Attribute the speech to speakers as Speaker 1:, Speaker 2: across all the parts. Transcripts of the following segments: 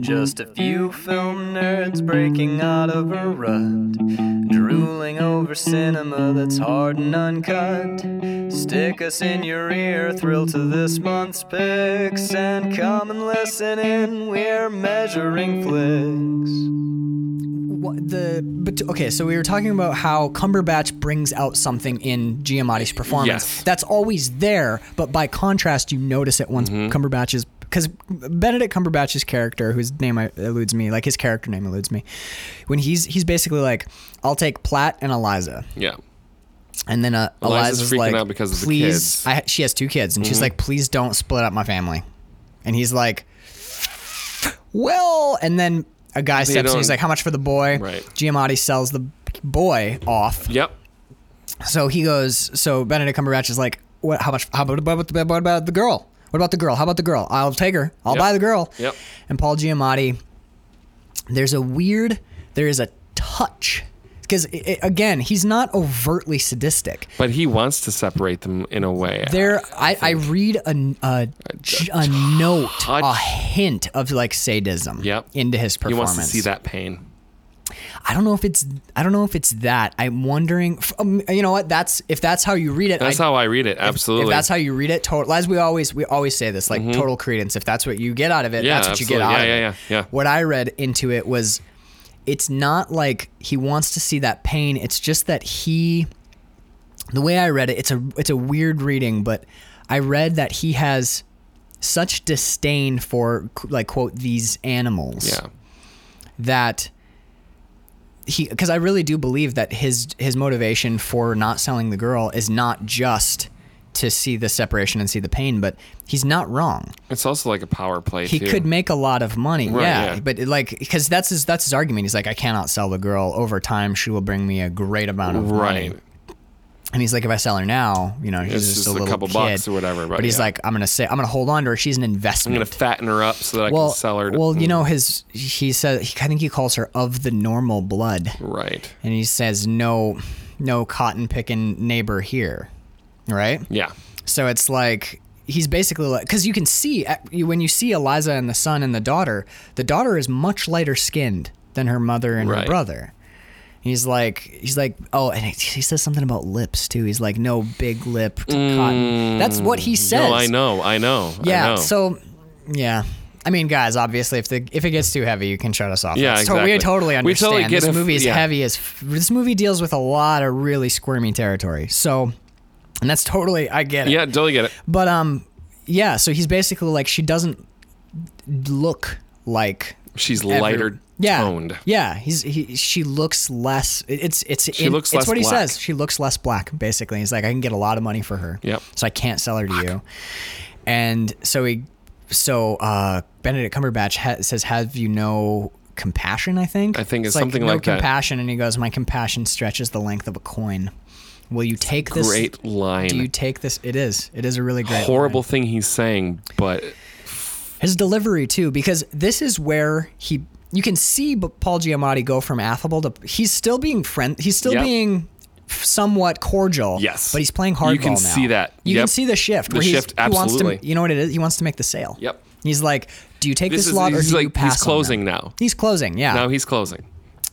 Speaker 1: Just a few film nerds breaking out of a rut, drooling over cinema that's hard and uncut. Stick us in your ear, thrill to this month's picks, and come and listen in. We're measuring flicks.
Speaker 2: What, the but okay, so we were talking about how Cumberbatch brings out something in Giamatti's performance
Speaker 3: Yes.
Speaker 2: that's always there, but by contrast, you notice it once Cumberbatch is because Benedict Cumberbatch's character, whose name I- eludes me, like his character name eludes me, when he's he's basically like, I'll take Platt and Eliza,
Speaker 3: Yeah.
Speaker 2: and then uh, Eliza's
Speaker 3: Eliza's freaking
Speaker 2: like,
Speaker 3: out because of the
Speaker 2: please,
Speaker 3: kids." Mm-hmm.
Speaker 2: I, she has two kids, and she's like, please don't split up my family, and he's like, well, and then a guy steps in,
Speaker 3: don't-
Speaker 2: he's like, how much for the boy?
Speaker 3: Right.
Speaker 2: Giamatti sells the boy off,
Speaker 3: Yep.
Speaker 2: so he goes. So Benedict Cumberbatch is like, what? How much? How about, about, about, what about the girl? What about the girl? How about the girl? I'll take her. I'll
Speaker 3: Yep.
Speaker 2: buy the girl.
Speaker 3: Yep.
Speaker 2: And Paul Giamatti, there's a weird, there is a touch. Because again, he's not overtly sadistic.
Speaker 3: But he wants to separate them in a way.
Speaker 2: There, I, I read a, a, a note, a hint of like sadism
Speaker 3: Yep.
Speaker 2: into his
Speaker 3: he
Speaker 2: performance.
Speaker 3: wants to see that pain.
Speaker 2: I don't know if it's I don't know if it's that. I'm wondering. f- Um, you know what? That's if that's how you read it.
Speaker 3: That's
Speaker 2: I,
Speaker 3: how I read it. Absolutely. Mm-hmm.
Speaker 2: If that's how you read it, total. As we always we always say this, like total credence. If that's what you get out of it,
Speaker 3: Yeah,
Speaker 2: that's what you get out
Speaker 3: absolutely.
Speaker 2: of
Speaker 3: Yeah,
Speaker 2: it.
Speaker 3: yeah, yeah, yeah.
Speaker 2: What I read into it was, it's not like he wants to see that pain. It's just that he, the way I read it, it's a it's a weird reading, but I read that he has such disdain for like quote these animals
Speaker 3: yeah.
Speaker 2: that he because I really do believe that his his motivation for not selling the girl is not just to see the separation and see the pain, but he's not wrong.
Speaker 3: It's also like a power play.
Speaker 2: He
Speaker 3: too.
Speaker 2: could make a lot of money,
Speaker 3: Right,
Speaker 2: yeah,
Speaker 3: yeah.
Speaker 2: But like, because that's his that's his argument. He's like, I cannot sell the girl. Over time, she will bring me a great amount of money.
Speaker 3: Right.
Speaker 2: And he's like, if I sell her now, you know, she's
Speaker 3: It's
Speaker 2: just,
Speaker 3: just
Speaker 2: a
Speaker 3: a
Speaker 2: little
Speaker 3: couple
Speaker 2: kid.
Speaker 3: bucks or whatever, but
Speaker 2: he's
Speaker 3: yeah.
Speaker 2: like, I'm gonna say, I'm gonna hold on to her. She's an
Speaker 3: I'm
Speaker 2: investment.
Speaker 3: gonna fatten her up so that I
Speaker 2: well,
Speaker 3: can sell her. To, mm.
Speaker 2: well, you know, his he said he, I think he calls her of the normal blood.
Speaker 3: Right.
Speaker 2: and he says no no cotton picking neighbor here right
Speaker 3: Yeah.
Speaker 2: so it's like he's basically like because you can see uh, you- when you see eliza and the son and the daughter the daughter is much lighter skinned than her mother and her
Speaker 3: Right.
Speaker 2: brother he's like he's like oh and he says something about lips too he's like no big lip cotton that's what he says
Speaker 3: Mm. No, I know. I know. I
Speaker 2: yeah
Speaker 3: know.
Speaker 2: so yeah I mean, guys. Obviously, if the if it gets too heavy, you can shut us off.
Speaker 3: Yeah,
Speaker 2: That's to- we
Speaker 3: exactly.
Speaker 2: totally
Speaker 3: We
Speaker 2: understand.
Speaker 3: totally get
Speaker 2: this
Speaker 3: if-
Speaker 2: movie is
Speaker 3: yeah.
Speaker 2: heavy as f- this movie deals with a lot of really squirmy territory. So, and that's totally I get it.
Speaker 3: yeah, totally get it.
Speaker 2: But um, yeah. So he's basically like she doesn't look like
Speaker 3: She's
Speaker 2: every-
Speaker 3: lighter
Speaker 2: yeah,
Speaker 3: toned.
Speaker 2: Yeah, he's he. She looks less. it- It's it's
Speaker 3: She
Speaker 2: it-
Speaker 3: looks
Speaker 2: it's
Speaker 3: less
Speaker 2: what he
Speaker 3: black.
Speaker 2: says. She looks less black. Basically, he's like, I can get a lot of money for her.
Speaker 3: Yep.
Speaker 2: So I can't sell her to you. And so he, so uh, Benedict Cumberbatch ha- says, "Have you no compassion?" I think.
Speaker 3: I think it's
Speaker 2: like,
Speaker 3: something
Speaker 2: no
Speaker 3: like that.
Speaker 2: compassion, and he goes, "My compassion stretches the length of a coin. Will you take this?
Speaker 3: Great line.
Speaker 2: Do you take this? It is. It is a really great
Speaker 3: Horrible
Speaker 2: line.
Speaker 3: thing he's saying, but
Speaker 2: His delivery too, because this is where he you can see B- Paul Giamatti go from affable to he's still being friend he's still
Speaker 3: Yep.
Speaker 2: being somewhat cordial.
Speaker 3: Yes.
Speaker 2: but he's playing hardball
Speaker 3: You can
Speaker 2: now.
Speaker 3: see that.
Speaker 2: You can
Speaker 3: Yep.
Speaker 2: see the shift.
Speaker 3: The
Speaker 2: where he's-
Speaker 3: shift,
Speaker 2: He wants to,
Speaker 3: absolutely.
Speaker 2: you know what it is? He wants to make the sale.
Speaker 3: Yep.
Speaker 2: He's like, do you take
Speaker 3: This
Speaker 2: this,
Speaker 3: is-
Speaker 2: lot or
Speaker 3: he's
Speaker 2: do you
Speaker 3: like- he's
Speaker 2: pass? on them?
Speaker 3: closing now.
Speaker 2: He's closing. Yeah.
Speaker 3: now he's closing.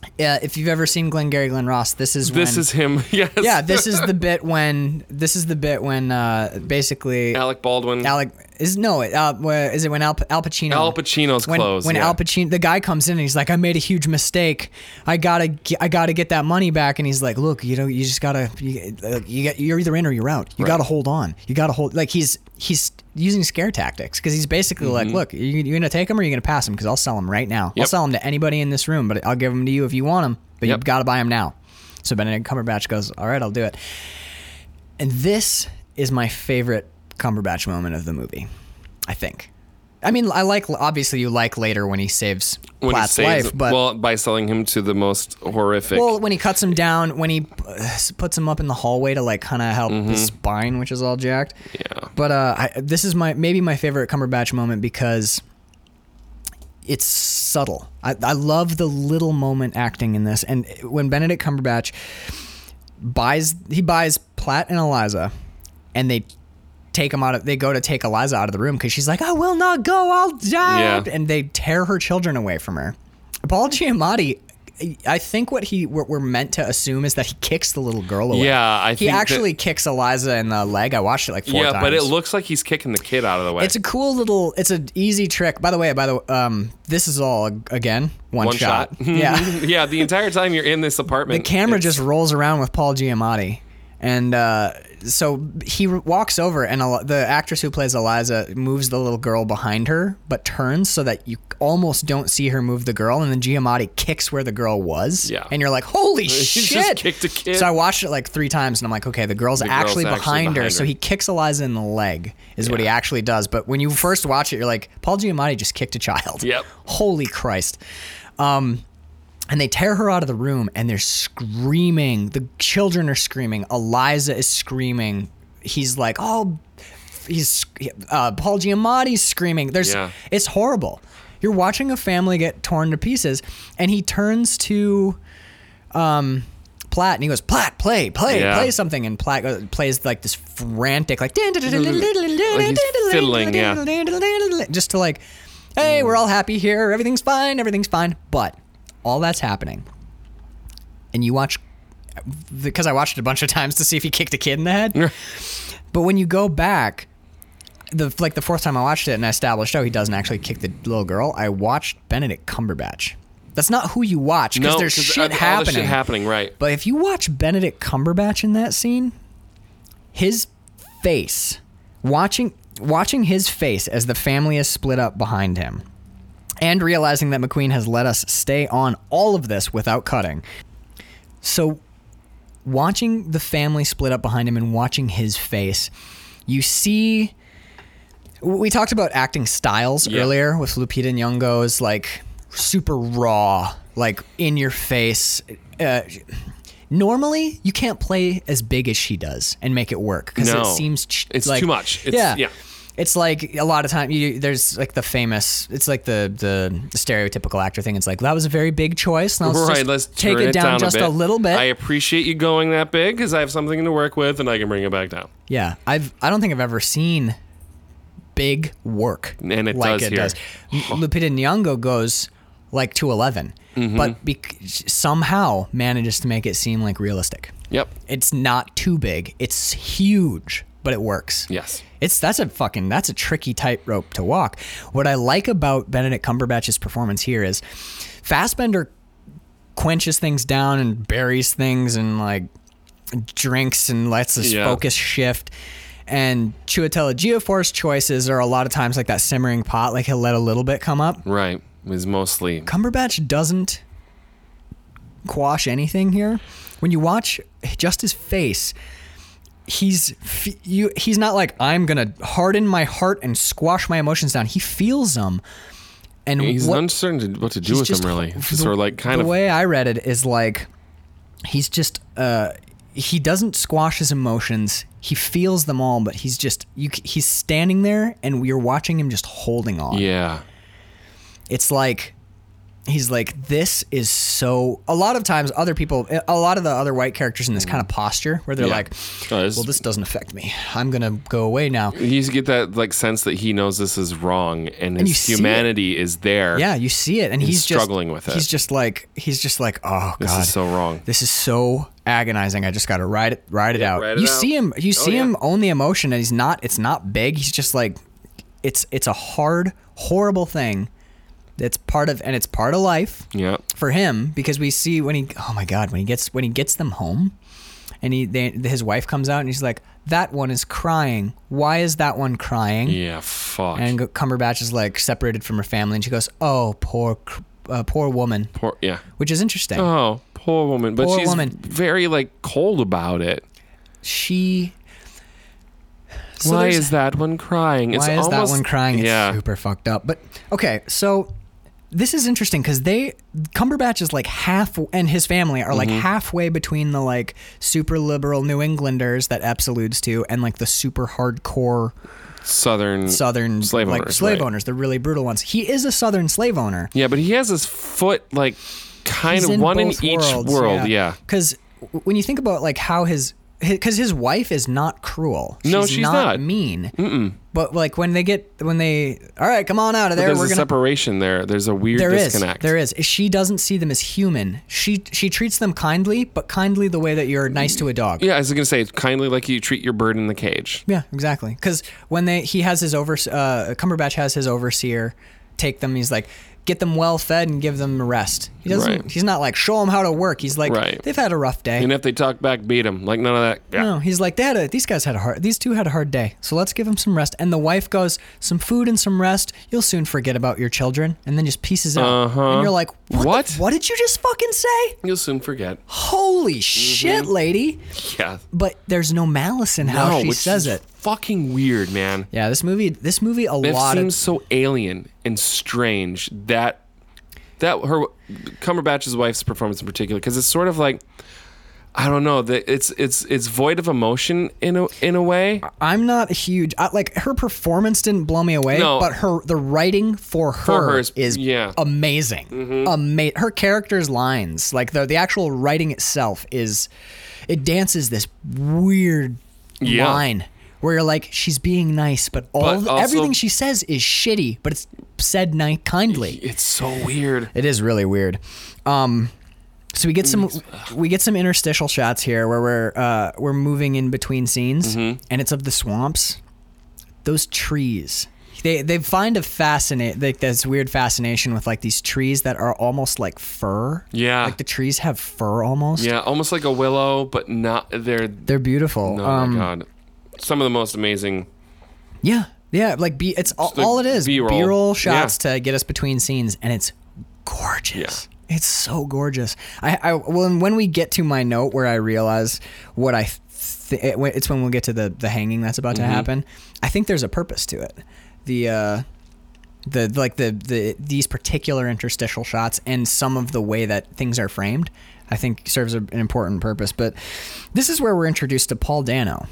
Speaker 2: Uh, if you've ever seen Glengarry Glen Ross, this is
Speaker 3: This
Speaker 2: when-
Speaker 3: is him. Yes.
Speaker 2: yeah. This is the bit when this is the bit when uh, basically
Speaker 3: Alec Baldwin.
Speaker 2: Alec is no. Uh, where- is it when Al, Al Pacino?
Speaker 3: Mm-hmm. Al Pacino's
Speaker 2: when,
Speaker 3: closed.
Speaker 2: When
Speaker 3: yeah.
Speaker 2: Al Pacino, the guy comes in and he's like, "I made a huge mistake. I gotta, ge- I gotta get that money back." And he's like, "Look, you know, you just gotta, you, uh, you get, you're either in or you're out. You gotta hold on. You gotta hold." Like he's he's using scare tactics because he's basically like, "Look, you, you gonna take him or you gonna pass him? Because I'll sell him right now. I'll
Speaker 3: Mm-hmm. Yep.
Speaker 2: sell him to anybody in this room, but I'll give him to you if you want him. But you've
Speaker 3: Yep.
Speaker 2: gotta buy him now." So Benedict Cumberbatch goes, "All right, I'll do it." And this is my favorite Cumberbatch moment of the movie, I think. I mean, I like obviously you like later when he saves
Speaker 3: when he
Speaker 2: Platt's
Speaker 3: saves,
Speaker 2: life, but well,
Speaker 3: well, by selling him to the most horrific.
Speaker 2: when he cuts him down, when he uh, puts him up in the hallway to like kind of help his spine, which is all jacked.
Speaker 3: Mm-hmm. yeah.
Speaker 2: But uh, I, this is my maybe my favorite Cumberbatch moment because it's subtle. I, I love the little moment acting in this, and when Benedict Cumberbatch buys, he buys Platt and Eliza, and they take him out of they go to take Eliza out of the room because she's like, I will not go, I'll die.
Speaker 3: Yeah.
Speaker 2: And they tear her children away from her. Paul Giamatti I think what he what we're meant to assume is that he kicks the little girl away.
Speaker 3: Yeah, I
Speaker 2: he
Speaker 3: think that-
Speaker 2: actually kicks Eliza in the leg. I watched it like four
Speaker 3: yeah,
Speaker 2: times.
Speaker 3: but it looks like he's kicking the kid out of the way.
Speaker 2: It's a cool little. It's an easy trick. By the way, by the um, this is all again one,
Speaker 3: one shot.
Speaker 2: yeah,
Speaker 3: yeah. The entire time you're in this
Speaker 2: the
Speaker 3: apartment,
Speaker 2: camera
Speaker 3: it's-
Speaker 2: just rolls around with Paul Giamatti, and uh, so he walks over, and Eli- the actress who plays Eliza moves the little girl behind her, but turns so that you almost don't see her move the girl, and then Giamatti kicks where the girl was.
Speaker 3: Yeah.
Speaker 2: and you're like, holy
Speaker 3: just
Speaker 2: shit!
Speaker 3: kicked a kid.
Speaker 2: So I watched it like three times, and I'm like, okay, the girl's, actually,
Speaker 3: actually
Speaker 2: behind, her,
Speaker 3: behind
Speaker 2: so
Speaker 3: her.
Speaker 2: he kicks Eliza in the leg, is what he actually does. But when you first watch it, you're like, Paul Giamatti just kicked a child.
Speaker 3: Yep.
Speaker 2: Holy Christ. Um, and they tear her out of the room and they're screaming. The children are screaming. Eliza is screaming. He's like, oh, he's uh, Paul Giamatti's screaming. There's,
Speaker 3: Yeah.
Speaker 2: it's horrible. You're watching a family get torn to pieces, and he turns to, um, Platt, and he goes, Platt, play, play,
Speaker 3: Yeah.
Speaker 2: play something, and Platt goes, plays like this frantic, like,
Speaker 3: fiddling, yeah.
Speaker 2: just to like, hey, we're all happy here, everything's fine, everything's fine. But all that's happening, and you watch, because I watched it a bunch of times to see if he kicked a kid in the head. but when you go back, the like the fourth time I watched it and I established, oh, he doesn't actually kick the little girl. I watched Benedict Cumberbatch. That's not who you watch because
Speaker 3: no,
Speaker 2: there's
Speaker 3: 'cause
Speaker 2: shit
Speaker 3: all
Speaker 2: happening.
Speaker 3: This shit happening, right?
Speaker 2: But if you watch Benedict Cumberbatch in that scene, his face, watching watching his face as the family is split up behind him, and realizing that McQueen has let us stay on all of this without cutting. So watching the family split up behind him and watching his face, you see we talked about acting styles
Speaker 3: Yeah.
Speaker 2: earlier with Lupita Nyong'o's like super raw, like in your face. Uh, normally, you can't play as big as she does and make it work because
Speaker 3: No.
Speaker 2: it seems ch-
Speaker 3: It's
Speaker 2: like-
Speaker 3: too much. It's- yeah.
Speaker 2: It's like a lot of time you, there's like the famous it's like the the stereotypical actor thing. It's like that was a very big choice. Now let's
Speaker 3: All right,
Speaker 2: just
Speaker 3: let's
Speaker 2: take
Speaker 3: turn
Speaker 2: it down,
Speaker 3: a
Speaker 2: just
Speaker 3: bit.
Speaker 2: a little bit.
Speaker 3: I appreciate you going that big because I have something to work with and I can bring it back down.
Speaker 2: Yeah, I've I don't think I've ever seen big work
Speaker 3: And it
Speaker 2: like
Speaker 3: does
Speaker 2: it
Speaker 3: here.
Speaker 2: does. M- Lupita Nyong'o goes like to 11
Speaker 3: Mm-hmm.
Speaker 2: but bec- somehow manages to make it seem like realistic.
Speaker 3: Yep.
Speaker 2: It's not too big. It's huge, but it works.
Speaker 3: Yes.
Speaker 2: It's that's a fucking that's a tricky tightrope to walk. What I like about Benedict Cumberbatch's performance here is Fassbender quenches things down and buries things and like drinks and lets his
Speaker 3: Yeah.
Speaker 2: focus shift. And Chiwetel Ejiofor's choices are a lot of times like that simmering pot, like he'll let a little bit come up.
Speaker 3: Right. Was mostly
Speaker 2: Cumberbatch doesn't quash anything here. When you watch just his face, he's f- you he's not like I'm going to harden my heart and squash my emotions down. He feels them. And
Speaker 3: he's
Speaker 2: what
Speaker 3: uncertain to, what to do
Speaker 2: he's
Speaker 3: with
Speaker 2: just-
Speaker 3: him really.
Speaker 2: the-
Speaker 3: Sort of like kind
Speaker 2: the
Speaker 3: of
Speaker 2: way I read it is like he's just uh he doesn't squash his emotions. He feels them all, but he's just you c- he's standing there and you're watching him just holding on
Speaker 3: yeah.
Speaker 2: it's like he's like this is so a lot of times other people a lot of the other white characters in this kind of posture where they're
Speaker 3: Mm-hmm. Yeah.
Speaker 2: like
Speaker 3: Oh, this-
Speaker 2: well this doesn't affect me i'm gonna go away now
Speaker 3: You get that like sense that he knows this is wrong and
Speaker 2: you
Speaker 3: his
Speaker 2: see it.
Speaker 3: humanity is there.
Speaker 2: yeah you see it and he's, just-
Speaker 3: struggling with it.
Speaker 2: he's just like he's just like oh
Speaker 3: This
Speaker 2: god
Speaker 3: is so wrong.
Speaker 2: this is so agonizing i just gotta ride it ride it out
Speaker 3: ride it
Speaker 2: you
Speaker 3: out. Oh,
Speaker 2: see him you see
Speaker 3: yeah.
Speaker 2: him own the emotion and he's not it's not big he's just like it's it's a hard horrible thing that's part of and it's part of life
Speaker 3: Yeah.
Speaker 2: for him because we see when he oh my god when he gets when he gets them home and he they, his wife comes out and he's like that one is crying why is that one crying
Speaker 3: Yeah. Fuck.
Speaker 2: and cumberbatch is like separated from her family and she goes oh poor cr- uh, poor woman
Speaker 3: poor, yeah.
Speaker 2: which is interesting
Speaker 3: Oh, poor woman. But
Speaker 2: Poor
Speaker 3: she's
Speaker 2: woman.
Speaker 3: very like cold about it.
Speaker 2: she So
Speaker 3: why
Speaker 2: there's-
Speaker 3: is that one crying?
Speaker 2: why is that one crying? It's
Speaker 3: Yeah.
Speaker 2: super fucked up. But okay, so this is interesting because they Cumberbatch is like half, and his family are like
Speaker 3: Mm-hmm.
Speaker 2: halfway between the like super liberal New Englanders that Epps alludes to, and like the super hardcore
Speaker 3: Southern.
Speaker 2: Southern
Speaker 3: Slave
Speaker 2: like
Speaker 3: owners,
Speaker 2: slave
Speaker 3: right.
Speaker 2: owners, the really brutal ones. He is a Southern slave owner.
Speaker 3: Yeah, but he has his foot like kind
Speaker 2: He's
Speaker 3: of one in
Speaker 2: both
Speaker 3: each world. Yeah.
Speaker 2: Because when you think about like how his because his wife is not cruel.
Speaker 3: No, she's not.
Speaker 2: mean. But like when they get when they all right, come on out of there.
Speaker 3: There's
Speaker 2: we're
Speaker 3: a
Speaker 2: gonna
Speaker 3: separation there. There's a weird
Speaker 2: there is
Speaker 3: disconnect.
Speaker 2: there is. She doesn't see them as human. She she treats them kindly, but kindly the way that you're nice to a dog.
Speaker 3: Yeah, I was gonna say it's kindly like you treat your bird in the cage.
Speaker 2: Yeah, exactly. Because when they he has his over uh, Cumberbatch has his overseer take them. He's like, get them well fed and give them a rest. He doesn't.
Speaker 3: Right.
Speaker 2: He's not like show them how to work. He's like
Speaker 3: Right.
Speaker 2: they've had a rough day.
Speaker 3: And if they talk back, beat them. Like none of that. Yeah.
Speaker 2: No, he's like they had a, these guys had a hard these two had a hard day. So let's give them some rest. And the wife goes, some food and some rest. You'll soon forget about your children. And then just pieces out.
Speaker 3: Uh-huh.
Speaker 2: And you're like, what? the-
Speaker 3: What?
Speaker 2: what did you just fucking say?
Speaker 3: You'll soon forget.
Speaker 2: Holy
Speaker 3: Mm-hmm.
Speaker 2: shit, lady!
Speaker 3: Yeah.
Speaker 2: But there's no malice in how
Speaker 3: No,
Speaker 2: she
Speaker 3: which
Speaker 2: says
Speaker 3: is
Speaker 2: it.
Speaker 3: Fucking weird, man.
Speaker 2: Yeah, this movie, this movie, a
Speaker 3: It
Speaker 2: lot
Speaker 3: seems
Speaker 2: of
Speaker 3: so alien and strange that that her Cumberbatch's wife's performance in particular, because it's sort of like I don't know that it's it's it's void of emotion in a in a way.
Speaker 2: I'm not a huge I, like her performance didn't blow me away,
Speaker 3: No.
Speaker 2: but her the writing for her,
Speaker 3: her is-
Speaker 2: is,
Speaker 3: yeah. Mm-hmm.
Speaker 2: amazing. Ama- her character's lines, like the the actual writing itself is it dances this weird
Speaker 3: Yeah.
Speaker 2: line where you're like she's being nice, but all
Speaker 3: But also-
Speaker 2: everything she says is shitty, but it's said ni- kindly.
Speaker 3: It's so weird.
Speaker 2: It is really weird. Um, so we get some we get some interstitial shots here where we're uh, we're moving in between scenes,
Speaker 3: Mm-hmm.
Speaker 2: and it's of the swamps, those trees. They they find a fascinate like this weird fascination with like these trees that are almost like fur.
Speaker 3: Yeah.
Speaker 2: like the trees have fur almost.
Speaker 3: Yeah, almost like a willow, but not they're.
Speaker 2: they're beautiful.
Speaker 3: Oh
Speaker 2: um,
Speaker 3: my god, some of the most amazing.
Speaker 2: Yeah, yeah. Like B, it's all,
Speaker 3: like
Speaker 2: all it is.
Speaker 3: B-roll.
Speaker 2: B-roll shots to get us between scenes, and it's gorgeous. It's so gorgeous. I, I when when we get to my note where I realize what I, th- it, it's when we'll get to the the hanging that's about
Speaker 3: Mm-hmm.
Speaker 2: to happen. I think there's a purpose to it. The uh, the like the the these particular interstitial shots and some of the way that things are framed, I think serves a, an important purpose. But this is where we're introduced to Paul Dano.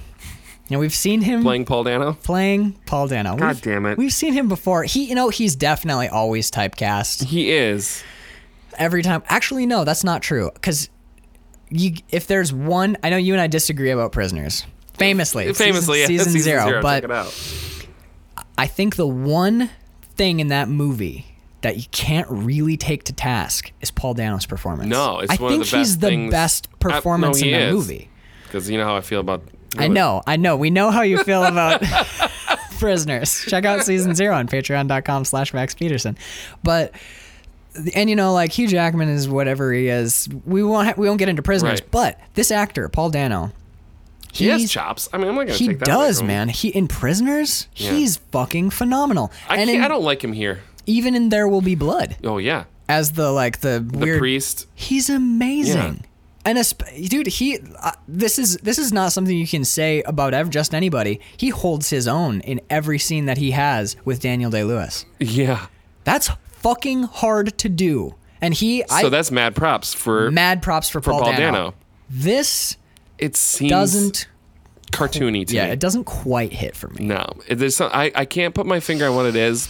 Speaker 2: Now we've seen him
Speaker 3: Playing Paul Dano.
Speaker 2: playing Paul Dano. God
Speaker 3: damn it.
Speaker 2: We've seen him before. He, you know, he's definitely always typecast
Speaker 3: He is.
Speaker 2: every time. Actually, no, that's not true. Because you, if there's one, I know you and I disagree about prisoners. Famously,
Speaker 3: Famously, yeah,
Speaker 2: season, season zero.
Speaker 3: check it
Speaker 2: But
Speaker 3: out.
Speaker 2: I think the one thing in that movie that you can't really take to task is Paul Dano's performance.
Speaker 3: No, it's
Speaker 2: I
Speaker 3: one of
Speaker 2: think
Speaker 3: the
Speaker 2: he's
Speaker 3: best
Speaker 2: the
Speaker 3: things- I-
Speaker 2: best
Speaker 3: no,
Speaker 2: performance
Speaker 3: he
Speaker 2: in that
Speaker 3: is.
Speaker 2: movie.
Speaker 3: because you know how I feel about.
Speaker 2: I know, I know. We know how you feel about prisoners. Check out season zero on patreon.com slash Max Peterson. But and you know, like Hugh Jackman is whatever he is. We won't ha- we won't get into prisoners,
Speaker 3: Right.
Speaker 2: but this actor, Paul Dano,
Speaker 3: He has
Speaker 2: he's-
Speaker 3: chops. I mean, I'm not gonna
Speaker 2: he
Speaker 3: take that. away
Speaker 2: does,
Speaker 3: from
Speaker 2: man.
Speaker 3: him.
Speaker 2: He in prisoners,
Speaker 3: Yeah.
Speaker 2: he's fucking phenomenal.
Speaker 3: I
Speaker 2: and
Speaker 3: can't,
Speaker 2: in-
Speaker 3: I don't like him here.
Speaker 2: even in There Will Be Blood
Speaker 3: Oh yeah,
Speaker 2: as the like the,
Speaker 3: the
Speaker 2: weird
Speaker 3: priest.
Speaker 2: He's amazing. And a dude, he uh, this is this is not something you can say about ev- just anybody. He holds his own in every scene that he has with Daniel Day Lewis.
Speaker 3: Yeah.
Speaker 2: That's fucking hard to do. And he,
Speaker 3: so
Speaker 2: I
Speaker 3: that's mad props for.
Speaker 2: mad props for, Paul,
Speaker 3: Paul
Speaker 2: Dano.
Speaker 3: Dano.
Speaker 2: This
Speaker 3: it seems
Speaker 2: doesn't,
Speaker 3: cartoony to
Speaker 2: yeah,
Speaker 3: me.
Speaker 2: it doesn't quite hit for me.
Speaker 3: No, It- there's some, I I can't put my finger on what it is.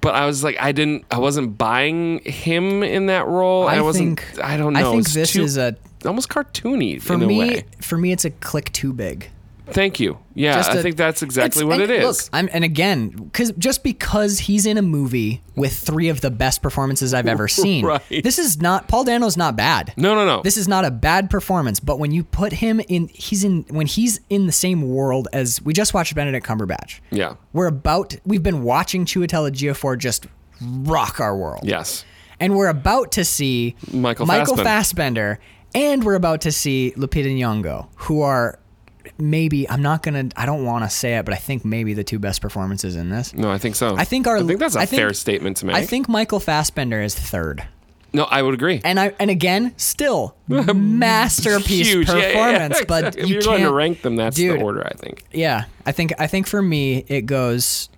Speaker 3: But I was like, I didn't, I wasn't buying him in that role. I,
Speaker 2: I
Speaker 3: wasn't.
Speaker 2: think-
Speaker 3: I don't know.
Speaker 2: I think
Speaker 3: It's
Speaker 2: this
Speaker 3: too-
Speaker 2: is a
Speaker 3: almost cartoony
Speaker 2: for
Speaker 3: in
Speaker 2: me.
Speaker 3: a way.
Speaker 2: For me, it's a click too big.
Speaker 3: Thank you. Yeah,
Speaker 2: Just
Speaker 3: I
Speaker 2: a-
Speaker 3: think that's exactly
Speaker 2: It's-
Speaker 3: what it
Speaker 2: and Look,
Speaker 3: is.
Speaker 2: I'm, and again, because just because he's in a movie with three of the best performances I've ever seen,
Speaker 3: Right.
Speaker 2: this is not Paul Dano's not bad.
Speaker 3: no, no, no.
Speaker 2: This is not a bad performance, but when you put him in, he's in when he's in the same world as we just watched Benedict Cumberbatch.
Speaker 3: yeah.
Speaker 2: We're about we've been watching Chiwetel Ejiofor just rock our world,
Speaker 3: Yes.
Speaker 2: and we're about to see
Speaker 3: Michael Fassbender.
Speaker 2: Fassbender, and we're about to see Lupita Nyong'o, who are maybe I'm not gonna I don't want to say it, but I think maybe the two best performances in this.
Speaker 3: No, I think so.
Speaker 2: I think our
Speaker 3: I think that's a
Speaker 2: I think-
Speaker 3: fair statement to make.
Speaker 2: I think Michael Fassbender is third,
Speaker 3: No, I would agree.
Speaker 2: and I and again still masterpiece
Speaker 3: Huge Yeah, yeah, yeah.
Speaker 2: performance, but
Speaker 3: If
Speaker 2: you
Speaker 3: you're
Speaker 2: can't
Speaker 3: going to rank them, that's
Speaker 2: dude,
Speaker 3: the order. I think.
Speaker 2: Yeah, I think I think for me it goes,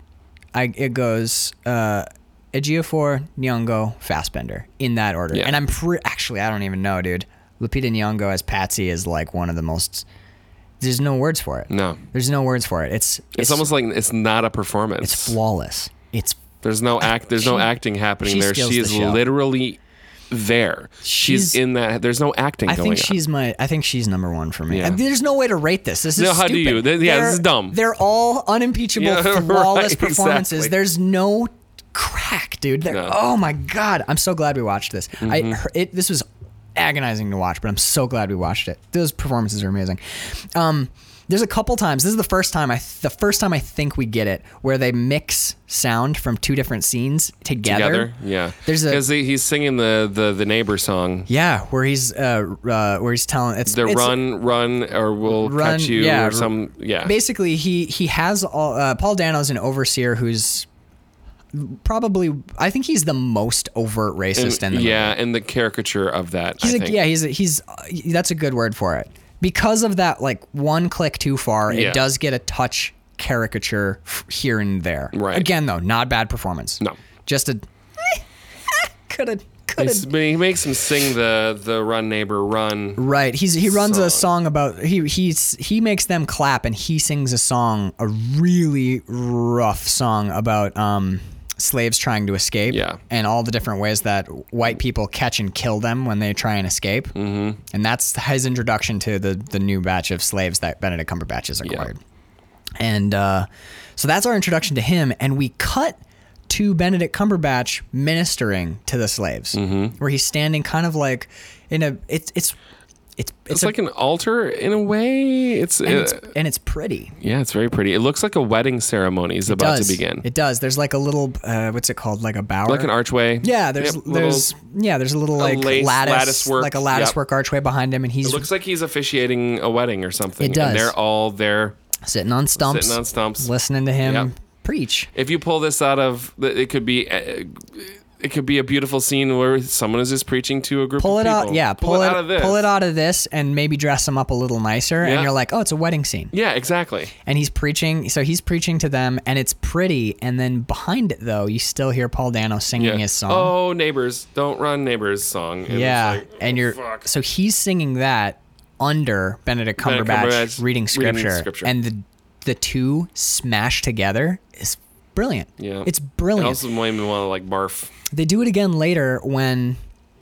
Speaker 2: I it goes uh, Ejiofor, Nyong'o, Fassbender in that order,
Speaker 3: Yeah.
Speaker 2: and I'm pre- actually I don't even know, dude. Lupita Nyong'o as Patsy is like one of the most. There's no words for it.
Speaker 3: No.
Speaker 2: there's no words for it. It's it's,
Speaker 3: It's, almost like it's not a performance.
Speaker 2: it's flawless. It's
Speaker 3: There's no act. There's no
Speaker 2: She-
Speaker 3: acting happening
Speaker 2: she
Speaker 3: there.
Speaker 2: steals
Speaker 3: She
Speaker 2: the
Speaker 3: is
Speaker 2: show.
Speaker 3: literally there. She's,
Speaker 2: She's-
Speaker 3: in that. There's no acting
Speaker 2: I
Speaker 3: going
Speaker 2: think
Speaker 3: on.
Speaker 2: she's my. I think she's number one for me.
Speaker 3: Yeah.
Speaker 2: And there's no way to rate this. This is
Speaker 3: No, how do
Speaker 2: stupid.
Speaker 3: you? Th- yeah, this is
Speaker 2: They're-
Speaker 3: dumb.
Speaker 2: They're all unimpeachable,
Speaker 3: Yeah, right,
Speaker 2: flawless performances.
Speaker 3: exactly.
Speaker 2: There's no crack, dude. They're-
Speaker 3: No. Mm-hmm.
Speaker 2: Oh my god, I'm so glad we watched this. I it, this was agonizing to watch, but I'm so glad we watched it. Those performances are amazing. Um, there's a couple times. This is the first time I the first time I think we get it where they mix sound from two different scenes
Speaker 3: together. Yeah,
Speaker 2: There's a-
Speaker 3: because he's singing the the the neighbor song.
Speaker 2: Yeah, where he's uh, uh where he's telling it's
Speaker 3: The
Speaker 2: it's-
Speaker 3: run, run, or we'll
Speaker 2: Run,
Speaker 3: catch you,
Speaker 2: yeah,
Speaker 3: or some. Yeah,
Speaker 2: basically he he has all uh, Paul Dano's an overseer who's probably I think he's the most overt racist in the movie.
Speaker 3: Uh, yeah, and the caricature of that.
Speaker 2: He's
Speaker 3: I
Speaker 2: a,
Speaker 3: think.
Speaker 2: yeah, he's a, he's uh, that's a good word for it. Because of that like one click too far,
Speaker 3: Yeah.
Speaker 2: it does get a touch caricature f- here and there.
Speaker 3: Right.
Speaker 2: Again though, not bad performance.
Speaker 3: No.
Speaker 2: Just a could have could have
Speaker 3: He's- but he makes him sing the the run neighbor run.
Speaker 2: Right. He's he runs a
Speaker 3: Song.
Speaker 2: song about he he's he makes them clap and he sings a song, a really rough song about um slaves trying to escape
Speaker 3: Yeah.
Speaker 2: and all the different ways that white people catch and kill them when they try and escape. Mm-hmm. And that's his introduction to the the new batch of slaves that Benedict Cumberbatch has acquired. And uh, so that's our introduction to him. And we cut to Benedict Cumberbatch ministering to the slaves,
Speaker 3: Mm-hmm.
Speaker 2: where he's standing kind of like in a it's it's it's it's,
Speaker 3: It's
Speaker 2: a,
Speaker 3: like an altar in a way. It's,
Speaker 2: and,
Speaker 3: uh,
Speaker 2: it's and it's pretty.
Speaker 3: yeah, it's very pretty. It looks like a wedding ceremony is about
Speaker 2: does.
Speaker 3: to begin,
Speaker 2: It does. There's like a little uh, what's it called? Like a bower.
Speaker 3: like an archway.
Speaker 2: yeah, there's
Speaker 3: Yep, little-
Speaker 2: there's yeah, there's a little like
Speaker 3: lace-
Speaker 2: lattice,
Speaker 3: lattice work.
Speaker 2: like a lattice
Speaker 3: Yep.
Speaker 2: work archway behind him, and
Speaker 3: It
Speaker 2: he's
Speaker 3: looks like he's officiating a wedding or something.
Speaker 2: It does.
Speaker 3: And they're all there
Speaker 2: sitting on stumps,
Speaker 3: sitting on stumps.
Speaker 2: listening to him
Speaker 3: Yep.
Speaker 2: preach.
Speaker 3: If you pull this out of, it could be. uh, It could be a beautiful scene where someone is just preaching to a group
Speaker 2: pull
Speaker 3: of
Speaker 2: it
Speaker 3: people.
Speaker 2: out yeah pull, it,
Speaker 3: out of this.
Speaker 2: pull it out of this and maybe dress them up a little nicer
Speaker 3: Yeah.
Speaker 2: and you're like oh it's a wedding scene
Speaker 3: Yeah, exactly.
Speaker 2: and he's preaching so he's preaching to them and it's pretty and then behind it though you still hear paul dano singing
Speaker 3: Yeah.
Speaker 2: his song
Speaker 3: Oh, neighbors, don't run, neighbors song. And
Speaker 2: yeah
Speaker 3: it's like,
Speaker 2: and
Speaker 3: oh,
Speaker 2: you're
Speaker 3: fuck.
Speaker 2: so he's singing that under benedict cumberbatch,
Speaker 3: Benedict Cumberbatch
Speaker 2: reading,
Speaker 3: reading
Speaker 2: scripture,
Speaker 3: scripture.
Speaker 2: and the the two smashed together is brilliant
Speaker 3: Yeah.
Speaker 2: it's
Speaker 3: It
Speaker 2: brilliant
Speaker 3: also made me want to like barf.
Speaker 2: they do it again later when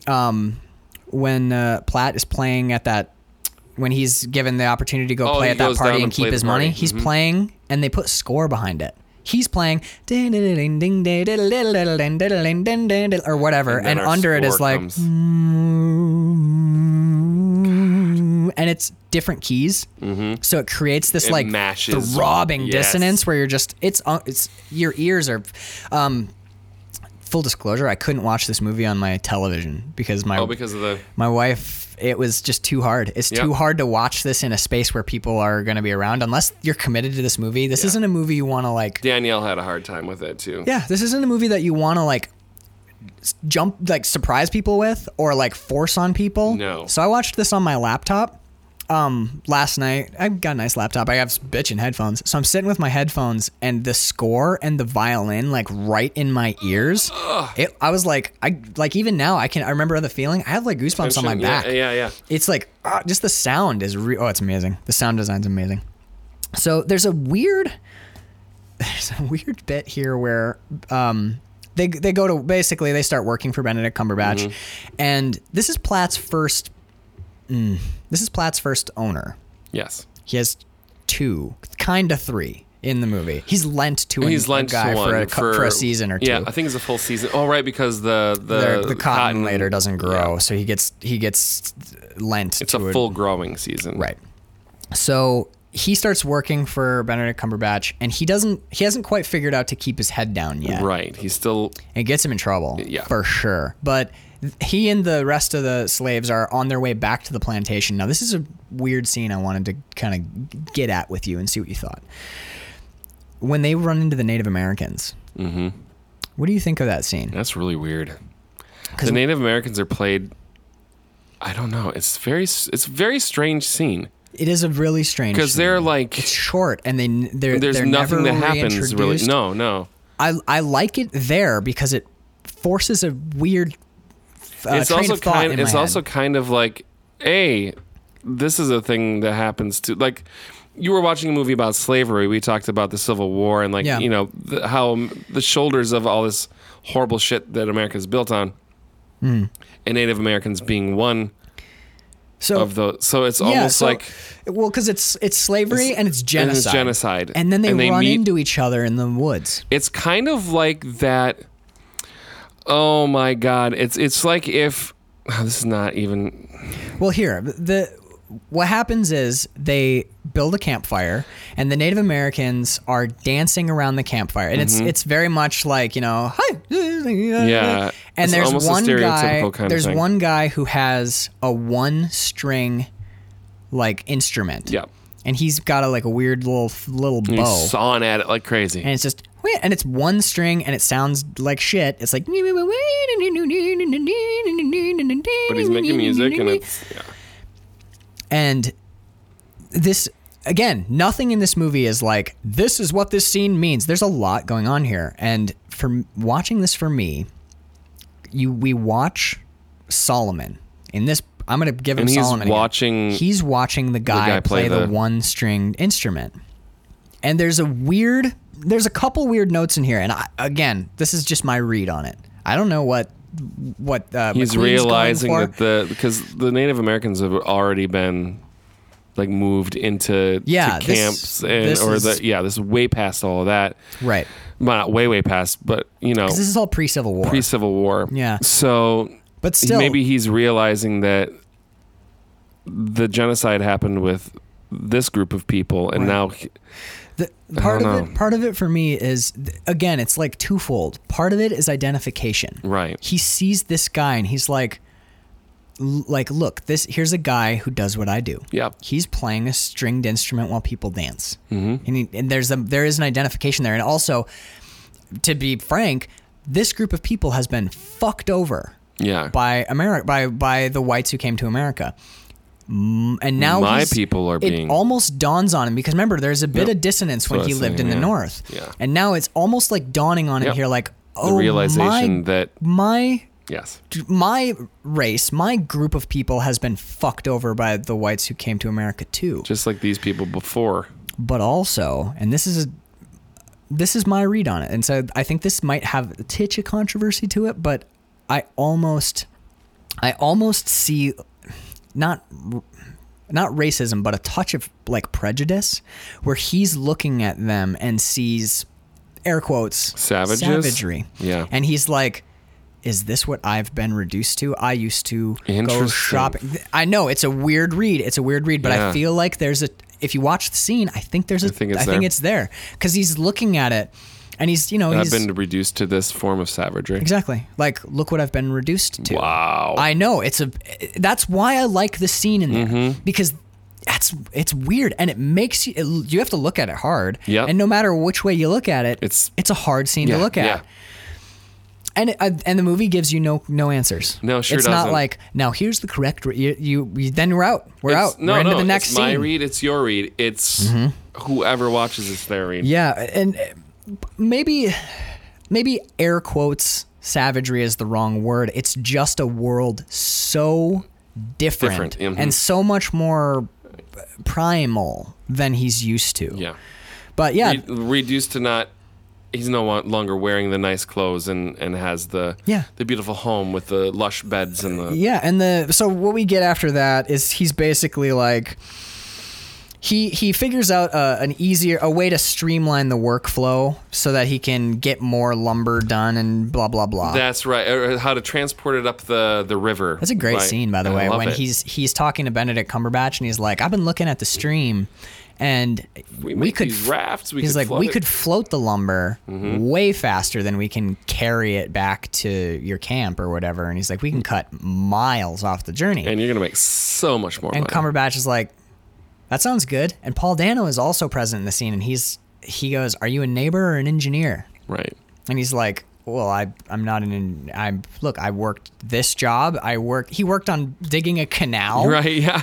Speaker 2: um when uh, Platt is playing at that when he's given the opportunity to go
Speaker 3: Oh,
Speaker 2: play
Speaker 3: he
Speaker 2: at that
Speaker 3: goes
Speaker 2: party
Speaker 3: down
Speaker 2: and,
Speaker 3: and
Speaker 2: keep
Speaker 3: play
Speaker 2: his
Speaker 3: the
Speaker 2: money.
Speaker 3: party. Mm-hmm.
Speaker 2: He's playing and they put score behind it. He's playing ding ding ding ding ding ding ding ding ding ding ding ding ding or whatever and,
Speaker 3: then our
Speaker 2: under it is
Speaker 3: score
Speaker 2: like mm.
Speaker 3: comes.
Speaker 2: and it's different keys. Mm-hmm. So it creates this
Speaker 3: It
Speaker 2: like
Speaker 3: mashes.
Speaker 2: throbbing
Speaker 3: Yes.
Speaker 2: dissonance where you're just it's uh, it's your ears are um full disclosure, I couldn't watch this movie on my television because my
Speaker 3: Oh, because of the
Speaker 2: my wife it was just too hard. It's
Speaker 3: Yeah.
Speaker 2: too hard to watch this in a space where people are going to be around unless you're committed to this movie. This isn't a movie you want to like
Speaker 3: Danielle had a hard time with it too.
Speaker 2: yeah, this isn't a movie that you want to like s- jump like surprise people with or like force on people.
Speaker 3: No.
Speaker 2: So I watched this on my laptop. Um, last night I got a nice laptop. I have s- bitchin' headphones, so I'm sitting with my headphones and the score and the violin like right in my ears. It, I was like, I like even now I can I remember the feeling. I have like goosebumps on my
Speaker 3: Yeah,
Speaker 2: back.
Speaker 3: Yeah, yeah.
Speaker 2: It's like ah, just the sound is re- oh, it's amazing. The sound design's amazing. So there's a weird, there's a weird bit here where um, they they go to basically they start working for Benedict Cumberbatch,
Speaker 3: Mm-hmm.
Speaker 2: and this is Platt's first, mm, this is Platt's first owner.
Speaker 3: Yes.
Speaker 2: He has two, kind of three in the movie. He's lent to a,
Speaker 3: He's
Speaker 2: a
Speaker 3: lent
Speaker 2: guy
Speaker 3: to one
Speaker 2: for, a, cou- for a season or two.
Speaker 3: Yeah, I think it's a full season. Oh, right, because the the,
Speaker 2: the, the cotton, later doesn't grow, so he gets he gets lent
Speaker 3: It's
Speaker 2: to
Speaker 3: a full growing season.
Speaker 2: Right. So he starts working for Benedict Cumberbatch, and he doesn't he hasn't quite figured out to keep his head down yet.
Speaker 3: Right. He's still
Speaker 2: It gets him in trouble,
Speaker 3: Yeah.
Speaker 2: for sure. But th- he and the rest of the slaves are on their way back to the plantation. Now, this is a weird scene I wanted to kind of get at with you and see what you thought. When they run into the Native Americans, mm-hmm. what do you think of that scene?
Speaker 3: That's really weird.
Speaker 2: 'Cause-
Speaker 3: The Native Americans are played. I don't know. It's very it's a very strange scene
Speaker 2: It is a really strange
Speaker 3: because they're
Speaker 2: scene.
Speaker 3: like
Speaker 2: It's short, and they n- they're
Speaker 3: there's
Speaker 2: they're
Speaker 3: nothing that
Speaker 2: never
Speaker 3: happens really.
Speaker 2: reintroduced.
Speaker 3: No, no.
Speaker 2: I I like it there because it forces a weird. Uh,
Speaker 3: it's
Speaker 2: train
Speaker 3: also
Speaker 2: of thought
Speaker 3: kind.
Speaker 2: In my
Speaker 3: It's also
Speaker 2: head.
Speaker 3: kind of like, hey, this is a thing that happens to like. You were watching a movie about slavery. We talked about the Civil War and like
Speaker 2: Yeah.
Speaker 3: you know the, how m- the shoulders of all this horrible shit that America's built on
Speaker 2: Hmm.
Speaker 3: and Native Americans being one
Speaker 2: So
Speaker 3: of the. So it's almost
Speaker 2: so-
Speaker 3: like
Speaker 2: well, because it's it's slavery and it's
Speaker 3: and
Speaker 2: genocide.
Speaker 3: it's genocide,
Speaker 2: And then they run
Speaker 3: meet-
Speaker 2: into each other in the woods.
Speaker 3: It's kind of like that. Oh my God! It's it's like if this is not even
Speaker 2: Well, here the what happens is they build a campfire, and the Native Americans are dancing around the campfire, and
Speaker 3: Mm-hmm.
Speaker 2: it's it's very much like you know, hi,
Speaker 3: Yeah,
Speaker 2: yeah. And
Speaker 3: it's
Speaker 2: there's
Speaker 3: almost a
Speaker 2: one guy.
Speaker 3: stereotypical kind of
Speaker 2: there's
Speaker 3: thing.
Speaker 2: one guy who has a one string like instrument.
Speaker 3: yeah.
Speaker 2: And he's got a like a weird little little bow.
Speaker 3: He's sawing at it like crazy.
Speaker 2: and it's just "Wah," and it's one string and it sounds like shit. It's like but
Speaker 3: but
Speaker 2: he's
Speaker 3: he's making music, and it's yeah.
Speaker 2: and this again, nothing in this movie is like this is what this scene means. There's a lot going on here, and for m- watching this for me, you we watch Solomon in this. I'm gonna give him
Speaker 3: And he's
Speaker 2: Solomon. again.
Speaker 3: watching-
Speaker 2: He's watching the guy,
Speaker 3: guy play
Speaker 2: play, the,
Speaker 3: the-
Speaker 2: one stringed instrument, and there's a weird. There's a couple weird notes in here, and I, again, this is just my read on it. I don't know what what uh,
Speaker 3: he's
Speaker 2: McQueen's going
Speaker 3: realizing
Speaker 2: for.
Speaker 3: that the because the Native Americans have already been like moved into to
Speaker 2: Yeah, this-
Speaker 3: camps and
Speaker 2: this
Speaker 3: or
Speaker 2: is-
Speaker 3: the yeah this is way past all of that
Speaker 2: right.
Speaker 3: well, not way way past but you know
Speaker 2: 'Cause This is all pre Civil War,
Speaker 3: pre Civil War
Speaker 2: Yeah.
Speaker 3: so
Speaker 2: but still,
Speaker 3: maybe he's realizing that the genocide happened with this group of people and
Speaker 2: Right.
Speaker 3: now he-
Speaker 2: The,
Speaker 3: I
Speaker 2: part
Speaker 3: don't
Speaker 2: of
Speaker 3: know.
Speaker 2: it, part of it for me is th- again, it's like twofold. Part of it is identification.
Speaker 3: right
Speaker 2: He sees this guy and he's like, l- like, look, this here's a guy who does what I do.
Speaker 3: yeah
Speaker 2: He's playing a stringed instrument while people dance, mm-hmm. and, he, and there's a, there is an identification there. And also, to be frank, this group of people has been fucked over
Speaker 3: yeah
Speaker 2: by America by by the whites who came to America. Mm, And now
Speaker 3: My
Speaker 2: he's-
Speaker 3: people are
Speaker 2: it
Speaker 3: being-
Speaker 2: almost dawns on him because remember there's a bit
Speaker 3: Yep.
Speaker 2: of dissonance when
Speaker 3: what
Speaker 2: he
Speaker 3: I was
Speaker 2: lived in
Speaker 3: saying,
Speaker 2: the
Speaker 3: yeah.
Speaker 2: north.
Speaker 3: Yeah.
Speaker 2: And now it's almost like dawning on him
Speaker 3: Yep.
Speaker 2: here like
Speaker 3: the
Speaker 2: oh
Speaker 3: realization
Speaker 2: my,
Speaker 3: that
Speaker 2: my
Speaker 3: yes
Speaker 2: my race, my group of people has been fucked over by the whites who came to America too.
Speaker 3: just like these people before
Speaker 2: But also, and this is a this is my read on it. And so I think this might have a titch of controversy to it, but I almost I almost see not not racism, but a touch of like prejudice where he's looking at them and sees air quotes
Speaker 3: Savages?
Speaker 2: savagery.
Speaker 3: Yeah.
Speaker 2: And he's like is this what I've been reduced to? I used to go
Speaker 3: Interesting.
Speaker 2: shopping. I know it's a weird read. It's a weird read, but
Speaker 3: Yeah.
Speaker 2: I feel like there's a. If you watch the scene, I think there's a. I
Speaker 3: think it's
Speaker 2: think
Speaker 3: there.
Speaker 2: it's there because he's looking at it, and he's you know he's
Speaker 3: I've been reduced to this form of savagery
Speaker 2: exactly like look what I've been reduced to.
Speaker 3: wow
Speaker 2: I know it's a. That's why I like the scene in there
Speaker 3: Mm-hmm.
Speaker 2: because that's it's weird and it makes you. It, you have to look at it hard.
Speaker 3: Yep.
Speaker 2: And no matter which way you look at it,
Speaker 3: It's-
Speaker 2: it's a hard scene to look at. And it, I- and the movie gives you no no answers.
Speaker 3: No, it sure
Speaker 2: It's
Speaker 3: doesn't.
Speaker 2: not like now here's the correct. Re- you, you, you then we're out. We're
Speaker 3: It's-
Speaker 2: out. we're into the next
Speaker 3: it's my
Speaker 2: scene. Mm-hmm.
Speaker 3: read. It's your read. It's whoever watches this their read.
Speaker 2: yeah, and uh, maybe maybe air quotes savagery is the wrong word. It's just a world so different,
Speaker 3: Different, mhm.
Speaker 2: and so much more primal than he's used to.
Speaker 3: Yeah.
Speaker 2: But yeah,
Speaker 3: Re- reduced to not. He's no wa- longer wearing the nice clothes and, and has the
Speaker 2: Yeah.
Speaker 3: the beautiful home with the lush beds and the
Speaker 2: Yeah, and the so what we get after that is he's basically like he he figures out uh, an easier a way to streamline the workflow so that he can get more lumber done and blah blah blah.
Speaker 3: that's right. Or how to transport it up the the river.
Speaker 2: That's a great
Speaker 3: Like,
Speaker 2: scene, by the
Speaker 3: I
Speaker 2: way,
Speaker 3: love
Speaker 2: when
Speaker 3: it.
Speaker 2: he's he's talking to Benedict Cumberbatch and he's like, "I've been looking at the stream, and we,
Speaker 3: we, make
Speaker 2: could."
Speaker 3: these
Speaker 2: f-
Speaker 3: rafts. We
Speaker 2: He's
Speaker 3: could
Speaker 2: like,
Speaker 3: float
Speaker 2: we
Speaker 3: it." Mm-hmm.
Speaker 2: could float the lumber way faster than we can carry it back to your camp or whatever. And he's like, we can cut miles off the journey.
Speaker 3: and you're gonna make so much more
Speaker 2: And
Speaker 3: money.
Speaker 2: Cumberbatch is like, "That sounds good." And Paul Dano is also present in the scene, and he's he goes, "Are you a neighbor or an engineer?"
Speaker 3: right.
Speaker 2: And he's like, "Well, I I'm not an en- I look I worked this job. I worked he worked on digging a canal,
Speaker 3: Right. Yeah.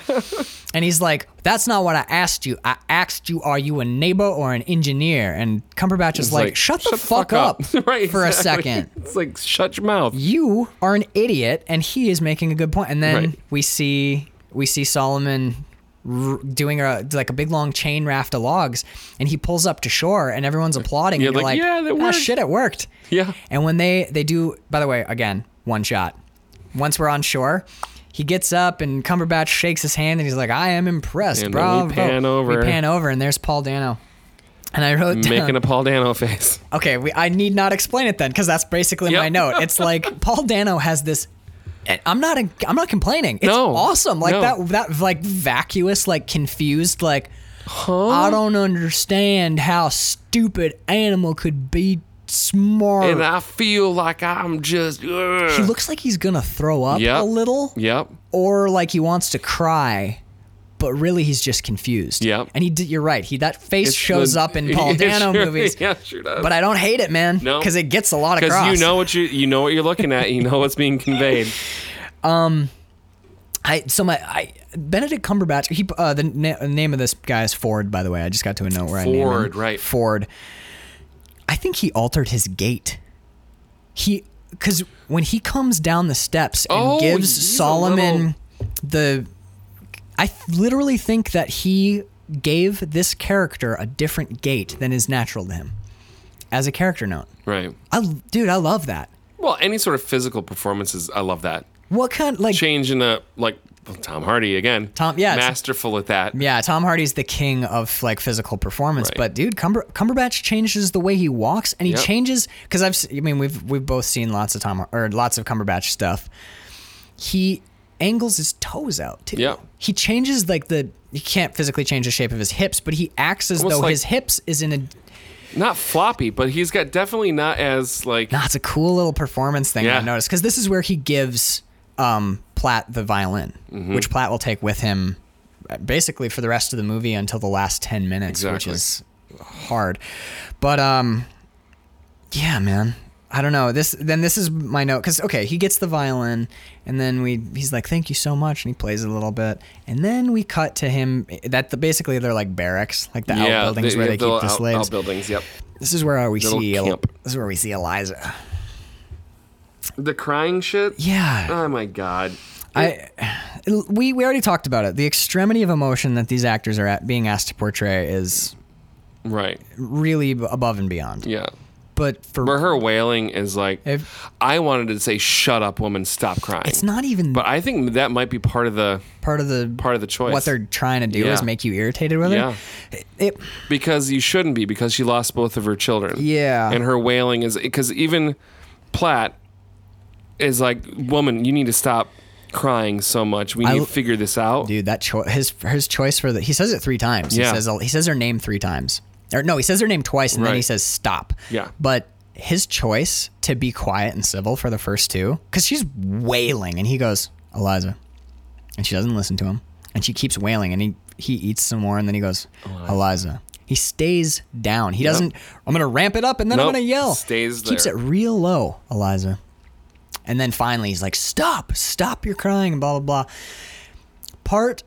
Speaker 2: and he's like, "That's not what I asked you. I asked you, are you a neighbor or an engineer?" And Cumberbatch is like, "Shut, the, fuck, up,
Speaker 3: right.
Speaker 2: for
Speaker 3: exactly.
Speaker 2: a second.
Speaker 3: It's like shut your mouth.
Speaker 2: You are an idiot, and he is making a good point. And then
Speaker 3: Right.
Speaker 2: we see we see Solomon r- doing a like a big long chain raft of logs, and he pulls up to shore, and everyone's applauding.
Speaker 3: You're
Speaker 2: and you're
Speaker 3: like,
Speaker 2: like,
Speaker 3: "Yeah, that
Speaker 2: "Ah,
Speaker 3: worked."
Speaker 2: shit, it worked.
Speaker 3: Yeah.
Speaker 2: And when they they do, by the way, again one shot. once we're on shore, he gets up and Cumberbatch shakes his hand and he's like, "I am impressed,
Speaker 3: And
Speaker 2: bravo."
Speaker 3: then we pan over.
Speaker 2: We pan over and there's Paul Dano. And I wrote down,
Speaker 3: Making a Paul Dano face.
Speaker 2: okay, we, I need not explain it then because that's basically my
Speaker 3: Yep.
Speaker 2: note. It's like Paul Dano has this. and I'm not. I'm not complaining. It's
Speaker 3: No,
Speaker 2: awesome. Like
Speaker 3: no.
Speaker 2: that. That like vacuous, like confused, like I don't understand how stupid animal could be smart.
Speaker 3: And I feel like I'm just. ugh.
Speaker 2: he looks like he's gonna throw up
Speaker 3: Yep.
Speaker 2: a little,
Speaker 3: Yep.
Speaker 2: or like he wants to cry, but really he's just confused.
Speaker 3: Yep.
Speaker 2: And he did. You're right. He that face
Speaker 3: It's
Speaker 2: shows
Speaker 3: the-
Speaker 2: up in Paul
Speaker 3: It
Speaker 2: Dano
Speaker 3: sure-
Speaker 2: movies.
Speaker 3: Yeah, sure does.
Speaker 2: But I don't hate it, man.
Speaker 3: No.
Speaker 2: Because it gets a lot of
Speaker 3: because
Speaker 2: cross.
Speaker 3: you know what you you know what you're looking at, you know what's being conveyed.
Speaker 2: I so my I Benedict Cumberbatch. He uh, the na- name of this guy is Ford. By the way, I just got to a note where I named him.
Speaker 3: Ford, right.
Speaker 2: Ford. I think he altered his gait. He because when he comes down the steps and
Speaker 3: Oh,
Speaker 2: gives
Speaker 3: he's a
Speaker 2: Solomon the, I th- literally think that he gave this character a different gait than is natural to him, as a character note.
Speaker 3: Right.
Speaker 2: I l- dude, I love that.
Speaker 3: Well, any sort of physical performances, I love that.
Speaker 2: What kind like
Speaker 3: Changing up like Tom Hardy again.
Speaker 2: Tom- yeah, it's-
Speaker 3: masterful at that.
Speaker 2: Yeah, Tom Hardy's the king of like physical performance,
Speaker 3: Right.
Speaker 2: but dude, Cumber- Cumberbatch changes the way he walks, and he
Speaker 3: Yep.
Speaker 2: changes because I've, s- I mean, we've we've both seen lots of Tom or lots of Cumberbatch stuff. He angles his toes out too.
Speaker 3: Yep.
Speaker 2: He changes like the you can't physically change the shape of his hips, but he acts as
Speaker 3: Almost
Speaker 2: though
Speaker 3: like-
Speaker 2: his hips is in a.
Speaker 3: Not floppy, but he's got definitely not as like
Speaker 2: Nah, it's a cool little performance thing
Speaker 3: Yeah.
Speaker 2: I noticed because this is where he gives um, Platt the violin,
Speaker 3: Mm-hmm.
Speaker 2: which Platt will take with him uh, basically for the rest of the movie until the last ten minutes,
Speaker 3: Exactly.
Speaker 2: which is hard. But um, yeah, man. I don't know. This then this is my note because okay, he gets the violin, and then we he's like, "Thank you so much," and he plays a little bit, and then we cut to him. That the, basically they're like barracks, like the
Speaker 3: yeah,
Speaker 2: outbuildings
Speaker 3: the-
Speaker 2: where they
Speaker 3: the
Speaker 2: keep the
Speaker 3: out-
Speaker 2: slaves.
Speaker 3: outbuildings, yep.
Speaker 2: this is where we
Speaker 3: Little
Speaker 2: see El-
Speaker 3: camp.
Speaker 2: this is where we see Eliza.
Speaker 3: The crying shit.
Speaker 2: Yeah,
Speaker 3: Oh my god.
Speaker 2: I we we already talked about it. The extremity of emotion that these actors are at, being asked to portray is
Speaker 3: Right.
Speaker 2: really b- above and beyond.
Speaker 3: Yeah.
Speaker 2: But for
Speaker 3: But her wailing is like
Speaker 2: If-
Speaker 3: I wanted to say, "Shut up, woman! Stop crying."
Speaker 2: it's not even
Speaker 3: But I think that might be part of the
Speaker 2: part of the
Speaker 3: part of the choice.
Speaker 2: what they're trying to do
Speaker 3: Yeah.
Speaker 2: is make you irritated with
Speaker 3: Yeah.
Speaker 2: it. It
Speaker 3: because you shouldn't be because she lost both of her children.
Speaker 2: Yeah.
Speaker 3: and her wailing is because even Platt is like, "Woman, you need to stop crying so much. We need to figure this out."
Speaker 2: dude that cho- his his choice for the he says it three times.
Speaker 3: Yeah.
Speaker 2: He says he says her name three times. Or no, he says her name twice and then he
Speaker 3: Right.
Speaker 2: says stop.
Speaker 3: Yeah.
Speaker 2: But his choice to be quiet and civil for the first two cuz she's wailing and he goes, "Eliza." And she doesn't listen to him and she keeps wailing and he he eats some more and then he goes, "Eliza." He stays down. He doesn't I'm going to ramp it up and then
Speaker 3: Nope.
Speaker 2: I'm going to yell.
Speaker 3: Stays
Speaker 2: Keeps
Speaker 3: there.
Speaker 2: it real low, Eliza. And then finally he's like, "Stop. Stop your crying and blah blah blah." Part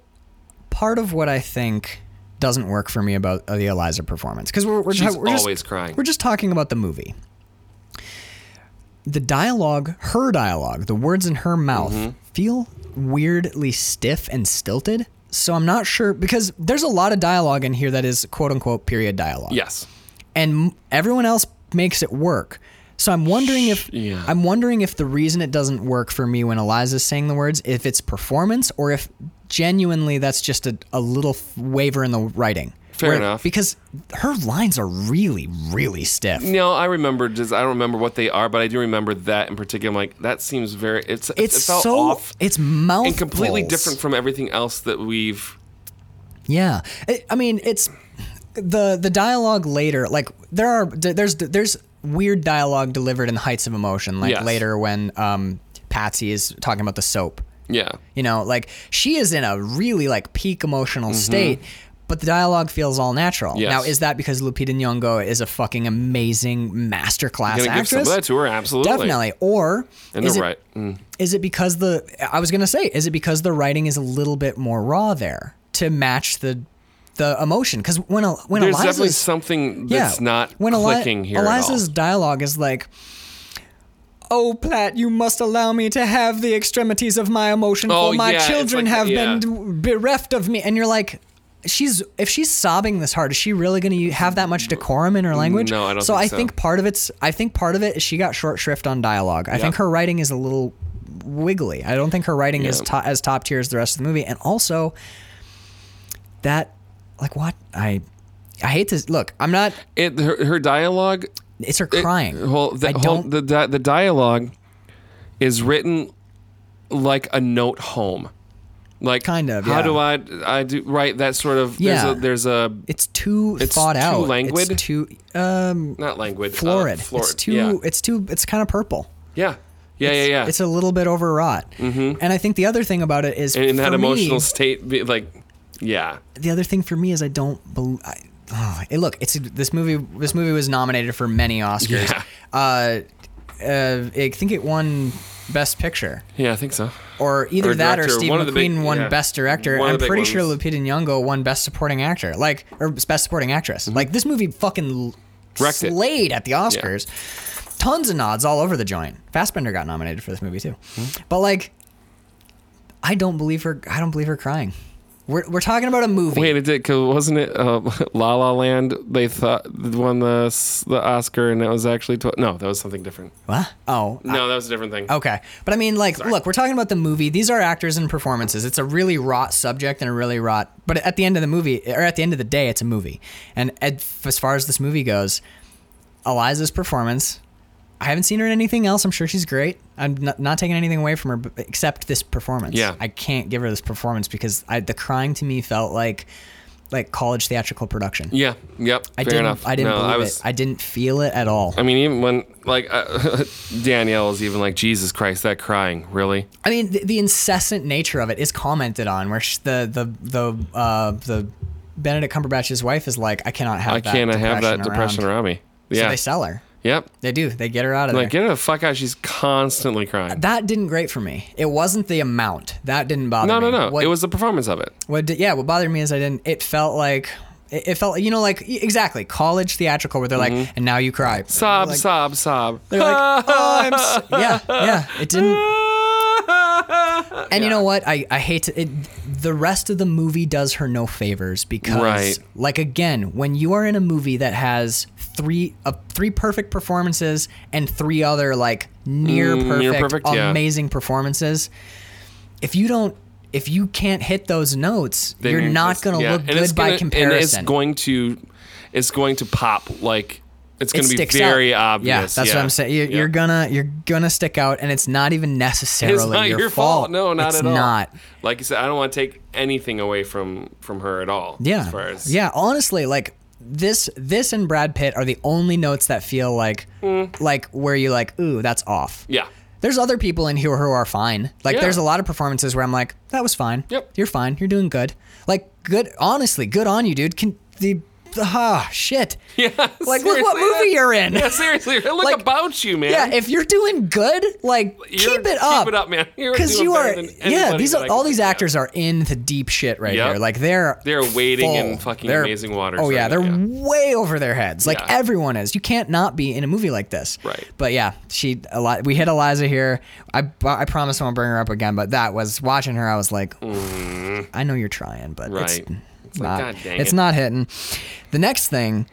Speaker 2: part of what I think doesn't work for me about uh, the Eliza performance because we're, we're,
Speaker 3: She's
Speaker 2: we're just-
Speaker 3: always crying.
Speaker 2: We're just talking about the movie. The dialogue, her dialogue, the words in her mouth
Speaker 3: Mm-hmm.
Speaker 2: feel weirdly stiff and stilted. So I'm not sure because there's a lot of dialogue in here that is quote unquote period dialogue,
Speaker 3: Yes,
Speaker 2: and m- everyone else makes it work. So I'm wondering if
Speaker 3: yeah.
Speaker 2: I'm wondering if the reason it doesn't work for me when Eliza's saying the words, if it's performance or if genuinely that's just a, a little f- waver in the writing.
Speaker 3: Fair enough.
Speaker 2: Because her lines are really, really stiff.
Speaker 3: no, I remember. Just I don't remember what they are, but I do remember that in particular. I'm like, that seems very. It's
Speaker 2: It's
Speaker 3: it felt
Speaker 2: so
Speaker 3: off
Speaker 2: it's mouth
Speaker 3: and completely different from everything else that we've.
Speaker 2: Yeah, it, I mean, it's the the dialogue later. Like there are there's there's weird dialogue delivered in Heights of Emotion. Like
Speaker 3: Yes.
Speaker 2: later when um, Patsy is talking about the soap.
Speaker 3: Yeah,
Speaker 2: You know, like she is in a really like peak emotional state, but the dialogue feels all natural.
Speaker 3: Mm-hmm. Yes.
Speaker 2: Now, is that because Lupita Nyong'o is a fucking amazing masterclass
Speaker 3: gonna give some
Speaker 2: actress?
Speaker 3: of that to her absolutely.
Speaker 2: Definitely. Or
Speaker 3: And
Speaker 2: is
Speaker 3: they're
Speaker 2: it,
Speaker 3: right. Mm.
Speaker 2: is it because the I was gonna say is it because the writing is a little bit more raw there to match the the emotion? Because when El- when
Speaker 3: There's definitely
Speaker 2: Eliza's
Speaker 3: something
Speaker 2: yeah,
Speaker 3: that's not
Speaker 2: when Eli-
Speaker 3: clicking here. at all.
Speaker 2: Eliza's dialogue is like. Oh, Platt, you must allow me to have the extremities of my emotion,
Speaker 3: Oh,
Speaker 2: for my
Speaker 3: yeah, it's
Speaker 2: children
Speaker 3: like-
Speaker 2: have
Speaker 3: yeah.
Speaker 2: been bereft of me. And you're like, she's if she's sobbing this hard, is she really going to have that much decorum in her language?
Speaker 3: No, I don't
Speaker 2: So
Speaker 3: think
Speaker 2: I
Speaker 3: so.
Speaker 2: think part of it's I think part of it is she got short shrift on dialogue. I think her writing is a little wiggly. I don't think her writing is to- as top tier as the rest of the movie. And also, that like what I I hate to look. I'm not.
Speaker 3: It her, her dialogue
Speaker 2: It's her
Speaker 3: it-
Speaker 2: crying.
Speaker 3: whole, the,
Speaker 2: I
Speaker 3: whole-
Speaker 2: don't-
Speaker 3: the, the the dialogue is written like a note home. Like
Speaker 2: Kind of,
Speaker 3: How
Speaker 2: yeah.
Speaker 3: do I I do right that sort of
Speaker 2: Yeah.
Speaker 3: there's a there's a
Speaker 2: it's too
Speaker 3: It's
Speaker 2: thought
Speaker 3: too
Speaker 2: out.
Speaker 3: languid?
Speaker 2: It's too um
Speaker 3: not languid uh,
Speaker 2: florid.
Speaker 3: florid.
Speaker 2: It's too.
Speaker 3: yeah
Speaker 2: It's too. It's kind of purple.
Speaker 3: yeah yeah yeah, yeah.
Speaker 2: It's a little bit overwrought. Mm-hmm. And I think the other thing about it is
Speaker 3: in that
Speaker 2: for me-
Speaker 3: emotional state be like yeah
Speaker 2: the other thing for me is I don't believe. I, oh, hey, look, it's this movie. This movie was nominated for many Oscars.
Speaker 3: Yeah.
Speaker 2: Uh, uh, I think it won Best Picture,
Speaker 3: yeah I think so.
Speaker 2: or either
Speaker 3: Or
Speaker 2: that, or
Speaker 3: director,
Speaker 2: Steve
Speaker 3: one of the
Speaker 2: McQueen
Speaker 3: big-
Speaker 2: won
Speaker 3: yeah.
Speaker 2: Best Director.
Speaker 3: One of
Speaker 2: I'm
Speaker 3: the big
Speaker 2: pretty sure
Speaker 3: ones.
Speaker 2: Lupita Nyong'o won Best Supporting Actor, like or Best Supporting Actress. Like this movie fucking l
Speaker 3: Mm-hmm. Wrecked it.
Speaker 2: slayed at the Oscars. Tons of nods all over the joint. Fassbender got nominated for this movie too,
Speaker 3: Mm-hmm.
Speaker 2: but like, I don't believe her. I don't believe her crying. We're, we're talking about a movie.
Speaker 3: Wait, it did. Cause wasn't it uh, La La Land? They thought won the s- the Oscar, and that was actually tw- no, that was something different.
Speaker 2: What? Oh,
Speaker 3: No, that was a different thing.
Speaker 2: okay. But I mean, like, look, we're talking about the movie. These are actors and performances. It's a really rot subject and a really rot. But at the end of the movie, or at the end of the day, it's a movie. And at, as far as this movie goes, Eliza's performance. I haven't seen her in anything else. I'm sure she's great. I'm not, not taking anything away from her b- except this performance.
Speaker 3: Yeah.
Speaker 2: I can't give her this performance because I, the crying to me felt like like college theatrical production.
Speaker 3: Yeah. Yep.
Speaker 2: I
Speaker 3: fair
Speaker 2: didn't.
Speaker 3: enough.
Speaker 2: I didn't
Speaker 3: No,
Speaker 2: believe
Speaker 3: I was.
Speaker 2: it. I didn't feel it at all.
Speaker 3: I mean, even when like uh, Danielle is even like Jesus Christ, that crying really.
Speaker 2: I mean, the, the incessant nature of it is commented on, where sh the the the uh, the Benedict Cumberbatch's wife is like, I cannot have.
Speaker 3: I
Speaker 2: that
Speaker 3: cannot
Speaker 2: depression
Speaker 3: have that
Speaker 2: around."
Speaker 3: depression around me.
Speaker 2: So
Speaker 3: Yeah.
Speaker 2: they sell her.
Speaker 3: yep.
Speaker 2: They do. They get her out of
Speaker 3: Like
Speaker 2: there.
Speaker 3: get her the fuck out. She's constantly crying.
Speaker 2: That didn't great for me. It wasn't the amount that didn't bother
Speaker 3: No,
Speaker 2: me.
Speaker 3: no, no.
Speaker 2: What,
Speaker 3: It was the performance of it.
Speaker 2: what did, yeah. What bothered me is I didn't. It felt like. It it felt, you know, like e, exactly college theatrical, where they're
Speaker 3: Mm-hmm.
Speaker 2: like, and now you cry.
Speaker 3: Sob,
Speaker 2: Like,
Speaker 3: sob, sob.
Speaker 2: They're like, oh, I'm so, yeah, yeah. It didn't. And you know what? I, I hate to. It, the rest of the movie does her no favors because,
Speaker 3: Right.
Speaker 2: like, again, when you are in a movie that has three uh, three perfect performances and three other like near
Speaker 3: Mm,
Speaker 2: perfect,
Speaker 3: near perfect, yeah.
Speaker 2: amazing performances, if you don't, if you can't hit those notes,
Speaker 3: then
Speaker 2: you're not
Speaker 3: just-
Speaker 2: going to
Speaker 3: yeah.
Speaker 2: look
Speaker 3: And it's
Speaker 2: good by
Speaker 3: gonna-
Speaker 2: comparison.
Speaker 3: And it's going to, it's going to pop like it's
Speaker 2: It
Speaker 3: going to be
Speaker 2: sticks
Speaker 3: very
Speaker 2: out.
Speaker 3: obvious.
Speaker 2: Yeah, that's what I'm saying. You're,
Speaker 3: Yeah.
Speaker 2: you're gonna you're gonna stick out, and it's not even necessarily
Speaker 3: It's not
Speaker 2: your,
Speaker 3: fault. No, not
Speaker 2: It's
Speaker 3: at all.
Speaker 2: Not.
Speaker 3: Like you said, I don't want to take anything away from from her at all.
Speaker 2: Yeah.
Speaker 3: As far as
Speaker 2: yeah, honestly, like this this and Brad Pitt are the only notes that feel like like where you like, ooh, that's off.
Speaker 3: Mm. Yeah.
Speaker 2: There's other people in here who are fine. Like
Speaker 3: Yeah.
Speaker 2: there's a lot of performances where I'm like, that was fine.
Speaker 3: Yep.
Speaker 2: You're fine. You're doing good. Like good honestly, good on you, dude. Can the ah shit.
Speaker 3: Yeah.
Speaker 2: Like look what
Speaker 3: seriously,
Speaker 2: movie
Speaker 3: that-
Speaker 2: you're in.
Speaker 3: Yeah, seriously. Look
Speaker 2: Like-
Speaker 3: about you, man.
Speaker 2: Yeah, if you're doing good, like
Speaker 3: You're-
Speaker 2: keep it up.
Speaker 3: Keep it up, man. You're
Speaker 2: Because
Speaker 3: doing
Speaker 2: you
Speaker 3: better
Speaker 2: are,
Speaker 3: than
Speaker 2: yeah.
Speaker 3: anybody
Speaker 2: These
Speaker 3: that I
Speaker 2: are,
Speaker 3: can
Speaker 2: all these
Speaker 3: think of.
Speaker 2: actors are in the deep shit right
Speaker 3: Yep.
Speaker 2: here. Like they're
Speaker 3: They're wading
Speaker 2: full.
Speaker 3: in fucking amazing waters
Speaker 2: Oh yeah,
Speaker 3: right
Speaker 2: they're
Speaker 3: now,
Speaker 2: way over their heads. Like
Speaker 3: Yeah.
Speaker 2: everyone is. You can't not be in a movie like this.
Speaker 3: Right.
Speaker 2: But yeah, she. Eli- we hit Eliza here. I I promise I won't bring her up again. But that was watching her. I was like, I know you're trying, but
Speaker 3: Mm-hmm. Right.
Speaker 2: it's,
Speaker 3: It's like,
Speaker 2: not.
Speaker 3: God dang
Speaker 2: it's
Speaker 3: it.
Speaker 2: not hitting. The next thing,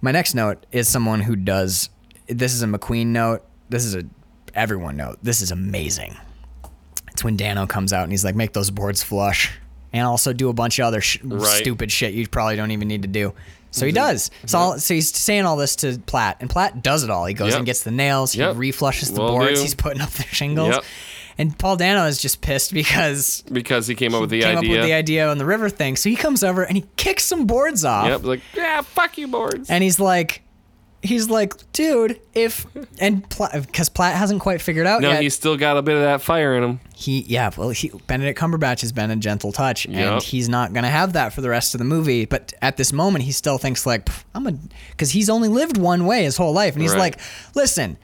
Speaker 2: my next note is someone who does. This is a McQueen note. This is a everyone note. This is amazing. It's when Dano comes out and he's like, "Make those boards flush," and also do a bunch of other sh- stupid shit you probably don't even need to do. So
Speaker 3: Mm-hmm.
Speaker 2: he does. So, all, so he's saying all this to Platt, and Platt does it all. He goes
Speaker 3: Yep.
Speaker 2: and gets the nails.
Speaker 3: Yep.
Speaker 2: He reflushes the
Speaker 3: Will
Speaker 2: boards.
Speaker 3: do.
Speaker 2: He's putting up the shingles.
Speaker 3: Yep.
Speaker 2: And Paul Dano is just pissed because
Speaker 3: because he came up with Oh, the
Speaker 2: came
Speaker 3: idea.
Speaker 2: up with the idea on the river thing. So he comes over and he kicks some boards off.
Speaker 3: Yep. Like yeah, fuck you, boards.
Speaker 2: And he's like, he's like, dude, if and because Platt hasn't quite figured out
Speaker 3: no,
Speaker 2: yet.
Speaker 3: he's still got a bit of that fire in him.
Speaker 2: he yeah well he benedict cumberbatch has been a gentle touch
Speaker 3: Yep.
Speaker 2: and he's not going to have that for the rest of the movie but at this moment he still thinks like "Pff, i'm a because he's only lived one way his whole life and he's
Speaker 3: Right.
Speaker 2: like listen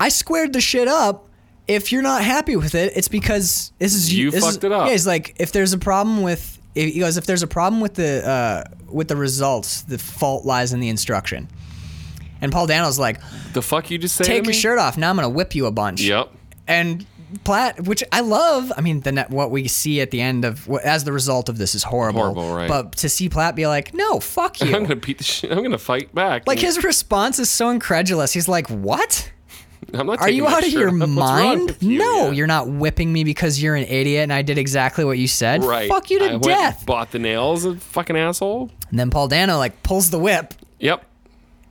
Speaker 2: i squared the shit up if you're not happy with it it's because this is
Speaker 3: You
Speaker 2: this is-
Speaker 3: fucked it up.
Speaker 2: yeah he's like if there's a problem with if, he goes if there's a problem with the uh, with the results the fault lies in the instruction and paul dano's like
Speaker 3: The fuck you just say?
Speaker 2: take
Speaker 3: to
Speaker 2: your
Speaker 3: me?
Speaker 2: shirt off now i'm going to whip you a bunch
Speaker 3: Yep.
Speaker 2: and Platt, which I love. I mean, the net, what we see at the end of wh- as the result of this is horrible.
Speaker 3: Horrible, right.
Speaker 2: But to see Platt be like, "No, fuck
Speaker 3: I'm
Speaker 2: you,"
Speaker 3: gonna beat the shit. I'm gonna fight back.
Speaker 2: like his response is so incredulous. He's like, "What?"
Speaker 3: I'm not
Speaker 2: Are
Speaker 3: taking
Speaker 2: you
Speaker 3: my
Speaker 2: out of
Speaker 3: shirt
Speaker 2: your
Speaker 3: off. What's wrong
Speaker 2: mind?
Speaker 3: with you?
Speaker 2: no,
Speaker 3: Yeah.
Speaker 2: you're not whipping me because you're an idiot and I did exactly what you said.
Speaker 3: right.
Speaker 2: Fuck you to
Speaker 3: I went and
Speaker 2: death.
Speaker 3: bought the nails, a fucking asshole.
Speaker 2: and then Paul Dano like pulls the whip
Speaker 3: Yep.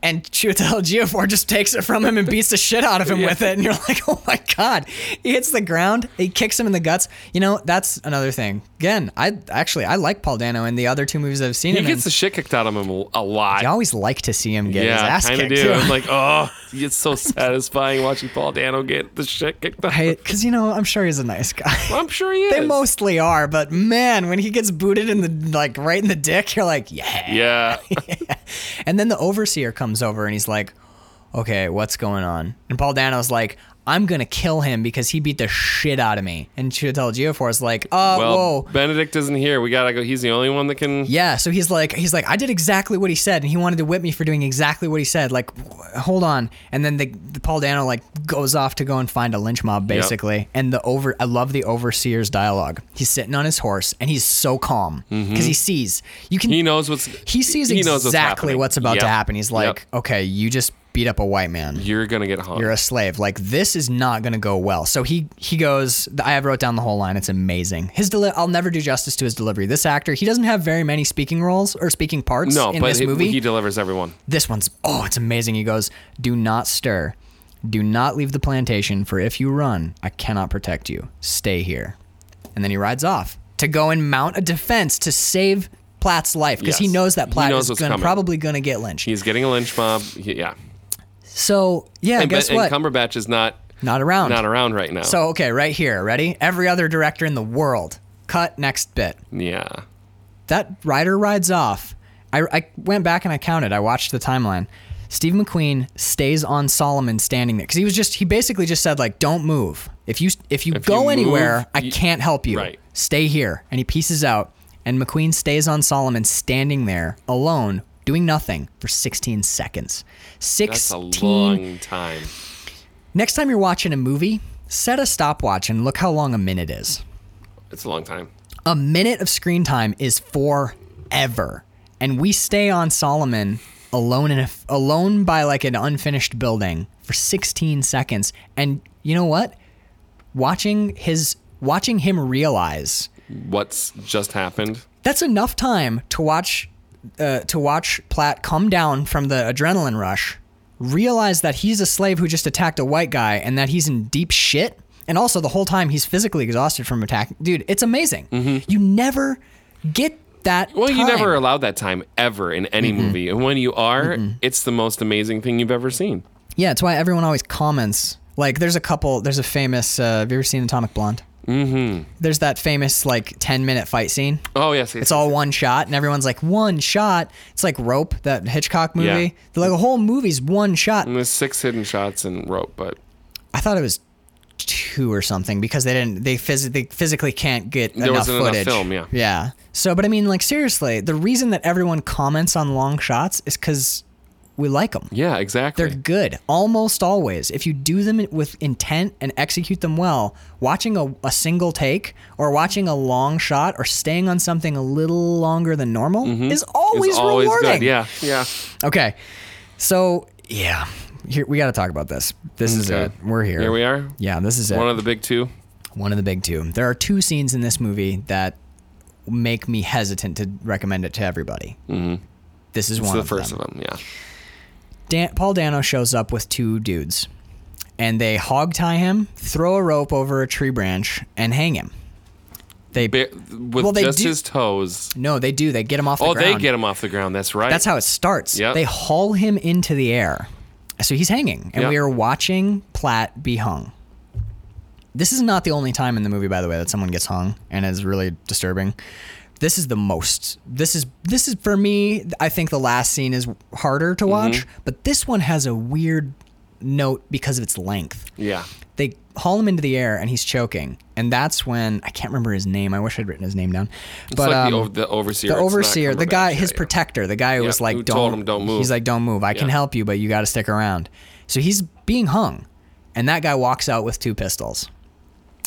Speaker 2: and Chiwetel Ejiofor just takes it from him and beats the shit out of him with it. And you're like, oh my god, he hits the ground, he kicks him in the guts. You know, that's another thing. Again, I actually I like Paul Dano in the other two movies I've seen
Speaker 3: He
Speaker 2: him.
Speaker 3: gets
Speaker 2: in.
Speaker 3: the shit kicked out of him a- a lot.
Speaker 2: I always like to see him get
Speaker 3: yeah,
Speaker 2: his ass
Speaker 3: kind of
Speaker 2: kicked.
Speaker 3: do. I'm like, oh, it's so satisfying watching Paul Dano get the shit kicked out. of him.
Speaker 2: because you know I'm sure he's a nice guy.
Speaker 3: I'm sure he is.
Speaker 2: They mostly are, but man, when he gets booted in the like right in the dick, you're like, yeah.
Speaker 3: yeah.
Speaker 2: And then the overseer comes over and he's like, okay, what's going on? And Paul Dano's like, I'm gonna kill him because he beat the shit out of me. And Chiwetel Ejiofor is like, uh,
Speaker 3: Well,
Speaker 2: whoa.
Speaker 3: Benedict isn't here. We gotta go. He's the only one that can.
Speaker 2: Yeah, so he's like, he's like, I did exactly what he said, and he wanted to whip me for doing exactly what he said. Like, wh- hold on, and then the, the Paul Dano like goes off to go and find a lynch mob, basically. And the over, I love the overseer's dialogue. He's sitting on his horse, and he's so calm because he sees you can.
Speaker 3: Mm-hmm. He knows what's.
Speaker 2: he sees
Speaker 3: he knows what's
Speaker 2: exactly
Speaker 3: happening.
Speaker 2: what's, about to
Speaker 3: Yep.
Speaker 2: happen. He's
Speaker 3: Yep.
Speaker 2: like, okay, you just beat up a white man.
Speaker 3: You're gonna get hung.
Speaker 2: You're a slave. Like this is not going to go well. So he he goes. I have wrote down the whole line. It's amazing. His deli- I'll never do justice to his delivery. This actor, he doesn't have very many speaking roles or speaking parts
Speaker 3: no,
Speaker 2: in
Speaker 3: but
Speaker 2: this
Speaker 3: he,
Speaker 2: movie.
Speaker 3: he delivers everyone.
Speaker 2: this one's oh, it's amazing. He goes, "Do not stir. Do not leave the plantation. For if you run, I cannot protect you. Stay here." And then he rides off to go and mount a defense to save Platt's life because he
Speaker 3: Yes.
Speaker 2: knows that
Speaker 3: He
Speaker 2: Platt
Speaker 3: knows
Speaker 2: is
Speaker 3: what's
Speaker 2: gonna,
Speaker 3: coming.
Speaker 2: probably going to get lynched.
Speaker 3: He's getting a lynch mob. He- yeah.
Speaker 2: So yeah,
Speaker 3: and, Ben-
Speaker 2: guess what?
Speaker 3: and Cumberbatch is not
Speaker 2: not around.
Speaker 3: not around right now.
Speaker 2: So okay, right here, ready? Every other director in the world. Cut next bit.
Speaker 3: yeah.
Speaker 2: That rider rides off. I, I went back and I counted. I watched the timeline. Steve McQueen stays on Solomon standing there because he was just he basically just said like don't move. If you if you
Speaker 3: If you
Speaker 2: go
Speaker 3: move,
Speaker 2: anywhere, I
Speaker 3: you-
Speaker 2: can't help you.
Speaker 3: Right.
Speaker 2: Stay here. And he pieces out. And McQueen stays on Solomon standing there alone doing nothing for 16 seconds. 16
Speaker 3: That's a long time.
Speaker 2: Next time you're watching a movie, set a stopwatch and look how long a minute is.
Speaker 3: It's a long time.
Speaker 2: a minute of screen time is forever, and we stay on Solomon alone in a, alone by like an unfinished building for 16 seconds. And you know what? Watching his watching him realize
Speaker 3: What's just happened?
Speaker 2: that's enough time to watch uh, to watch Platt come down from the adrenaline rush, realize that he's a slave who just attacked a white guy and that he's in deep shit. And also the whole time he's physically exhausted from attacking. Dude, it's amazing. You never get that.
Speaker 3: Mm-hmm. Well, you
Speaker 2: time.
Speaker 3: never allowed that time ever in any movie, and when you are, it's the most amazing thing you've ever seen.
Speaker 2: Yeah, it's why everyone always comments. Like, there's a couple. There's a famous. Uh, have you ever seen Atomic Blonde? Mm-hmm. There's that famous like 10 minute fight scene.
Speaker 3: Oh yes,
Speaker 2: It's all one shot, and everyone's like, one shot. It's like Rope, that Hitchcock movie.
Speaker 3: Yeah.
Speaker 2: They're like, the whole movie's one shot.
Speaker 3: And there's six hidden shots and rope, but
Speaker 2: I thought it was two or something because they didn't. They, phys- they physically can't get
Speaker 3: There
Speaker 2: enough
Speaker 3: wasn't enough
Speaker 2: footage.
Speaker 3: film, yeah.
Speaker 2: Yeah. So, but I mean, like seriously, the reason that everyone comments on long shots is because we like them.
Speaker 3: yeah, exactly.
Speaker 2: They're good almost always. If you do them with intent and execute them well, watching a, a single take or watching a long shot or staying on something a little longer than normal is always,
Speaker 3: it's Mm-hmm. always
Speaker 2: rewarding.
Speaker 3: good. Yeah, yeah.
Speaker 2: Okay. So, yeah. Here, we got to talk about this. This is
Speaker 3: Okay.
Speaker 2: it. We're here.
Speaker 3: Here we are.
Speaker 2: Yeah, this is it.
Speaker 3: One of the big two.
Speaker 2: One of the big two. There are two scenes in this movie that make me hesitant to recommend it to everybody. Mm-hmm. This is
Speaker 3: It's
Speaker 2: one
Speaker 3: the
Speaker 2: of
Speaker 3: first
Speaker 2: them.
Speaker 3: of them. Yeah.
Speaker 2: Dan- Paul Dano shows up with two dudes, and they hog tie him, throw a rope over a tree branch, and hang him. They
Speaker 3: Ba- with
Speaker 2: Well, they
Speaker 3: just
Speaker 2: do-
Speaker 3: his toes.
Speaker 2: no, they do. They get him off. The
Speaker 3: Oh,
Speaker 2: ground.
Speaker 3: they get him off the ground. That's right.
Speaker 2: That's how it starts.
Speaker 3: Yep.
Speaker 2: They haul him into the air. So he's hanging, and
Speaker 3: Yep.
Speaker 2: we are watching Platt be hung. This is not the only time in the movie, by the way, that someone gets hung, and it's really disturbing. This is the most. This is this is for me. I think the last scene is harder to watch,
Speaker 3: Mm-hmm.
Speaker 2: but this one has a weird note because of its length
Speaker 3: Yeah.
Speaker 2: they haul him into the air and he's choking and that's when i can't remember his name i wish i'd written his name down
Speaker 3: It's
Speaker 2: but
Speaker 3: like the,
Speaker 2: um,
Speaker 3: ov- the overseer.
Speaker 2: the
Speaker 3: It's not
Speaker 2: overseer the
Speaker 3: Cumberbatch,
Speaker 2: guy
Speaker 3: yeah,
Speaker 2: his
Speaker 3: yeah.
Speaker 2: protector the guy who
Speaker 3: Yeah,
Speaker 2: was like
Speaker 3: who
Speaker 2: don't,
Speaker 3: told him, "Don't move."
Speaker 2: he's like don't move i can
Speaker 3: Yeah.
Speaker 2: help you but you got to stick around so he's being hung and that guy walks out with two pistols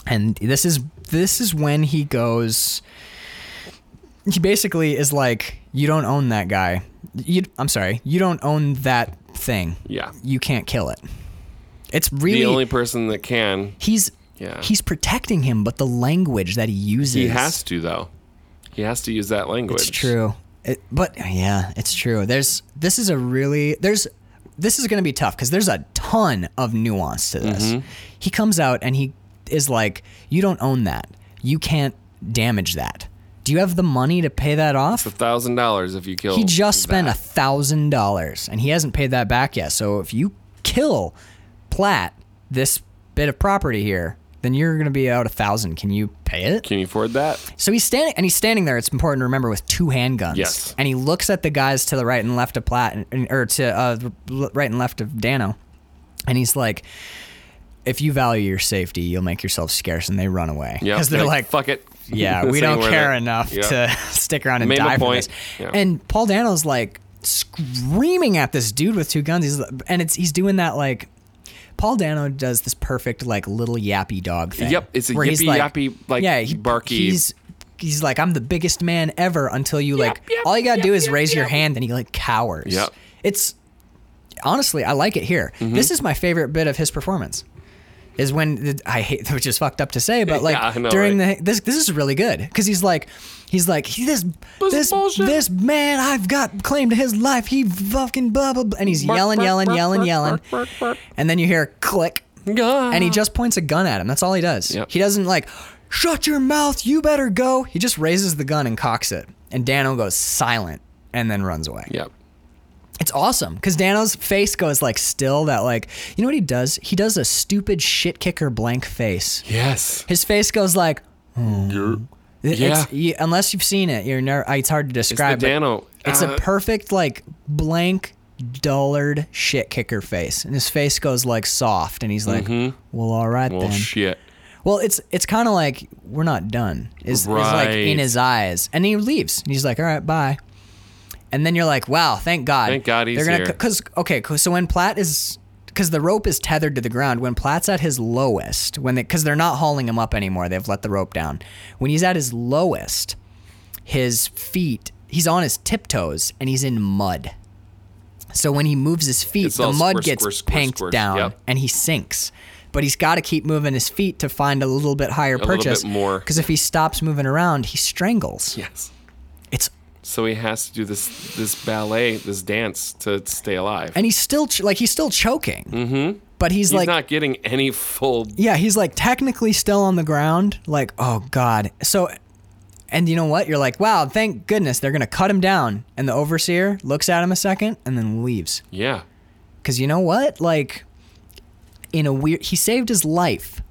Speaker 2: and this is this is when he goes he basically is like you don't own that guy you i'm sorry you don't own that thing
Speaker 3: Yeah.
Speaker 2: you can't kill it It's really
Speaker 3: the only person that can.
Speaker 2: he's
Speaker 3: Yeah.
Speaker 2: he's protecting him, but the language that he uses
Speaker 3: He has to though. He has to use that language.
Speaker 2: It's true. It, but yeah, it's true. There's this is a really there's this is going to be tough because there's a ton of nuance to this. He comes out and he is like, "You don't own that. You can't damage that. Do you have the money to pay that off?"
Speaker 3: Thousand dollars if you kill.
Speaker 2: He just spent a
Speaker 3: that.
Speaker 2: thousand dollars and he hasn't paid that back yet. So if you kill Platt this bit of property here, then you're going to be out a thousand. Can you pay it?
Speaker 3: Can you afford that?
Speaker 2: So he's standing, and he's standing there. It's important to remember with two handguns.
Speaker 3: Yes.
Speaker 2: And he looks at the guys to the right and left of Platt, and, or to uh, the l- right and left of Dano, and he's like, "If you value your safety, you'll make yourself scarce." And they run away
Speaker 3: Yeah.
Speaker 2: because they're like,
Speaker 3: fuck it.
Speaker 2: "Yeah,
Speaker 3: This
Speaker 2: we
Speaker 3: ain't
Speaker 2: don't
Speaker 3: worth
Speaker 2: care
Speaker 3: it."
Speaker 2: enough
Speaker 3: Yeah.
Speaker 2: to stick around and
Speaker 3: Made my
Speaker 2: die for
Speaker 3: point.
Speaker 2: this."
Speaker 3: Yeah.
Speaker 2: And Paul Dano's like screaming at this dude with two guns. He's and it's he's doing that like. Paul Dano does this perfect like little yappy dog thing.
Speaker 3: Yep, it's a
Speaker 2: where he's
Speaker 3: yippy yappy, like, barky-
Speaker 2: He's he's like I'm the biggest man ever until you like
Speaker 3: yep,
Speaker 2: all you gotta do
Speaker 3: yep,
Speaker 2: is
Speaker 3: yep,
Speaker 2: raise your
Speaker 3: yep.
Speaker 2: hand and he like cowers.
Speaker 3: Yep. Mm-hmm.
Speaker 2: It's honestly I like it here. This is my favorite bit of his performance. Is when the, I hate which is fucked up to say, but like
Speaker 3: I know,
Speaker 2: during
Speaker 3: right?
Speaker 2: the this this is really good because he's like he's like he, this
Speaker 3: This is
Speaker 2: this
Speaker 3: bullshit.
Speaker 2: this man I've got claim to his life he fucking blah blah blah and he's
Speaker 3: Bark,
Speaker 2: yelling
Speaker 3: bark,
Speaker 2: yelling
Speaker 3: bark,
Speaker 2: yelling
Speaker 3: bark,
Speaker 2: yelling
Speaker 3: bark, bark,
Speaker 2: and then you hear a click
Speaker 3: bark. Ah.
Speaker 2: and he just points a gun at him. That's all he does.
Speaker 3: Yep.
Speaker 2: He doesn't like, shut your mouth, you better go. He just raises the gun and cocks it. And Dano goes silent and then runs away.
Speaker 3: Yep.
Speaker 2: It's awesome because Dano's face goes like still that, like, you know what he does? He does a stupid shit kicker blank face.
Speaker 3: Yes.
Speaker 2: His face goes like, It-
Speaker 3: Yeah.
Speaker 2: it's- you- unless you've seen it, you're never, it's hard to
Speaker 3: It's the
Speaker 2: describe. but
Speaker 3: Dano.
Speaker 2: it's
Speaker 3: Uh,
Speaker 2: a perfect, like, blank, dullard shit kicker face. And his face goes like soft and he's like, well, all right
Speaker 3: Mm-hmm. well,
Speaker 2: then.
Speaker 3: shit.
Speaker 2: Well, it's it's kind of like we're not done. Is, is like in
Speaker 3: Right.
Speaker 2: his eyes, and he leaves, and he's like, "All right, bye." And then you're like, "Wow, thank God!"
Speaker 3: Thank God he's
Speaker 2: They're gonna
Speaker 3: here.
Speaker 2: because okay, 'cause- so when Platt is because the rope is tethered to the ground when Platt's at his lowest when they because they're not hauling him up anymore. They've let the rope down. When he's at his lowest, his feet he's on his tiptoes and he's in mud. So when he moves his feet,
Speaker 3: It's
Speaker 2: the
Speaker 3: all
Speaker 2: mud
Speaker 3: squish,
Speaker 2: gets
Speaker 3: squish, squish,
Speaker 2: panked
Speaker 3: squish.
Speaker 2: down
Speaker 3: Yep.
Speaker 2: and he sinks. But he's got to keep moving his feet to find a little bit higher
Speaker 3: little
Speaker 2: purchase.
Speaker 3: bit more.
Speaker 2: Because if he stops moving around, he strangles.
Speaker 3: Yes.
Speaker 2: It's
Speaker 3: So he has to do this this ballet, this dance to stay alive.
Speaker 2: and he's still ch- like he's still choking. Mm-hmm. But he's,
Speaker 3: He's
Speaker 2: like,
Speaker 3: not getting any full.
Speaker 2: yeah, he's like technically still on the ground. Like, oh god. So, and you know what? You're like, wow, thank goodness they're gonna cut him down. And the overseer looks at him a second and then leaves.
Speaker 3: Yeah.
Speaker 2: Because you know what? Like, in a weird, he saved his life,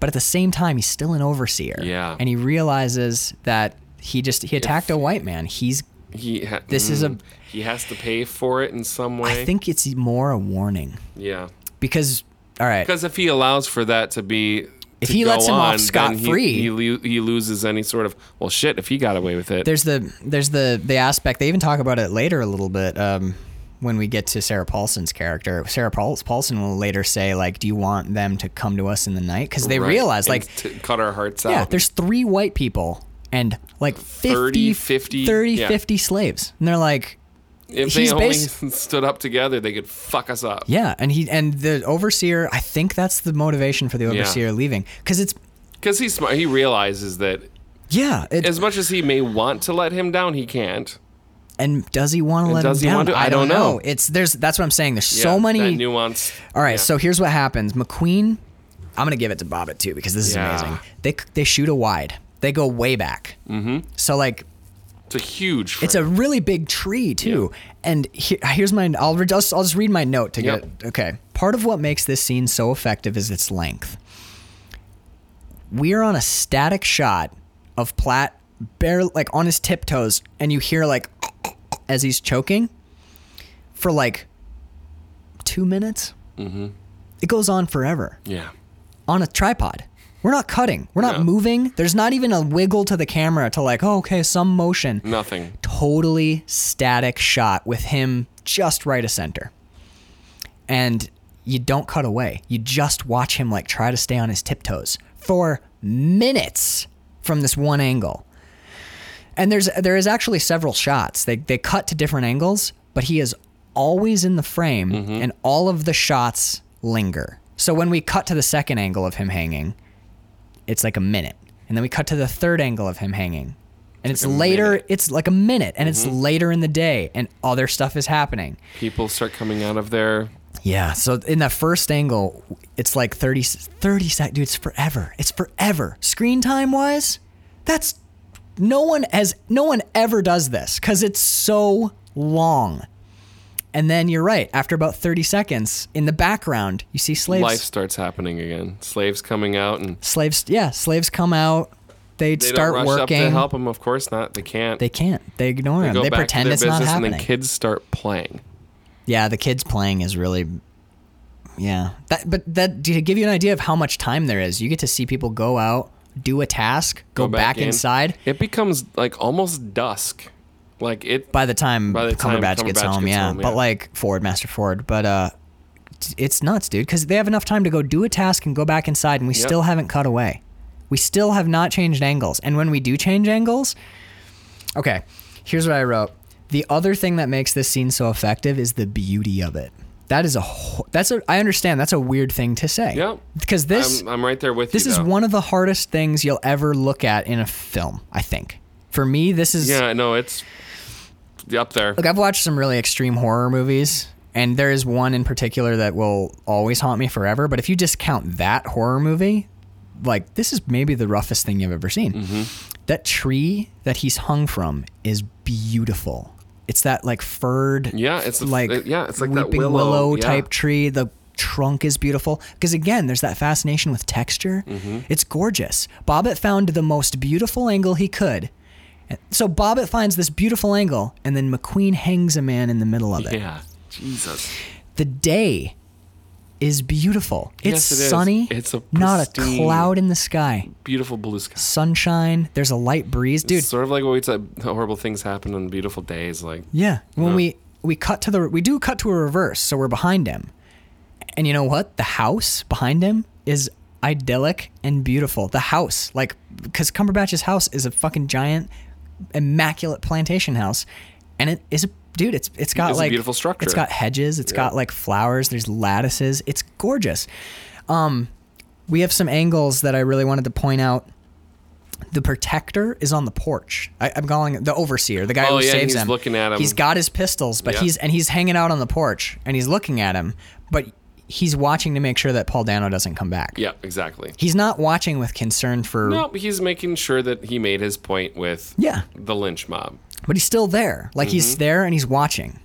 Speaker 2: but at the same time, he's still an overseer.
Speaker 3: Yeah.
Speaker 2: And he realizes that he just he attacked a white man. He's.
Speaker 3: He. Ha- mm,
Speaker 2: This is a-
Speaker 3: He has to pay for it in some way.
Speaker 2: I think it's more a warning
Speaker 3: Yeah.
Speaker 2: because. All right.
Speaker 3: Because if he allows for that to be.
Speaker 2: If
Speaker 3: to
Speaker 2: he
Speaker 3: go
Speaker 2: lets him
Speaker 3: on,
Speaker 2: off
Speaker 3: then he-
Speaker 2: scot-free-
Speaker 3: he, lo- he loses any sort of well shit. If he got away with it,
Speaker 2: There's the there's the the aspect they even talk about it later a little bit um, when we get to Sarah Paulson's character. Sarah Paul- Paulson will later say like, "Do you want them to come to us in the night?" Because they
Speaker 3: Right.
Speaker 2: realize
Speaker 3: And
Speaker 2: like
Speaker 3: t- cut our hearts
Speaker 2: Yeah,
Speaker 3: out.
Speaker 2: there's three white people and like 50,
Speaker 3: 30, 50,
Speaker 2: 30,
Speaker 3: yeah.
Speaker 2: 50 slaves. And they're like,
Speaker 3: if they
Speaker 2: he's
Speaker 3: only
Speaker 2: basi-
Speaker 3: stood up together, they could fuck us up.
Speaker 2: yeah. And he, and the overseer, I think that's the motivation for the overseer leaving. Cause it's,
Speaker 3: Because he's smart. He realizes that
Speaker 2: yeah. It,
Speaker 3: as much as he may want to let him down, he can't.
Speaker 2: and does he want to let him
Speaker 3: does he
Speaker 2: down?
Speaker 3: want to? I don't know.
Speaker 2: It's, there's, that's what I'm saying. There's
Speaker 3: Yeah,
Speaker 2: so many.
Speaker 3: that nuance.
Speaker 2: All right.
Speaker 3: yeah.
Speaker 2: So here's what happens McQueen, I'm going to give it to Bobbitt too, because this is
Speaker 3: Yeah.
Speaker 2: amazing. They, they shoot a wide, they go way back. Mm-hmm. So like,
Speaker 3: It's a huge.
Speaker 2: It's a really big tree too. And he, here's my I'll, re- just I'll just read my note to
Speaker 3: Yep.
Speaker 2: get okay. Part of what makes this scene so effective is its length. We're on a static shot of Platt bare like on his tiptoes and you hear like as he's choking for like 2 minutes. Mhm. It goes on forever
Speaker 3: yeah.
Speaker 2: on a tripod. We're not cutting. We're not
Speaker 3: No.
Speaker 2: moving. There's not even a wiggle to the camera to like, oh, okay, some motion
Speaker 3: Nothing.
Speaker 2: totally static shot with him just right of center. And you don't cut away. You just watch him like try to stay on his tiptoes for minutes from this one angle. And there's there is actually several shots. They they cut to different angles, but he is always in the frame and all of the shots linger. So when we cut to the second angle of him hanging, it's like a minute. And then we cut to the third angle of him hanging. And it's,
Speaker 3: like a
Speaker 2: later,
Speaker 3: minute. Mm-hmm.
Speaker 2: it's like a minute, and it's later in the day, and other stuff is happening.
Speaker 3: People start coming out of their
Speaker 2: Yeah. So in that first angle, it's like 30, 30 sec. Dude, it's forever. It's forever. Screen time wise, that's no one has no one ever does this because it's so long. And then you're right. After about 30 seconds, in the background, you see slaves.
Speaker 3: life starts happening again. Slaves coming out and
Speaker 2: Slaves. Yeah. Slaves come out. They,
Speaker 3: they
Speaker 2: start
Speaker 3: don't rush
Speaker 2: working.
Speaker 3: up to help them. Of course not. They can't.
Speaker 2: They can't. They ignore them.
Speaker 3: go
Speaker 2: They
Speaker 3: back
Speaker 2: pretend
Speaker 3: to their
Speaker 2: it's
Speaker 3: business
Speaker 2: not happening.
Speaker 3: and then kids start playing.
Speaker 2: yeah, the kids playing is really, yeah. That, but that to give you an idea of how much time there is, you get to see people go out, do a task, go, back,
Speaker 3: in.
Speaker 2: inside.
Speaker 3: It becomes like almost dusk. Like it
Speaker 2: By the time
Speaker 3: By the time
Speaker 2: Cumberbatch, gets,
Speaker 3: Cumberbatch
Speaker 2: home,
Speaker 3: gets
Speaker 2: yeah.
Speaker 3: home, yeah.
Speaker 2: But like Ford, Master Ford, but uh, t- it's nuts, dude. Because they have enough time to go do a task and go back inside, and we
Speaker 3: Yep.
Speaker 2: still haven't cut away. We still have not changed angles, and when we do change angles, okay. Here's what I wrote. The other thing that makes this scene so effective is the beauty of it. That is a wh- that's a I understand that's a weird thing to say.
Speaker 3: Yep.
Speaker 2: Because this
Speaker 3: I'm, I'm right there with
Speaker 2: this
Speaker 3: you.
Speaker 2: is
Speaker 3: though.
Speaker 2: one of the hardest things you'll ever look at in a film. I think for me this is
Speaker 3: Yeah, no, it's up there.
Speaker 2: Look, I've watched some really extreme horror movies, and there is one in particular that will always haunt me forever. But if you discount that horror movie, like this is maybe the roughest thing you've ever seen. That tree that he's hung from is beautiful. It's that like furred,
Speaker 3: Yeah, it's the-
Speaker 2: like
Speaker 3: uh, yeah, it's like that
Speaker 2: weeping
Speaker 3: willow, yeah.
Speaker 2: type tree. The trunk is beautiful because again, there's that fascination with texture.
Speaker 3: Mm-hmm.
Speaker 2: It's gorgeous. Bobbitt found the most beautiful angle he could. And- So Bobbitt finds this beautiful angle, and then McQueen hangs a man in the middle of it.
Speaker 3: Yeah, Jesus.
Speaker 2: The day is beautiful. It's
Speaker 3: Yes, it is.
Speaker 2: sunny.
Speaker 3: It's a
Speaker 2: not a
Speaker 3: pristine-
Speaker 2: cloud in the sky.
Speaker 3: Beautiful blue sky.
Speaker 2: Sunshine. There's a light breeze, dude.
Speaker 3: It's sort of like what we said, horrible things happen on beautiful days. Like
Speaker 2: Yeah. When
Speaker 3: Yeah.
Speaker 2: we we cut to the we do cut to a reverse, so we're behind him. And you know what? The house behind him is idyllic and beautiful. The house, like cuz Cumberbatch's house is a fucking giant immaculate plantation house and it is a dude, it's it's got
Speaker 3: It's a
Speaker 2: like
Speaker 3: beautiful structure.
Speaker 2: It's got hedges, It's got like flowers, there's lattices. It's gorgeous. Um we have some angles that I really wanted to point out. The protector is on the porch. I, I'm calling it the overseer, the guy
Speaker 3: Oh,
Speaker 2: who
Speaker 3: yeah,
Speaker 2: saves
Speaker 3: he's
Speaker 2: him.
Speaker 3: looking at him.
Speaker 2: He's got his pistols, but
Speaker 3: Yeah.
Speaker 2: he's and he's hanging out on the porch and he's looking at him, but he's watching to make sure that Paul Dano doesn't come back.
Speaker 3: yeah, exactly.
Speaker 2: He's not watching with concern for,
Speaker 3: No, but he's making sure that he made his point with
Speaker 2: Yeah.
Speaker 3: the lynch mob.
Speaker 2: but he's still there. Like
Speaker 3: Mm-hmm.
Speaker 2: he's there and he's watching.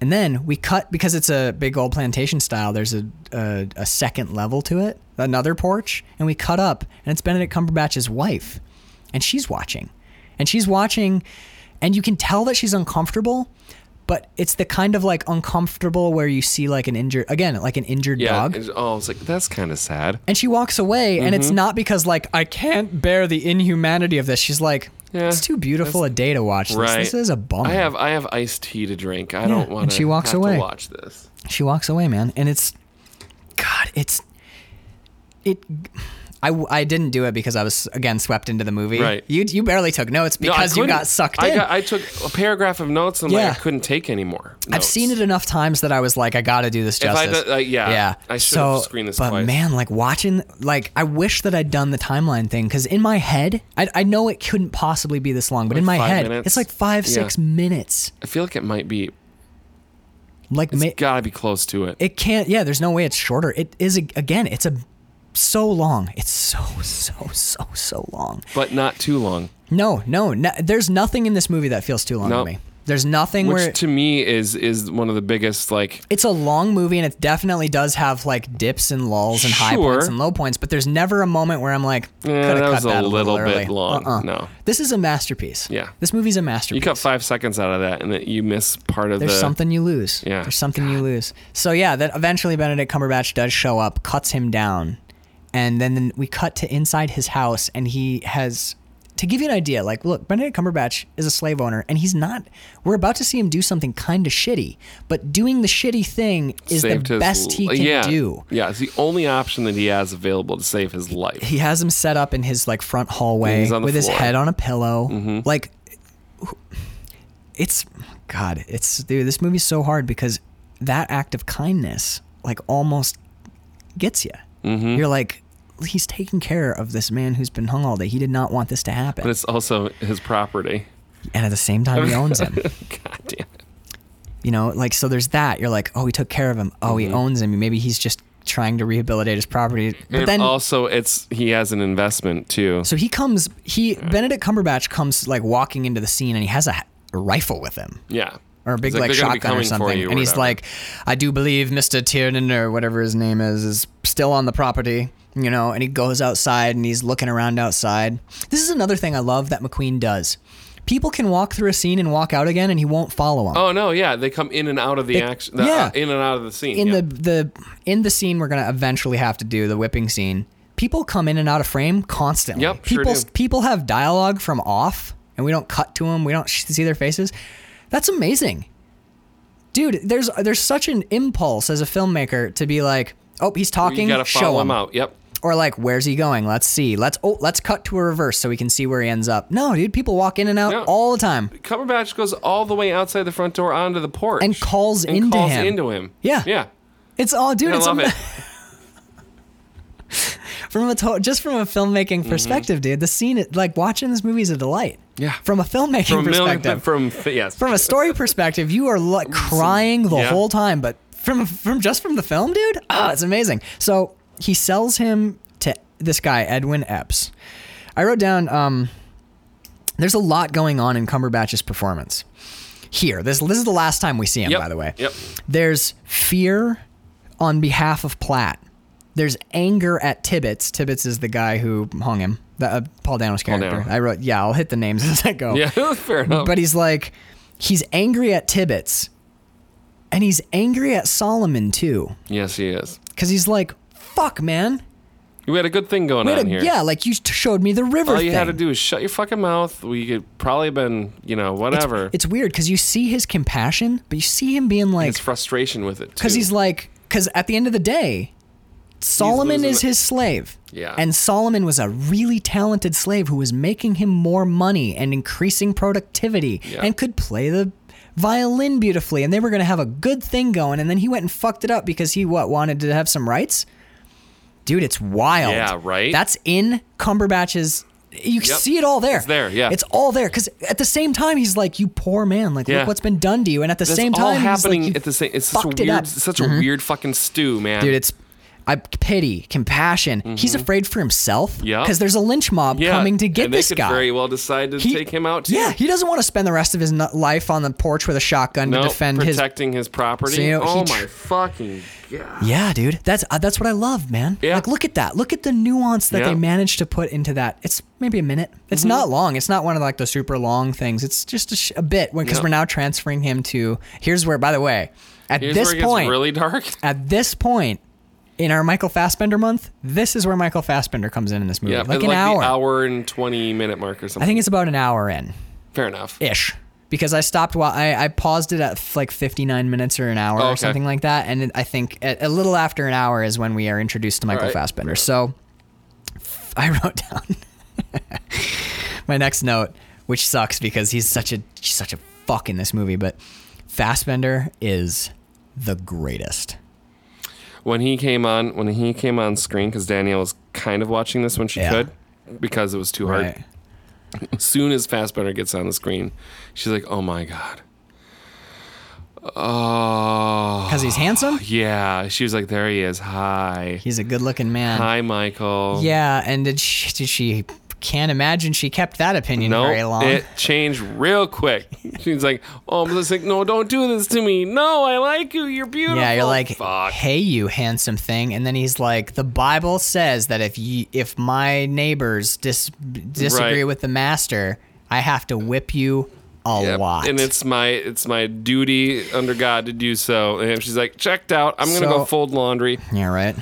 Speaker 2: And then we cut because it's a big old plantation style. There's a, a a second level to it, another porch, and we cut up, and it's Benedict Cumberbatch's wife, and she's watching, and she's watching, and you can tell that she's uncomfortable, but it's the kind of like uncomfortable where you see like an injured again, like an injured
Speaker 3: Yeah.
Speaker 2: dog.
Speaker 3: and- oh, it's like that's kind of sad.
Speaker 2: And she walks away, and
Speaker 3: Mm-hmm.
Speaker 2: it's not because like I can't bear the inhumanity of this. She's like,
Speaker 3: Yeah,
Speaker 2: it's too beautiful a day to watch this.
Speaker 3: Right.
Speaker 2: This is a bummer.
Speaker 3: I have I have iced tea to drink. I don't
Speaker 2: and
Speaker 3: want
Speaker 2: she walks
Speaker 3: have
Speaker 2: away.
Speaker 3: to watch this.
Speaker 2: she walks away, man, and it's God, it's it. I, w- I didn't do it because I was again swept into the movie.
Speaker 3: Right.
Speaker 2: You you barely took notes
Speaker 3: No, I
Speaker 2: because you
Speaker 3: couldn't.
Speaker 2: got sucked
Speaker 3: I
Speaker 2: in.
Speaker 3: Got, I took a paragraph of notes and
Speaker 2: Yeah.
Speaker 3: like I couldn't take anymore.
Speaker 2: I've seen it enough times that I was like, I gotta do this
Speaker 3: If I
Speaker 2: justice.
Speaker 3: did- uh, yeah.
Speaker 2: yeah.
Speaker 3: I should
Speaker 2: so,
Speaker 3: have screened this
Speaker 2: But
Speaker 3: twice.
Speaker 2: man, like watching, like I wish that I'd done the timeline thing because in my head, I, I know it couldn't possibly be this long, but in my
Speaker 3: Like five
Speaker 2: head,
Speaker 3: minutes?
Speaker 2: it's like five,
Speaker 3: Yeah.
Speaker 2: six minutes.
Speaker 3: I feel like it might be.
Speaker 2: Like
Speaker 3: It's
Speaker 2: ma-
Speaker 3: gotta be close to it.
Speaker 2: it can't. Yeah, there's no way it's shorter. It is a- again. It's a so long. It's so so so so long.
Speaker 3: but not too long.
Speaker 2: No, no, no there's nothing in this movie that feels too long
Speaker 3: Nope.
Speaker 2: to me. There's nothing where
Speaker 3: Which to me is is one of the biggest like
Speaker 2: it's a long movie and it definitely does have like dips and lulls and high points
Speaker 3: Sure.
Speaker 2: and low points, but there's never a moment where I'm like,
Speaker 3: Yeah,
Speaker 2: could have
Speaker 3: that
Speaker 2: cut
Speaker 3: was a
Speaker 2: that a little,
Speaker 3: little bit
Speaker 2: early.
Speaker 3: long.
Speaker 2: Uh-uh.
Speaker 3: No.
Speaker 2: this is a masterpiece.
Speaker 3: Yeah.
Speaker 2: this movie's a
Speaker 3: you
Speaker 2: masterpiece.
Speaker 3: cut five seconds out of that and that you miss part of
Speaker 2: There's
Speaker 3: the
Speaker 2: something you lose.
Speaker 3: Yeah.
Speaker 2: There's something you lose. So yeah, that eventually Benedict Cumberbatch does show up, cuts him down, and then we cut to inside his house, and he has. To give you an idea, like, look, Benedict Cumberbatch is a slave owner, and he's not. We're about to see him do something kind of shitty, but doing the shitty thing is
Speaker 3: saved
Speaker 2: the
Speaker 3: his
Speaker 2: best he
Speaker 3: l-
Speaker 2: can
Speaker 3: yeah,
Speaker 2: do.
Speaker 3: Yeah, it's the only option that he has available to save his life.
Speaker 2: He has him set up in his like front hallway
Speaker 3: He's on the
Speaker 2: with his
Speaker 3: floor. Mm-hmm.
Speaker 2: head on a pillow. Like, it's God, it's dude. This movie's so hard because that act of kindness, like, almost gets you.
Speaker 3: Mm-hmm.
Speaker 2: You're like, he's taking care of this man who's been hung all day. He did not want this to
Speaker 3: But
Speaker 2: happen,
Speaker 3: it's also his property.
Speaker 2: and at the same time, he owns him.
Speaker 3: God damn it.
Speaker 2: You know, like so. There's that. You're like, oh, he took care of him. Oh,
Speaker 3: Mm-hmm.
Speaker 2: he owns him. Maybe he's just trying to rehabilitate his property. But
Speaker 3: And
Speaker 2: then
Speaker 3: also, it's he has an investment too.
Speaker 2: So he comes. He Benedict Cumberbatch comes like walking into the scene, and he has a, a rifle with him
Speaker 3: yeah.
Speaker 2: or a big
Speaker 3: He's
Speaker 2: like,
Speaker 3: "They're gonna be
Speaker 2: shotgun or
Speaker 3: coming for
Speaker 2: something.
Speaker 3: you," or
Speaker 2: and he's
Speaker 3: whatever.
Speaker 2: like, "I do believe Mister Tiernan or whatever his name is is still on the property." You know, and he goes outside and he's looking around outside. This is another thing I love that McQueen does. People can walk through a scene and walk out again, and he won't follow them.
Speaker 3: Oh no, yeah, they come in and out of the action, the,
Speaker 2: yeah.
Speaker 3: uh, in and out of the scene.
Speaker 2: in
Speaker 3: yeah.
Speaker 2: the the in the scene we're gonna eventually have to do the whipping scene. People come in and out of frame constantly.
Speaker 3: Yep, sure
Speaker 2: people
Speaker 3: do.
Speaker 2: people have dialogue from off, and we don't cut to them. We don't sh- see their faces. That's amazing, dude. There's there's such an impulse as a filmmaker to be like, oh, he's talking,
Speaker 3: you gotta
Speaker 2: show
Speaker 3: follow
Speaker 2: him,
Speaker 3: him out. Yep.
Speaker 2: or like, where's he going? Let's see. Let's oh, let's cut to a reverse so we can see where he ends up. No, dude, people walk in and out
Speaker 3: Yeah.
Speaker 2: all the time.
Speaker 3: Cumberbatch goes all the way outside the front door onto the porch
Speaker 2: And calls
Speaker 3: and
Speaker 2: into
Speaker 3: calls
Speaker 2: him.
Speaker 3: into him.
Speaker 2: Yeah.
Speaker 3: yeah.
Speaker 2: It's all, dude.
Speaker 3: I
Speaker 2: it's
Speaker 3: love
Speaker 2: ama-
Speaker 3: it.
Speaker 2: from a to- just from a
Speaker 3: Mm-hmm.
Speaker 2: filmmaking perspective, dude. The scene, like watching this movie, is a delight.
Speaker 3: Yeah.
Speaker 2: from a filmmaking
Speaker 3: From million,
Speaker 2: perspective, from,
Speaker 3: from yes,
Speaker 2: a story perspective, you are like crying the
Speaker 3: Yeah.
Speaker 2: whole time. But from from just from the film, dude, ah, it's amazing. So he sells him to this guy Edwin Epps. I wrote down. Um, there's a lot going on in Cumberbatch's performance. Here, this this is the last time we see him,
Speaker 3: Yep.
Speaker 2: by the way.
Speaker 3: Yep.
Speaker 2: There's fear on behalf of Platt. There's anger at Tibbets. Tibbets is the guy who hung him. The, uh, Paul Dano's character.
Speaker 3: Dano.
Speaker 2: I wrote, yeah, I'll hit the names as I go.
Speaker 3: yeah, fair enough.
Speaker 2: But he's like, he's angry at Tibbets, and he's angry at Solomon too,
Speaker 3: yes, he is.
Speaker 2: because he's like, "Fuck, man,
Speaker 3: We had a good thing going
Speaker 2: We had
Speaker 3: on
Speaker 2: a-
Speaker 3: here.
Speaker 2: yeah, like you t- showed me the river
Speaker 3: All you had to
Speaker 2: thing."
Speaker 3: do is shut your fucking mouth. We could probably been, you know, whatever.
Speaker 2: It's weird because you see his compassion, but you see him being like,
Speaker 3: His frustration with it.
Speaker 2: because
Speaker 3: too.
Speaker 2: he's like because at the end of the day solomon
Speaker 3: losing
Speaker 2: is
Speaker 3: the-
Speaker 2: his slave
Speaker 3: Yeah.
Speaker 2: and solomon was a really talented slave who was making him more money and increasing productivity
Speaker 3: Yeah.
Speaker 2: and could play the violin beautifully and they were going to have a good thing going and then he went and fucked it up because he what wanted to have some rights dude it's wild
Speaker 3: Yeah, right?
Speaker 2: that's in cumberbatch's you
Speaker 3: Yep.
Speaker 2: see it all there.
Speaker 3: It's there, yeah.
Speaker 2: It's all there because at the same time he's like, "You poor man! Like,
Speaker 3: Yeah.
Speaker 2: look what's been done to you." And at the
Speaker 3: That's
Speaker 2: same
Speaker 3: all
Speaker 2: time, he's
Speaker 3: happening
Speaker 2: like, "You
Speaker 3: at the same. It's such a
Speaker 2: fucked it
Speaker 3: weird,
Speaker 2: up." Mm-hmm.
Speaker 3: such a weird fucking stew, man.
Speaker 2: dude it's I, pity compassion he's afraid for himself
Speaker 3: Yup.
Speaker 2: because there's a lynch mob
Speaker 3: Mm-hmm. yeah.
Speaker 2: coming to get
Speaker 3: and they
Speaker 2: this
Speaker 3: could
Speaker 2: guy
Speaker 3: Very well decide to
Speaker 2: He-
Speaker 3: take him out. Too.
Speaker 2: yeah he doesn't want to spend the rest of his nu- life on the porch with a shotgun
Speaker 3: no,
Speaker 2: to defend his
Speaker 3: protecting his property.
Speaker 2: So, you know,
Speaker 3: oh
Speaker 2: he tr-
Speaker 3: my fucking god.
Speaker 2: yeah dude that's uh, that's what i love man
Speaker 3: Yeah.
Speaker 2: like look at that look at the nuance that
Speaker 3: Yeah. Mm-hmm.
Speaker 2: they managed to put into that it's maybe a minute it's not long it's not one of like the super long things it's just a, sh- a bit because
Speaker 3: Yup.
Speaker 2: we're now transferring him to here's where by the way at
Speaker 3: Here's
Speaker 2: this
Speaker 3: where it gets
Speaker 2: point
Speaker 3: really dark.
Speaker 2: at this point in our Michael Fassbender month, this is where Michael Fassbender comes in in this movie.
Speaker 3: Yeah,
Speaker 2: like an
Speaker 3: the
Speaker 2: hour.
Speaker 3: hour and twenty minute mark or something.
Speaker 2: I think it's about an hour in
Speaker 3: fair enough.
Speaker 2: ish because I stopped while I, I paused it at f- like 59 minutes or an hour
Speaker 3: Oh,
Speaker 2: or
Speaker 3: okay.
Speaker 2: something like that. And it, I think a, a little after an hour is when we are introduced to Michael
Speaker 3: right.
Speaker 2: Fassbender. So f- I wrote down my next note, which sucks because he's such a he's such a fuck in this movie. But Fassbender is the greatest.
Speaker 3: when he came on when he came on screen because Danielle was kind of watching this when she
Speaker 2: Yeah.
Speaker 3: could because it was too hard.
Speaker 2: Right.
Speaker 3: As soon as Fassbender gets on the screen, she's like, "Oh my god." Oh,
Speaker 2: Because he's handsome.
Speaker 3: yeah. She was like, "There he is. Hi,
Speaker 2: He's a good looking man.
Speaker 3: hi, Michael."
Speaker 2: Yeah, and did she, did she can't imagine she kept that opinion
Speaker 3: No,
Speaker 2: very long.
Speaker 3: it changed real quick. She's like, "Oh, I'm just like, no, don't do this to me. No, I like you. You're beautiful."
Speaker 2: yeah, you're like,
Speaker 3: "Fuck."
Speaker 2: hey, you handsome thing, and then he's like, the Bible says that if you if my neighbors dis- disagree
Speaker 3: Right.
Speaker 2: with the master, I have to whip you a
Speaker 3: Yep.
Speaker 2: lot.
Speaker 3: And it's my it's my duty under God to do so. And she's like, checked out. I'm gonna
Speaker 2: So-
Speaker 3: go fold laundry.
Speaker 2: yeah, right.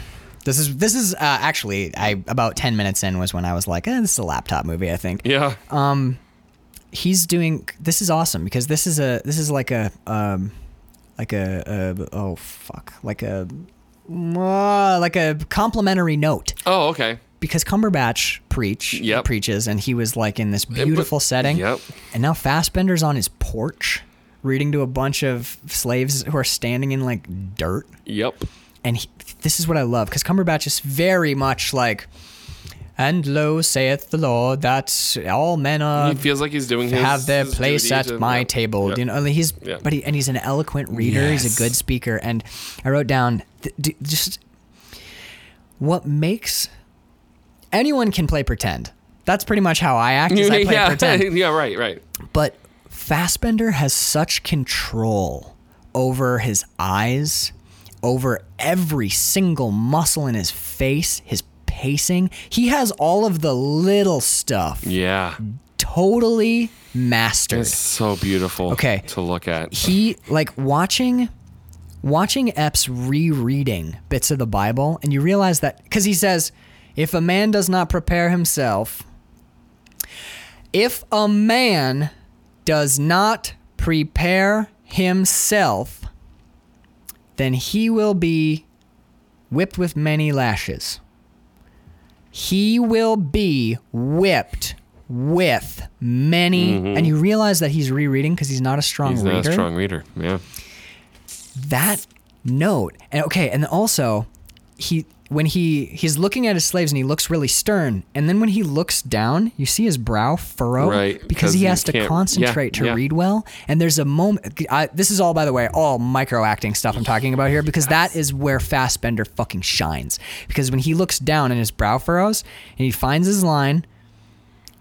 Speaker 2: This is this is uh, actually I about ten minutes in was when I was like, eh, this is a laptop movie, I think.
Speaker 3: Yeah.
Speaker 2: he's doing this is awesome because this is a this is like a um like a, a oh fuck like a uh, like a complimentary note
Speaker 3: oh, okay.
Speaker 2: because Cumberbatch preach
Speaker 3: Yep.
Speaker 2: preaches and he was like in this beautiful setting
Speaker 3: yep.
Speaker 2: and now Fassbender's on his porch reading to a bunch of slaves who are standing in like dirt
Speaker 3: Yep.
Speaker 2: and he, this is what I love because Cumberbatch is very much like, and lo saith the Lord that all men are
Speaker 3: He feels like he's doing his
Speaker 2: have their
Speaker 3: his
Speaker 2: place
Speaker 3: duty
Speaker 2: at
Speaker 3: to-
Speaker 2: my
Speaker 3: yeah,
Speaker 2: table.
Speaker 3: yeah.
Speaker 2: You know, like he's
Speaker 3: Yeah.
Speaker 2: but he and he's an eloquent reader. He's
Speaker 3: Yes.
Speaker 2: a good speaker, and I wrote down th- d- just what makes anyone can play pretend. That's pretty much how I act. Is I play
Speaker 3: yeah,
Speaker 2: pretend
Speaker 3: yeah, right, right.
Speaker 2: but Fassbender has such control over his eyes, over every single muscle in his face, his pacing. He has all of the little stuff
Speaker 3: Yeah,
Speaker 2: totally mastered.
Speaker 3: it's so beautiful.
Speaker 2: Okay.
Speaker 3: to look at.
Speaker 2: He like watching watching Epps rereading bits of the Bible and you realize that cuz he says if a man does not prepare himself if a man does not prepare himself then he will be whipped with many lashes he will be whipped with many and you realize that he's rereading because he's not a strong
Speaker 3: Mm-hmm. He's
Speaker 2: reader
Speaker 3: not a strong reader. Yeah,
Speaker 2: that note and okay and also he when he he's looking at his slaves and he looks really stern and then when he looks down you see his brow furrow
Speaker 3: Right,
Speaker 2: because
Speaker 3: because
Speaker 2: he
Speaker 3: you
Speaker 2: has to
Speaker 3: can't-
Speaker 2: concentrate
Speaker 3: yeah,
Speaker 2: to
Speaker 3: yeah.
Speaker 2: read well and there's a moment I, this is all by the way all micro acting stuff i'm talking about here because that is where fastbender fucking shines because when he looks down and his brow furrows and he finds his line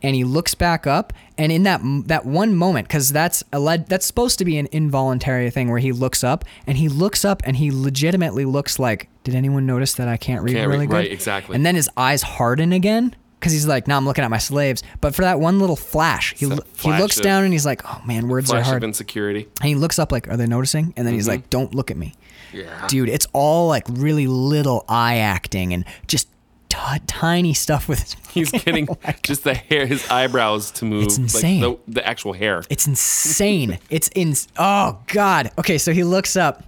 Speaker 2: and he looks back up and in that that one moment cuz that's alleged, that's supposed to be an involuntary thing where he looks up and he looks up and he legitimately looks like did anyone notice that I can't read
Speaker 3: Can't read-
Speaker 2: really good
Speaker 3: right, exactly.
Speaker 2: and then his eyes harden again cuz he's like no I'm looking at my slaves but for that one little flash he
Speaker 3: that
Speaker 2: lo-
Speaker 3: flash
Speaker 2: he looks
Speaker 3: of-
Speaker 2: down and he's like oh man words are
Speaker 3: flash
Speaker 2: hard
Speaker 3: of insecurity.
Speaker 2: and he looks up like are they noticing and then he's like don't look at me
Speaker 3: Yeah,
Speaker 2: dude it's all like really little eye acting and just t- tiny stuff with his
Speaker 3: he's getting just the hair, his eyebrows to move.
Speaker 2: Oh It's insane.
Speaker 3: Like the, the actual hair.
Speaker 2: It's insane. it's in. Oh God. Okay, so he looks up,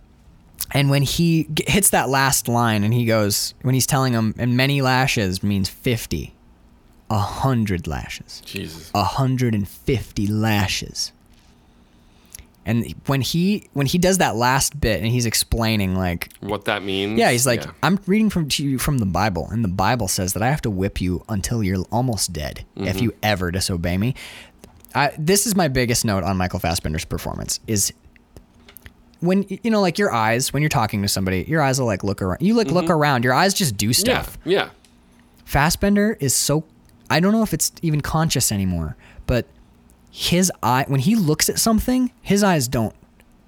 Speaker 2: and when he g- hits that last line, and he goes, when he's telling him, and many lashes means fifty, a hundred lashes,
Speaker 3: Jesus.
Speaker 2: a hundred and fifty lashes. And when he when he does that last bit, and he's explaining like
Speaker 3: What that means?
Speaker 2: yeah, he's like, I'm reading from to you from the Bible, and the Bible says that I have to whip you until you're almost dead if you ever disobey me. I, this is my biggest note on Michael Fassbender's performance is when you know like your eyes when you're talking to somebody your eyes will like look around you like look around your eyes just do
Speaker 3: yeah,
Speaker 2: stuff
Speaker 3: yeah.
Speaker 2: Fassbender is so I don't know if it's even conscious anymore, but his eye when he looks at something, his eyes don't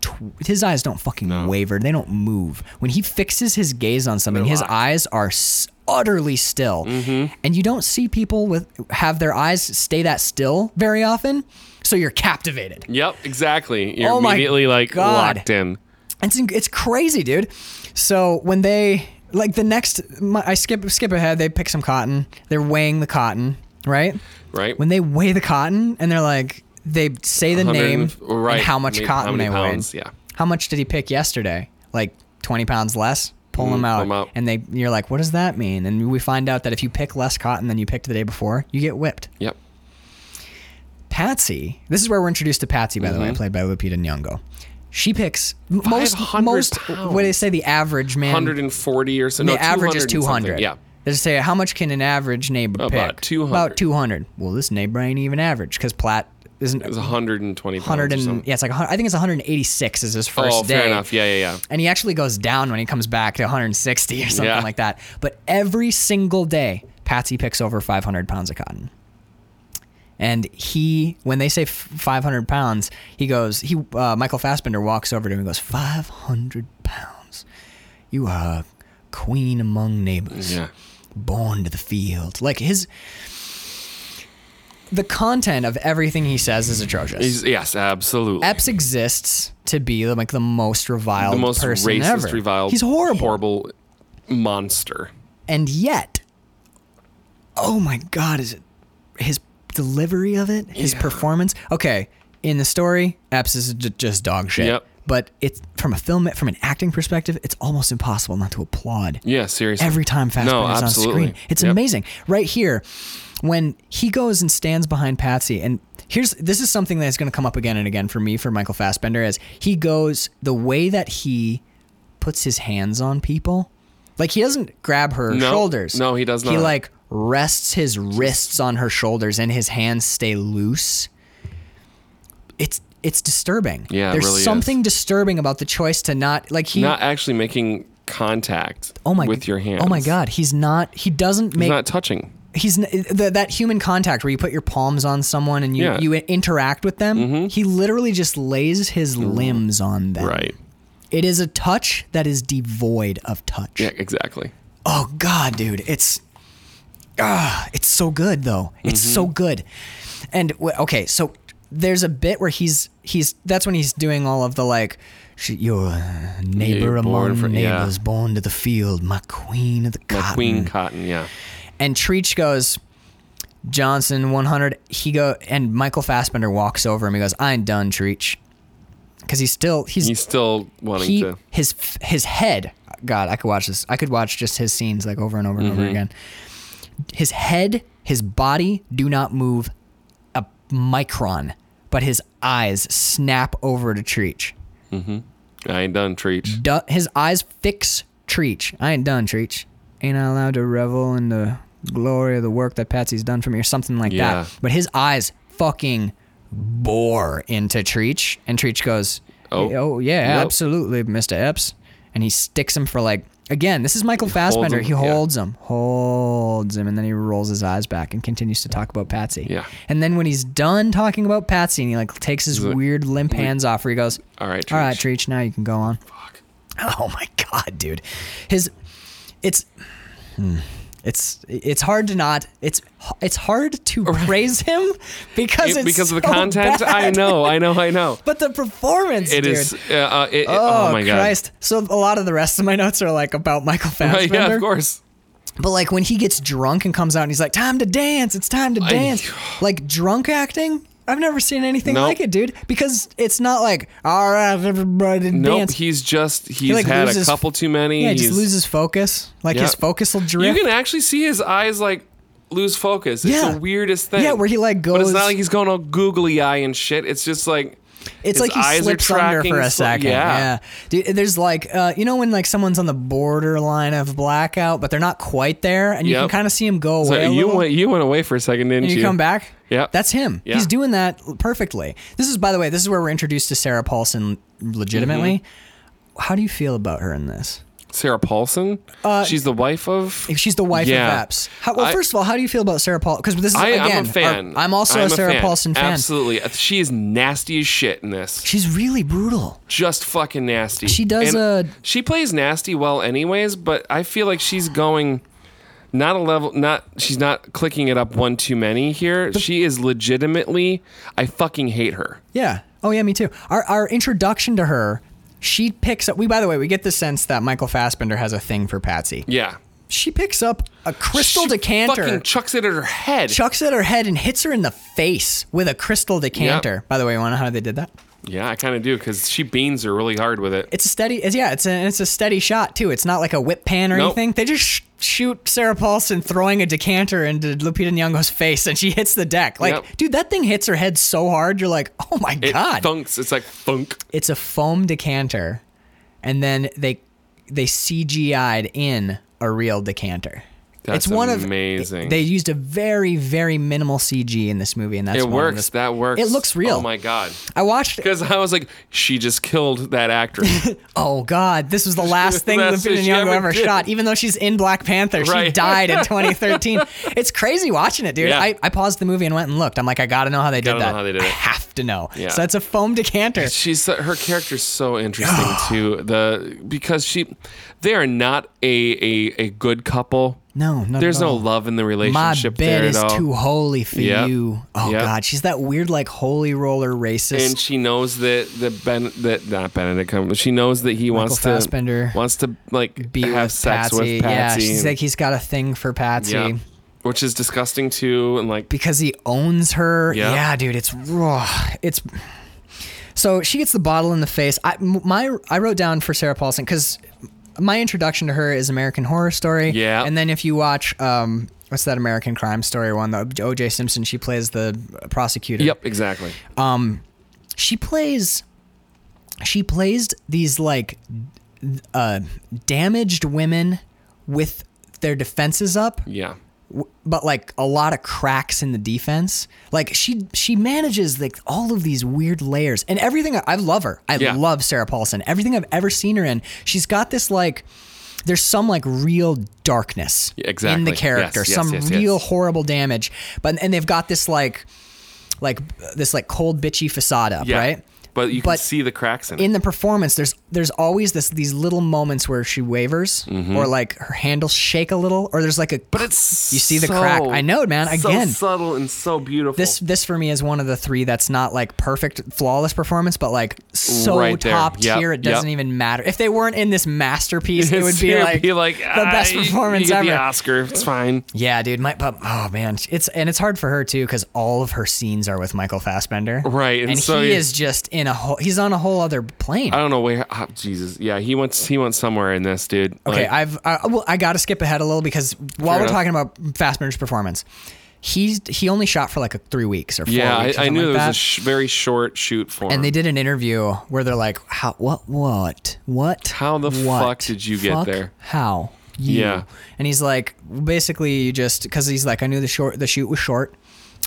Speaker 2: tw- his eyes don't fucking waver. They don't move. When he fixes his gaze on something,
Speaker 3: They're
Speaker 2: his
Speaker 3: locked. Mm-hmm.
Speaker 2: eyes are s- utterly still. And you don't see people with have their eyes stay that still very often, so you're captivated.
Speaker 3: Yep, exactly. You're
Speaker 2: Oh my
Speaker 3: immediately like
Speaker 2: God.
Speaker 3: locked in.
Speaker 2: It's it's crazy, dude. So when they like the next, my, I skip skip ahead. They pick some cotton. They're weighing the cotton, right?
Speaker 3: Right?
Speaker 2: When they weigh the cotton and they're like, they say the
Speaker 3: 100
Speaker 2: name
Speaker 3: oh, right,
Speaker 2: and how much
Speaker 3: ma- how
Speaker 2: cotton
Speaker 3: many
Speaker 2: they
Speaker 3: pounds,
Speaker 2: weighed.
Speaker 3: yeah.
Speaker 2: How much did he pick yesterday? Like twenty pounds less. Pull them out,
Speaker 3: them Mm, out.
Speaker 2: and they you're like, what does that mean? And we find out that if you pick less cotton than you picked the day before, you get whipped.
Speaker 3: yep.
Speaker 2: Patsy. This is where we're introduced to Patsy, by the
Speaker 3: Mm-hmm.
Speaker 2: way, played by Lupita Nyong'o. She picks m- most
Speaker 3: 500
Speaker 2: most
Speaker 3: pounds.
Speaker 2: what do they say the average man
Speaker 3: 140 or so.
Speaker 2: the
Speaker 3: no,
Speaker 2: average is
Speaker 3: 200 and
Speaker 2: 200.
Speaker 3: something. Yeah.
Speaker 2: They just say how much can an average neighbor
Speaker 3: About
Speaker 2: pick?
Speaker 3: 200.
Speaker 2: About 200. Well, this neighbor ain't even average because Platt isn't
Speaker 3: It's 120 pounds.
Speaker 2: 100
Speaker 3: or
Speaker 2: and
Speaker 3: something.
Speaker 2: yeah, it's like 100, I think it's 186 is his first
Speaker 3: oh,
Speaker 2: day.
Speaker 3: fair enough. Yeah, yeah, yeah.
Speaker 2: And he actually goes down when he comes back to 160 or something
Speaker 3: Yeah.
Speaker 2: like that. But every single day, Patsy picks over 500 pounds of cotton. And he, when they say f- 500 pounds, he goes, he, uh, Michael Fassbender walks over to him and goes, 500 pounds. You are a queen among neighbors
Speaker 3: Yeah.
Speaker 2: born to the field. Like his, the content of everything he says is atrocious.
Speaker 3: He's, yes, absolutely.
Speaker 2: Epps exists to be like the most reviled,
Speaker 3: the most
Speaker 2: person
Speaker 3: racist,
Speaker 2: ever.
Speaker 3: reviled,
Speaker 2: He's horrible,
Speaker 3: horrible monster.
Speaker 2: and yet, oh my god, is it his delivery of it, his performance? Okay, in the story, Epps is j- just dog shit.
Speaker 3: Yep.
Speaker 2: But it's from a film, from an acting perspective, it's almost impossible not to applaud
Speaker 3: Yeah, seriously.
Speaker 2: every time
Speaker 3: No,
Speaker 2: Fassbender's is on
Speaker 3: absolutely.
Speaker 2: screen. It's
Speaker 3: Yep.
Speaker 2: amazing. Right here, when he goes and stands behind Patsy, and here's this is something that's going to come up again and again for me for Michael Fassbender is he goes the way that he puts his hands on people Like he doesn't grab her
Speaker 3: No.
Speaker 2: shoulders.
Speaker 3: No, he does
Speaker 2: He
Speaker 3: not.
Speaker 2: like rests his wrists on her shoulders and his hands stay loose. It's it's disturbing.
Speaker 3: Yeah, it
Speaker 2: There's
Speaker 3: really is.
Speaker 2: something disturbing about the choice to not like he
Speaker 3: not actually making contact
Speaker 2: Oh my
Speaker 3: with your hands.
Speaker 2: Oh my god, he's not he doesn't
Speaker 3: He's
Speaker 2: make
Speaker 3: not touching.
Speaker 2: he's n- th- that human contact where you put your palms on someone and you,
Speaker 3: Yeah. Mm-hmm.
Speaker 2: you interact with them. He literally just lays his limbs on them.
Speaker 3: Mm. Right.
Speaker 2: It is a touch that is devoid of touch.
Speaker 3: Yeah, exactly.
Speaker 2: Oh god, dude, it's ah, it's so good though. It's
Speaker 3: Mm-hmm.
Speaker 2: so good. And w- okay, so there's a bit where he's he's that's when he's doing all of the like "Sh- your uh, neighbor
Speaker 3: Yeah, born
Speaker 2: among
Speaker 3: for- yeah.
Speaker 2: neighbors, born to the field, my queen of the
Speaker 3: My
Speaker 2: cotton.
Speaker 3: queen cotton, yeah.
Speaker 2: And Treach goes, Johnson 100. He go and Michael Fassbender walks over him. He goes, I ain't done, Treach, because he's still he's,
Speaker 3: He's still wanting
Speaker 2: he
Speaker 3: to
Speaker 2: his f- his head. God, I could watch this. I could watch just his scenes like over and over and over again. His head, his body do not move a micron, but his eyes snap over to Treach.
Speaker 3: I ain't done treach.
Speaker 2: Du- his eyes fix Treach. I ain't done, Treach. Ain't I allowed to revel in the glory of the work that Patsy's done for me or something like
Speaker 3: Yeah.
Speaker 2: that? But his eyes fucking bore into Treach, and Treach goes,
Speaker 3: Oh.
Speaker 2: Oh, yeah,
Speaker 3: Yep.
Speaker 2: absolutely, Mr. Epps. And he sticks him for like, again, this is Michael Fassbender.
Speaker 3: him,
Speaker 2: he
Speaker 3: yeah.
Speaker 2: holds him, holds him, and then he rolls his eyes back and continues to talk about Patsy.
Speaker 3: Yeah.
Speaker 2: And then when he's done talking about Patsy and he like takes his
Speaker 3: like,
Speaker 2: weird limp hands off where he goes,
Speaker 3: All right,
Speaker 2: All right,
Speaker 3: Treach."
Speaker 2: Treach, now you can go on. Oh my god, dude. His it's hmm. it's it's hard to not it's it's hard to praise him because
Speaker 3: It-
Speaker 2: it's
Speaker 3: because of the
Speaker 2: so
Speaker 3: contact, I
Speaker 2: bad.
Speaker 3: know, I know, I know.
Speaker 2: But the performance,
Speaker 3: It
Speaker 2: dude.
Speaker 3: is. Uh, uh, it, it-
Speaker 2: Oh,
Speaker 3: oh, my god.
Speaker 2: Christ! So a lot of the rest of my notes are like about Michael
Speaker 3: Right,
Speaker 2: Fassbender.
Speaker 3: yeah, of course.
Speaker 2: But like when he gets drunk and comes out and he's like, "Time to dance! It's time to dance!" like drunk acting. I've never seen anything
Speaker 3: Nope.
Speaker 2: like it, dude. Because it's not like, "All right, everybody
Speaker 3: Nope,
Speaker 2: dance."
Speaker 3: he's just he's
Speaker 2: like,
Speaker 3: had
Speaker 2: loses-
Speaker 3: a couple too many.
Speaker 2: yeah, he just
Speaker 3: he's-
Speaker 2: loses focus. Like his
Speaker 3: Yeah.
Speaker 2: focus will
Speaker 3: You
Speaker 2: drift.
Speaker 3: can actually see his eyes like lose focus. It's
Speaker 2: Yeah.
Speaker 3: the weirdest thing.
Speaker 2: Yeah, where he, like,
Speaker 3: But it's
Speaker 2: goes-
Speaker 3: not like he's going all googly eye and shit. It's just like
Speaker 2: it's
Speaker 3: his
Speaker 2: like he
Speaker 3: eyes are
Speaker 2: slips under
Speaker 3: tracking
Speaker 2: for a
Speaker 3: sl-
Speaker 2: second.
Speaker 3: yeah.
Speaker 2: yeah. Dude, there's like, uh, you know, when like someone's on the borderline of blackout, but they're not quite there, and you can
Speaker 3: Yep.
Speaker 2: kind of see him go away.
Speaker 3: so
Speaker 2: a
Speaker 3: you
Speaker 2: little.
Speaker 3: went you went away for a second, didn't
Speaker 2: and you,
Speaker 3: you?
Speaker 2: come back.
Speaker 3: Yeah.
Speaker 2: that's him.
Speaker 3: Yeah.
Speaker 2: He's doing that perfectly. This is, by the way, this is where we're introduced to Sarah Paulson legitimately.
Speaker 3: Mm-hmm.
Speaker 2: How do you feel about her in this?
Speaker 3: Sarah Paulson. She's the wife of.
Speaker 2: Uh, If she's the wife
Speaker 3: Yeah.
Speaker 2: of Epps, how, well,
Speaker 3: I-
Speaker 2: first of all, how do you feel about Sarah Paulson? Because this is
Speaker 3: I,
Speaker 2: again,
Speaker 3: I'm a fan.
Speaker 2: our- I'm also a Sarah
Speaker 3: fan.
Speaker 2: Paulson fan.
Speaker 3: Absolutely, she is nasty as shit in this.
Speaker 2: She's really brutal.
Speaker 3: Just fucking nasty.
Speaker 2: She does uh,
Speaker 3: And
Speaker 2: a-
Speaker 3: She plays nasty well, anyways. But I feel like she's going. Not a level. Not she's not clicking it up one too many here. she is legitimately. I fucking hate her.
Speaker 2: Yeah. Oh yeah, me too. Our our introduction to her, she picks up. We by the way, we get the sense that Michael Fassbender has a thing for Patsy.
Speaker 3: Yeah.
Speaker 2: She picks up a crystal
Speaker 3: She
Speaker 2: decanter,
Speaker 3: Fucking chucks it at her head.
Speaker 2: chucks it at her head, and hits her in the face with a crystal decanter.
Speaker 3: Yep.
Speaker 2: By the way, you want to know how they did that?
Speaker 3: yeah, I kind of do because she beans her really hard with it.
Speaker 2: It's a steady. It's, yeah, it's a it's a steady shot too. It's not like a whip pan or
Speaker 3: Nope.
Speaker 2: anything. They just sh- shoot Sarah Paulson throwing a decanter into Lupita Nyong'o's face, and she hits the deck. Like,
Speaker 3: Yep.
Speaker 2: dude, that thing hits her head so hard. You're like, oh my
Speaker 3: It
Speaker 2: god.
Speaker 3: thunks. It's like thunk.
Speaker 2: it's a foam decanter and then they they CGI'd in a real decanter.
Speaker 3: That's
Speaker 2: it's one
Speaker 3: amazing.
Speaker 2: of they used a very very minimal CG in this movie and that's
Speaker 3: It
Speaker 2: one of
Speaker 3: works.
Speaker 2: this-
Speaker 3: that works.
Speaker 2: It looks real.
Speaker 3: Oh my god.
Speaker 2: I watched
Speaker 3: Because I was like, she just killed that actor.
Speaker 2: Oh god, this was the last thing
Speaker 3: That's
Speaker 2: Lupita
Speaker 3: what she
Speaker 2: Nyong'o
Speaker 3: ever
Speaker 2: ever
Speaker 3: did.
Speaker 2: shot. Even though she's in Black Panther, she
Speaker 3: Right.
Speaker 2: died in 2013. it's crazy watching it, dude.
Speaker 3: Yeah.
Speaker 2: I, I paused the movie and went and looked. I'm like, I gotta know how they did
Speaker 3: Gotta know
Speaker 2: that.
Speaker 3: how they did
Speaker 2: I
Speaker 3: it.
Speaker 2: have to know.
Speaker 3: Yeah.
Speaker 2: So it's a foam decanter.
Speaker 3: She's so- her character's so interesting too. The because she, they are not a a, a good couple.
Speaker 2: No, not at
Speaker 3: There's no
Speaker 2: all.
Speaker 3: love in the
Speaker 2: My
Speaker 3: relationship
Speaker 2: bed
Speaker 3: there
Speaker 2: is
Speaker 3: at all.
Speaker 2: too holy for
Speaker 3: Yep.
Speaker 2: you. Oh
Speaker 3: Yep.
Speaker 2: God, she's that weird like holy roller racist.
Speaker 3: and she knows that the Ben that not Benedict Cumberbatch- She knows that he wants
Speaker 2: Fassbender.
Speaker 3: to wants to like
Speaker 2: be
Speaker 3: have
Speaker 2: with
Speaker 3: sex
Speaker 2: Patsy.
Speaker 3: with Patsy.
Speaker 2: Yeah, she's
Speaker 3: and-
Speaker 2: like he's got a thing for Patsy
Speaker 3: yeah. which is disgusting too. And like
Speaker 2: because he owns her.
Speaker 3: Yeah.
Speaker 2: Yeah, dude, it's raw. It's so she gets the bottle in the face. I m- my I wrote down for Sarah Paulson because my introduction to her is American Horror Story.
Speaker 3: Yeah.
Speaker 2: and then if you watch um. What's that American crime story one? The O.J. Simpson. She plays the prosecutor.
Speaker 3: yep, exactly.
Speaker 2: she plays she plays these like uh damaged women with their defenses up,
Speaker 3: Yeah.
Speaker 2: w- but like a lot of cracks in the defense. Like she she manages like all of these weird layers and everything. I love her. I
Speaker 3: Yeah.
Speaker 2: love Sarah Paulson. Everything I've ever seen her in, she's got this like. There's some like real darkness
Speaker 3: Yeah, exactly.
Speaker 2: in the
Speaker 3: Yes,
Speaker 2: character,
Speaker 3: yes,
Speaker 2: some
Speaker 3: yes, yes.
Speaker 2: real horrible damage, but and they've got this like, like this like cold bitchy facade up,
Speaker 3: Yeah.
Speaker 2: right?
Speaker 3: But you can
Speaker 2: But
Speaker 3: see the cracks in it.
Speaker 2: in the performance there's there's always this these little moments where she wavers or like her handles shake a little or there's like a
Speaker 3: Mm-hmm. but it's
Speaker 2: you see the crack.
Speaker 3: so-
Speaker 2: I know, man.
Speaker 3: so
Speaker 2: Again.
Speaker 3: subtle and so beautiful.
Speaker 2: this this for me is one of the three that's not like perfect flawless performance but like so
Speaker 3: Right there.
Speaker 2: top
Speaker 3: Yep,
Speaker 2: tier it doesn't
Speaker 3: yep.
Speaker 2: even matter if they weren't in this masterpiece it would be
Speaker 3: It'd
Speaker 2: like, the
Speaker 3: "Ah,
Speaker 2: best
Speaker 3: you-
Speaker 2: performance
Speaker 3: you get
Speaker 2: ever
Speaker 3: The Oscar. It's fine.
Speaker 2: yeah dude my but oh man it's and it's hard for her too because all of her scenes are with michael fassbender
Speaker 3: Right, and
Speaker 2: and
Speaker 3: so
Speaker 2: he
Speaker 3: you-
Speaker 2: is just in a whole he's on a whole other plane
Speaker 3: I don't know where. Oh, Jesus. Yeah, he went. He went somewhere in this, dude.
Speaker 2: Okay,
Speaker 3: Like,
Speaker 2: I've I, well, I got to skip ahead a little because while
Speaker 3: Fair
Speaker 2: we're
Speaker 3: enough.
Speaker 2: talking about Fassbender's performance, he's he only shot for like a, three weeks or four
Speaker 3: yeah,
Speaker 2: weeks. or
Speaker 3: I, I
Speaker 2: something
Speaker 3: knew
Speaker 2: like
Speaker 3: there
Speaker 2: that.
Speaker 3: was a sh- very short shoot for him.
Speaker 2: and they did an interview where they're like, "How? What? What? What?
Speaker 3: How the
Speaker 2: what,
Speaker 3: fuck did you get
Speaker 2: fuck,
Speaker 3: there?"
Speaker 2: How? You.
Speaker 3: Yeah.
Speaker 2: And he's like, basically, you just because he's like, I knew the short the shoot was short,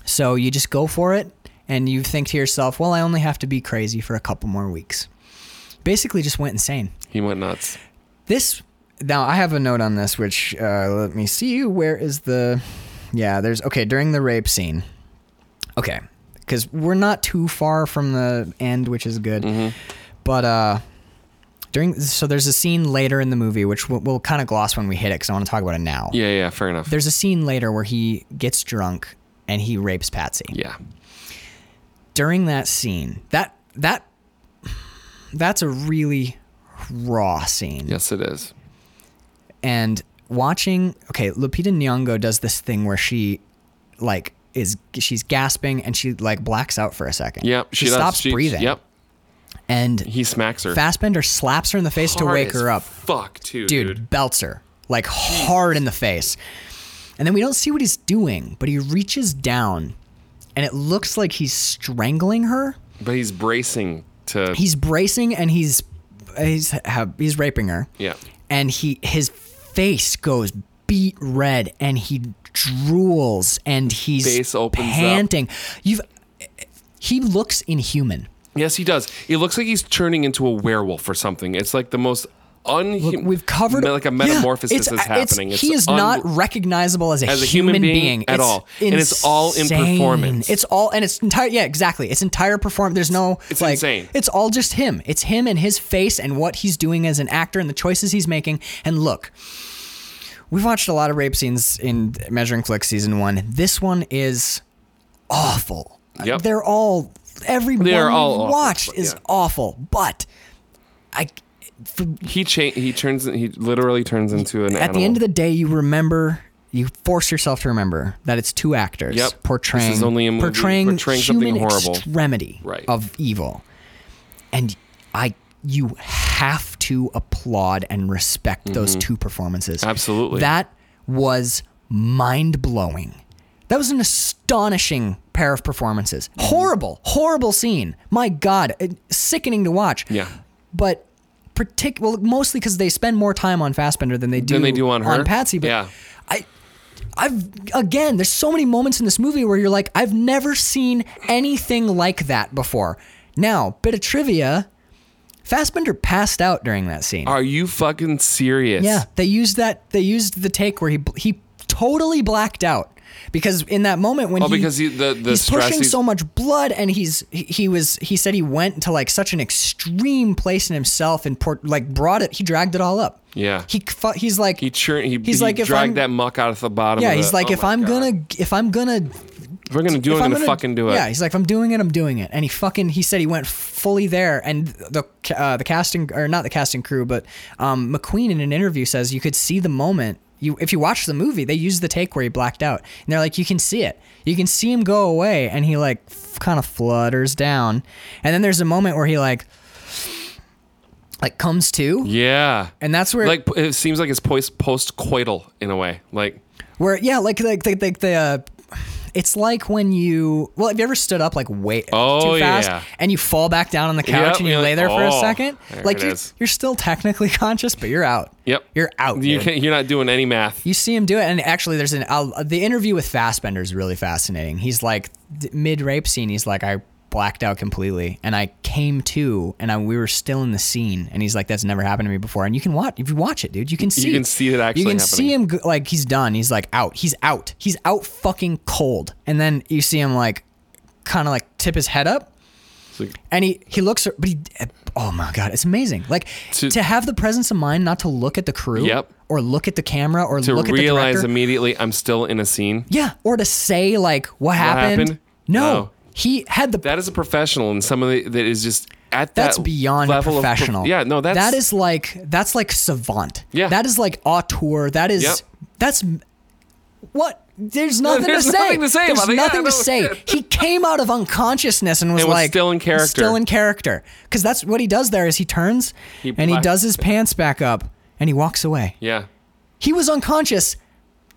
Speaker 2: so you just go for it, and you think to yourself, well, I only have to be crazy for a couple more weeks. Basically, just went insane.
Speaker 3: he went nuts.
Speaker 2: This now I have a note on this, which uh, let me see. Where is the? Yeah, there's okay during the rape scene. Okay, because we're not too far from the end, which is good.
Speaker 3: Mm-hmm.
Speaker 2: But uh, during so there's a scene later in the movie, which we'll, we'll kind of gloss when we hit it, because I want to talk about it now.
Speaker 3: Yeah, yeah. Fair enough.
Speaker 2: There's a scene later where he gets drunk and he rapes Patsy
Speaker 3: yeah.
Speaker 2: during that scene. That that that's a really raw scene.
Speaker 3: Yes, it is.
Speaker 2: and watching okay lupita nyong'o does this thing where she like is she's gasping and she like blacks out for a second
Speaker 3: Yep.
Speaker 2: she,
Speaker 3: does.
Speaker 2: stops
Speaker 3: She-
Speaker 2: breathing
Speaker 3: Yep.
Speaker 2: and
Speaker 3: He smacks her.
Speaker 2: fastbender slaps her in the face to
Speaker 3: Hard
Speaker 2: wake
Speaker 3: as
Speaker 2: her up
Speaker 3: Fuck, too,
Speaker 2: dude,
Speaker 3: dude.
Speaker 2: belts her like hard in the face and then we don't see what he's doing but he reaches down and it looks like he's strangling her
Speaker 3: But he's bracing to.
Speaker 2: he's bracing and he's he's he's raping her
Speaker 3: yeah.
Speaker 2: and he his face goes beet red and he drools and he's
Speaker 3: Face opens up.
Speaker 2: panting. You've he looks inhuman.
Speaker 3: Yes, he does. It looks like he's turning into a werewolf or something. It's like the most un.
Speaker 2: Look, we've covered
Speaker 3: like a
Speaker 2: Yeah,
Speaker 3: metamorphosis
Speaker 2: it's-
Speaker 3: is
Speaker 2: it's-
Speaker 3: happening.
Speaker 2: he
Speaker 3: It's
Speaker 2: is
Speaker 3: un-
Speaker 2: not recognizable as a,
Speaker 3: as a
Speaker 2: human,
Speaker 3: human being at
Speaker 2: It's
Speaker 3: all. And it's all in
Speaker 2: insane.
Speaker 3: performance.
Speaker 2: It's all and it's entire. Yeah, exactly. It's entire performance. There's no.
Speaker 3: it's
Speaker 2: like,
Speaker 3: insane.
Speaker 2: It's all just him. It's him and his face and what he's doing as an actor and the choices he's making. And look, we've watched a lot of rape scenes in Measuring Flick season one. This one is awful.
Speaker 3: Yep.
Speaker 2: They're all every one
Speaker 3: are
Speaker 2: we've
Speaker 3: all awful,
Speaker 2: watched
Speaker 3: but
Speaker 2: is
Speaker 3: yeah.
Speaker 2: awful. But I
Speaker 3: He cha- He turns. He literally turns into an.
Speaker 2: at the end of the day, you remember, you force yourself to remember that it's two actors
Speaker 3: Yep.
Speaker 2: portraying
Speaker 3: This is only a movie
Speaker 2: portraying,
Speaker 3: portraying something
Speaker 2: human
Speaker 3: horrible.
Speaker 2: extremity
Speaker 3: Right.
Speaker 2: of evil, and I you have to applaud and respect those two performances.
Speaker 3: Mm-hmm. Absolutely.
Speaker 2: that was mind blowing. That was an astonishing pair of performances.
Speaker 3: Mm-hmm.
Speaker 2: Horrible, horrible scene. My God, it- sickening to watch
Speaker 3: Yeah.
Speaker 2: but partic- well, mostly because they spend more time on Fassbender than they do
Speaker 3: Than they do on her?
Speaker 2: Patsy. But
Speaker 3: Yeah.
Speaker 2: I, I've again, there's so many moments in this movie where you're like, I've never seen anything like that before. Now, bit of trivia: Fassbender passed out during that scene.
Speaker 3: Are you fucking serious?
Speaker 2: Yeah, they used that. They used the take where he he totally blacked out because in that moment when
Speaker 3: Oh,
Speaker 2: he,
Speaker 3: because he- the- the
Speaker 2: he's
Speaker 3: stress
Speaker 2: pushing
Speaker 3: he's-
Speaker 2: so much blood and he's he, he was he said he went to like such an extreme place in himself and port, like brought it. He dragged it all up.
Speaker 3: Yeah.
Speaker 2: he fu- he's like
Speaker 3: He churn. He,
Speaker 2: He's
Speaker 3: he
Speaker 2: like, if
Speaker 3: dragged
Speaker 2: I'm-
Speaker 3: that muck out of the bottom.
Speaker 2: yeah.
Speaker 3: of
Speaker 2: He's
Speaker 3: the-
Speaker 2: like
Speaker 3: oh
Speaker 2: if
Speaker 3: my
Speaker 2: I'm
Speaker 3: God.
Speaker 2: gonna if I'm gonna
Speaker 3: If we're gonna do it,
Speaker 2: if
Speaker 3: I'm, gonna, fucking do it.
Speaker 2: Yeah, he's like, if I'm doing it, I'm doing it. And he fucking, he said he went fully there. And the uh, the casting, or not the casting crew, but um, McQueen in an interview says you could see the moment. You, if you watch the movie, they use the take where he blacked out, and they're like, you can see it. You can see him go away, and he like f- kind of flutters down, and then there's a moment where he like, like comes to,
Speaker 3: yeah.
Speaker 2: and that's where
Speaker 3: like it seems like it's post post coital in a way. Like
Speaker 2: where yeah, like like like, like the. Uh, It's like when you well, have you ever stood up like way
Speaker 3: Oh,
Speaker 2: too fast
Speaker 3: yeah.
Speaker 2: and you fall back down on the couch
Speaker 3: Yep,
Speaker 2: and you
Speaker 3: you're
Speaker 2: lay
Speaker 3: like,
Speaker 2: there for a
Speaker 3: "Oh,
Speaker 2: second?
Speaker 3: there
Speaker 2: Like
Speaker 3: it
Speaker 2: you're,
Speaker 3: is."
Speaker 2: you're still technically conscious, but you're out.
Speaker 3: Yep.
Speaker 2: You're out.
Speaker 3: You
Speaker 2: dude.
Speaker 3: can't, you're not doing any math.
Speaker 2: You see him do it, and actually, there's an I'll, the interview with Fassbender is really fascinating. He's like mid rape scene. He's like, I blacked out completely, and I came to, and I, we were still in the scene. And he's like, that's never happened to me before. And you can watch if you watch it, dude. You can see
Speaker 3: can see it actually
Speaker 2: You can
Speaker 3: happening.
Speaker 2: see him go- like he's done. He's like out. He's out. He's out fucking cold. And then you see him like kind of like tip his head up.
Speaker 3: It's like-
Speaker 2: And he, he looks, but he, oh my God, it's amazing. Like to,
Speaker 3: To-
Speaker 2: have the presence of mind not to look at the crew
Speaker 3: Yep.
Speaker 2: or look at the camera or
Speaker 3: to
Speaker 2: look at the
Speaker 3: realize
Speaker 2: director.
Speaker 3: immediately I'm still in a scene.
Speaker 2: Yeah, or to say like what happened.
Speaker 3: happened?
Speaker 2: No,
Speaker 3: No.
Speaker 2: he had the.
Speaker 3: That is a professional, and somebody that is just at that
Speaker 2: that's beyond
Speaker 3: level of prof-
Speaker 2: professional.
Speaker 3: yeah, no, that's
Speaker 2: that is like that's like savant.
Speaker 3: Yeah.
Speaker 2: that is like auteur. That is
Speaker 3: Yep.
Speaker 2: that's what. There's nothing
Speaker 3: there's
Speaker 2: to say.
Speaker 3: nothing to say
Speaker 2: There's
Speaker 3: about it. Yeah,
Speaker 2: nothing
Speaker 3: no
Speaker 2: to say.
Speaker 3: shit.
Speaker 2: He came out of unconsciousness and was,
Speaker 3: And was
Speaker 2: like
Speaker 3: still in character.
Speaker 2: Still in character, because that's what he does. There is he turns
Speaker 3: He
Speaker 2: and he
Speaker 3: black-
Speaker 2: does his pants back up and he walks away.
Speaker 3: yeah.
Speaker 2: He was unconscious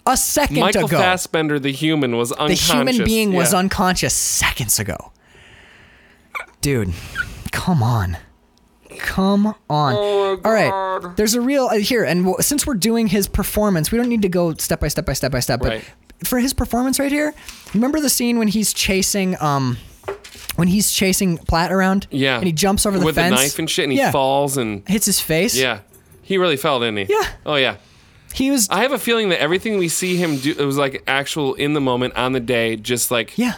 Speaker 2: a second
Speaker 3: Michael
Speaker 2: ago.
Speaker 3: Fassbender, the human, was
Speaker 2: the
Speaker 3: unconscious.
Speaker 2: human being was
Speaker 3: Yeah.
Speaker 2: unconscious seconds ago. Dude, come on. Come on.
Speaker 3: Oh
Speaker 2: All right. There's a real uh, here and w- since we're doing his performance, we don't need to go step by step by step by step, but
Speaker 3: Right.
Speaker 2: for his performance right here, remember the scene when he's chasing um when he's chasing Platt around?
Speaker 3: Yeah,
Speaker 2: And he jumps over the
Speaker 3: with
Speaker 2: fence
Speaker 3: a knife and shit, and he
Speaker 2: yeah.
Speaker 3: falls and
Speaker 2: Hits his face.
Speaker 3: yeah, he really fell, didn't he?
Speaker 2: Yeah.
Speaker 3: Oh yeah.
Speaker 2: He was
Speaker 3: I have a feeling that everything we see him do it was like actual in the moment on the day, just like
Speaker 2: Yeah.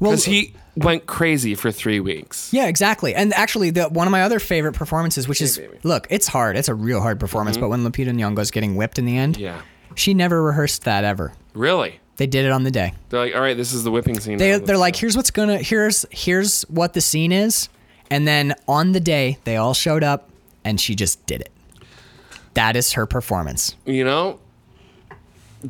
Speaker 2: Well,
Speaker 3: because he went crazy for three weeks.
Speaker 2: Yeah, exactly. And actually, the one of my other favorite performances, which is look, it's hard. It's a real hard performance. But when Lupita Nyong'o's getting whipped in the end,
Speaker 3: Mm-hmm. Yeah.
Speaker 2: she never rehearsed that ever.
Speaker 3: Really?
Speaker 2: They did it on the day.
Speaker 3: They're like, all right, this is the whipping scene.
Speaker 2: They
Speaker 3: now.
Speaker 2: they're like, here's what's gonna here's here's what the scene is, and then on the day they all showed up, and she just did it. That is her performance.
Speaker 3: you know,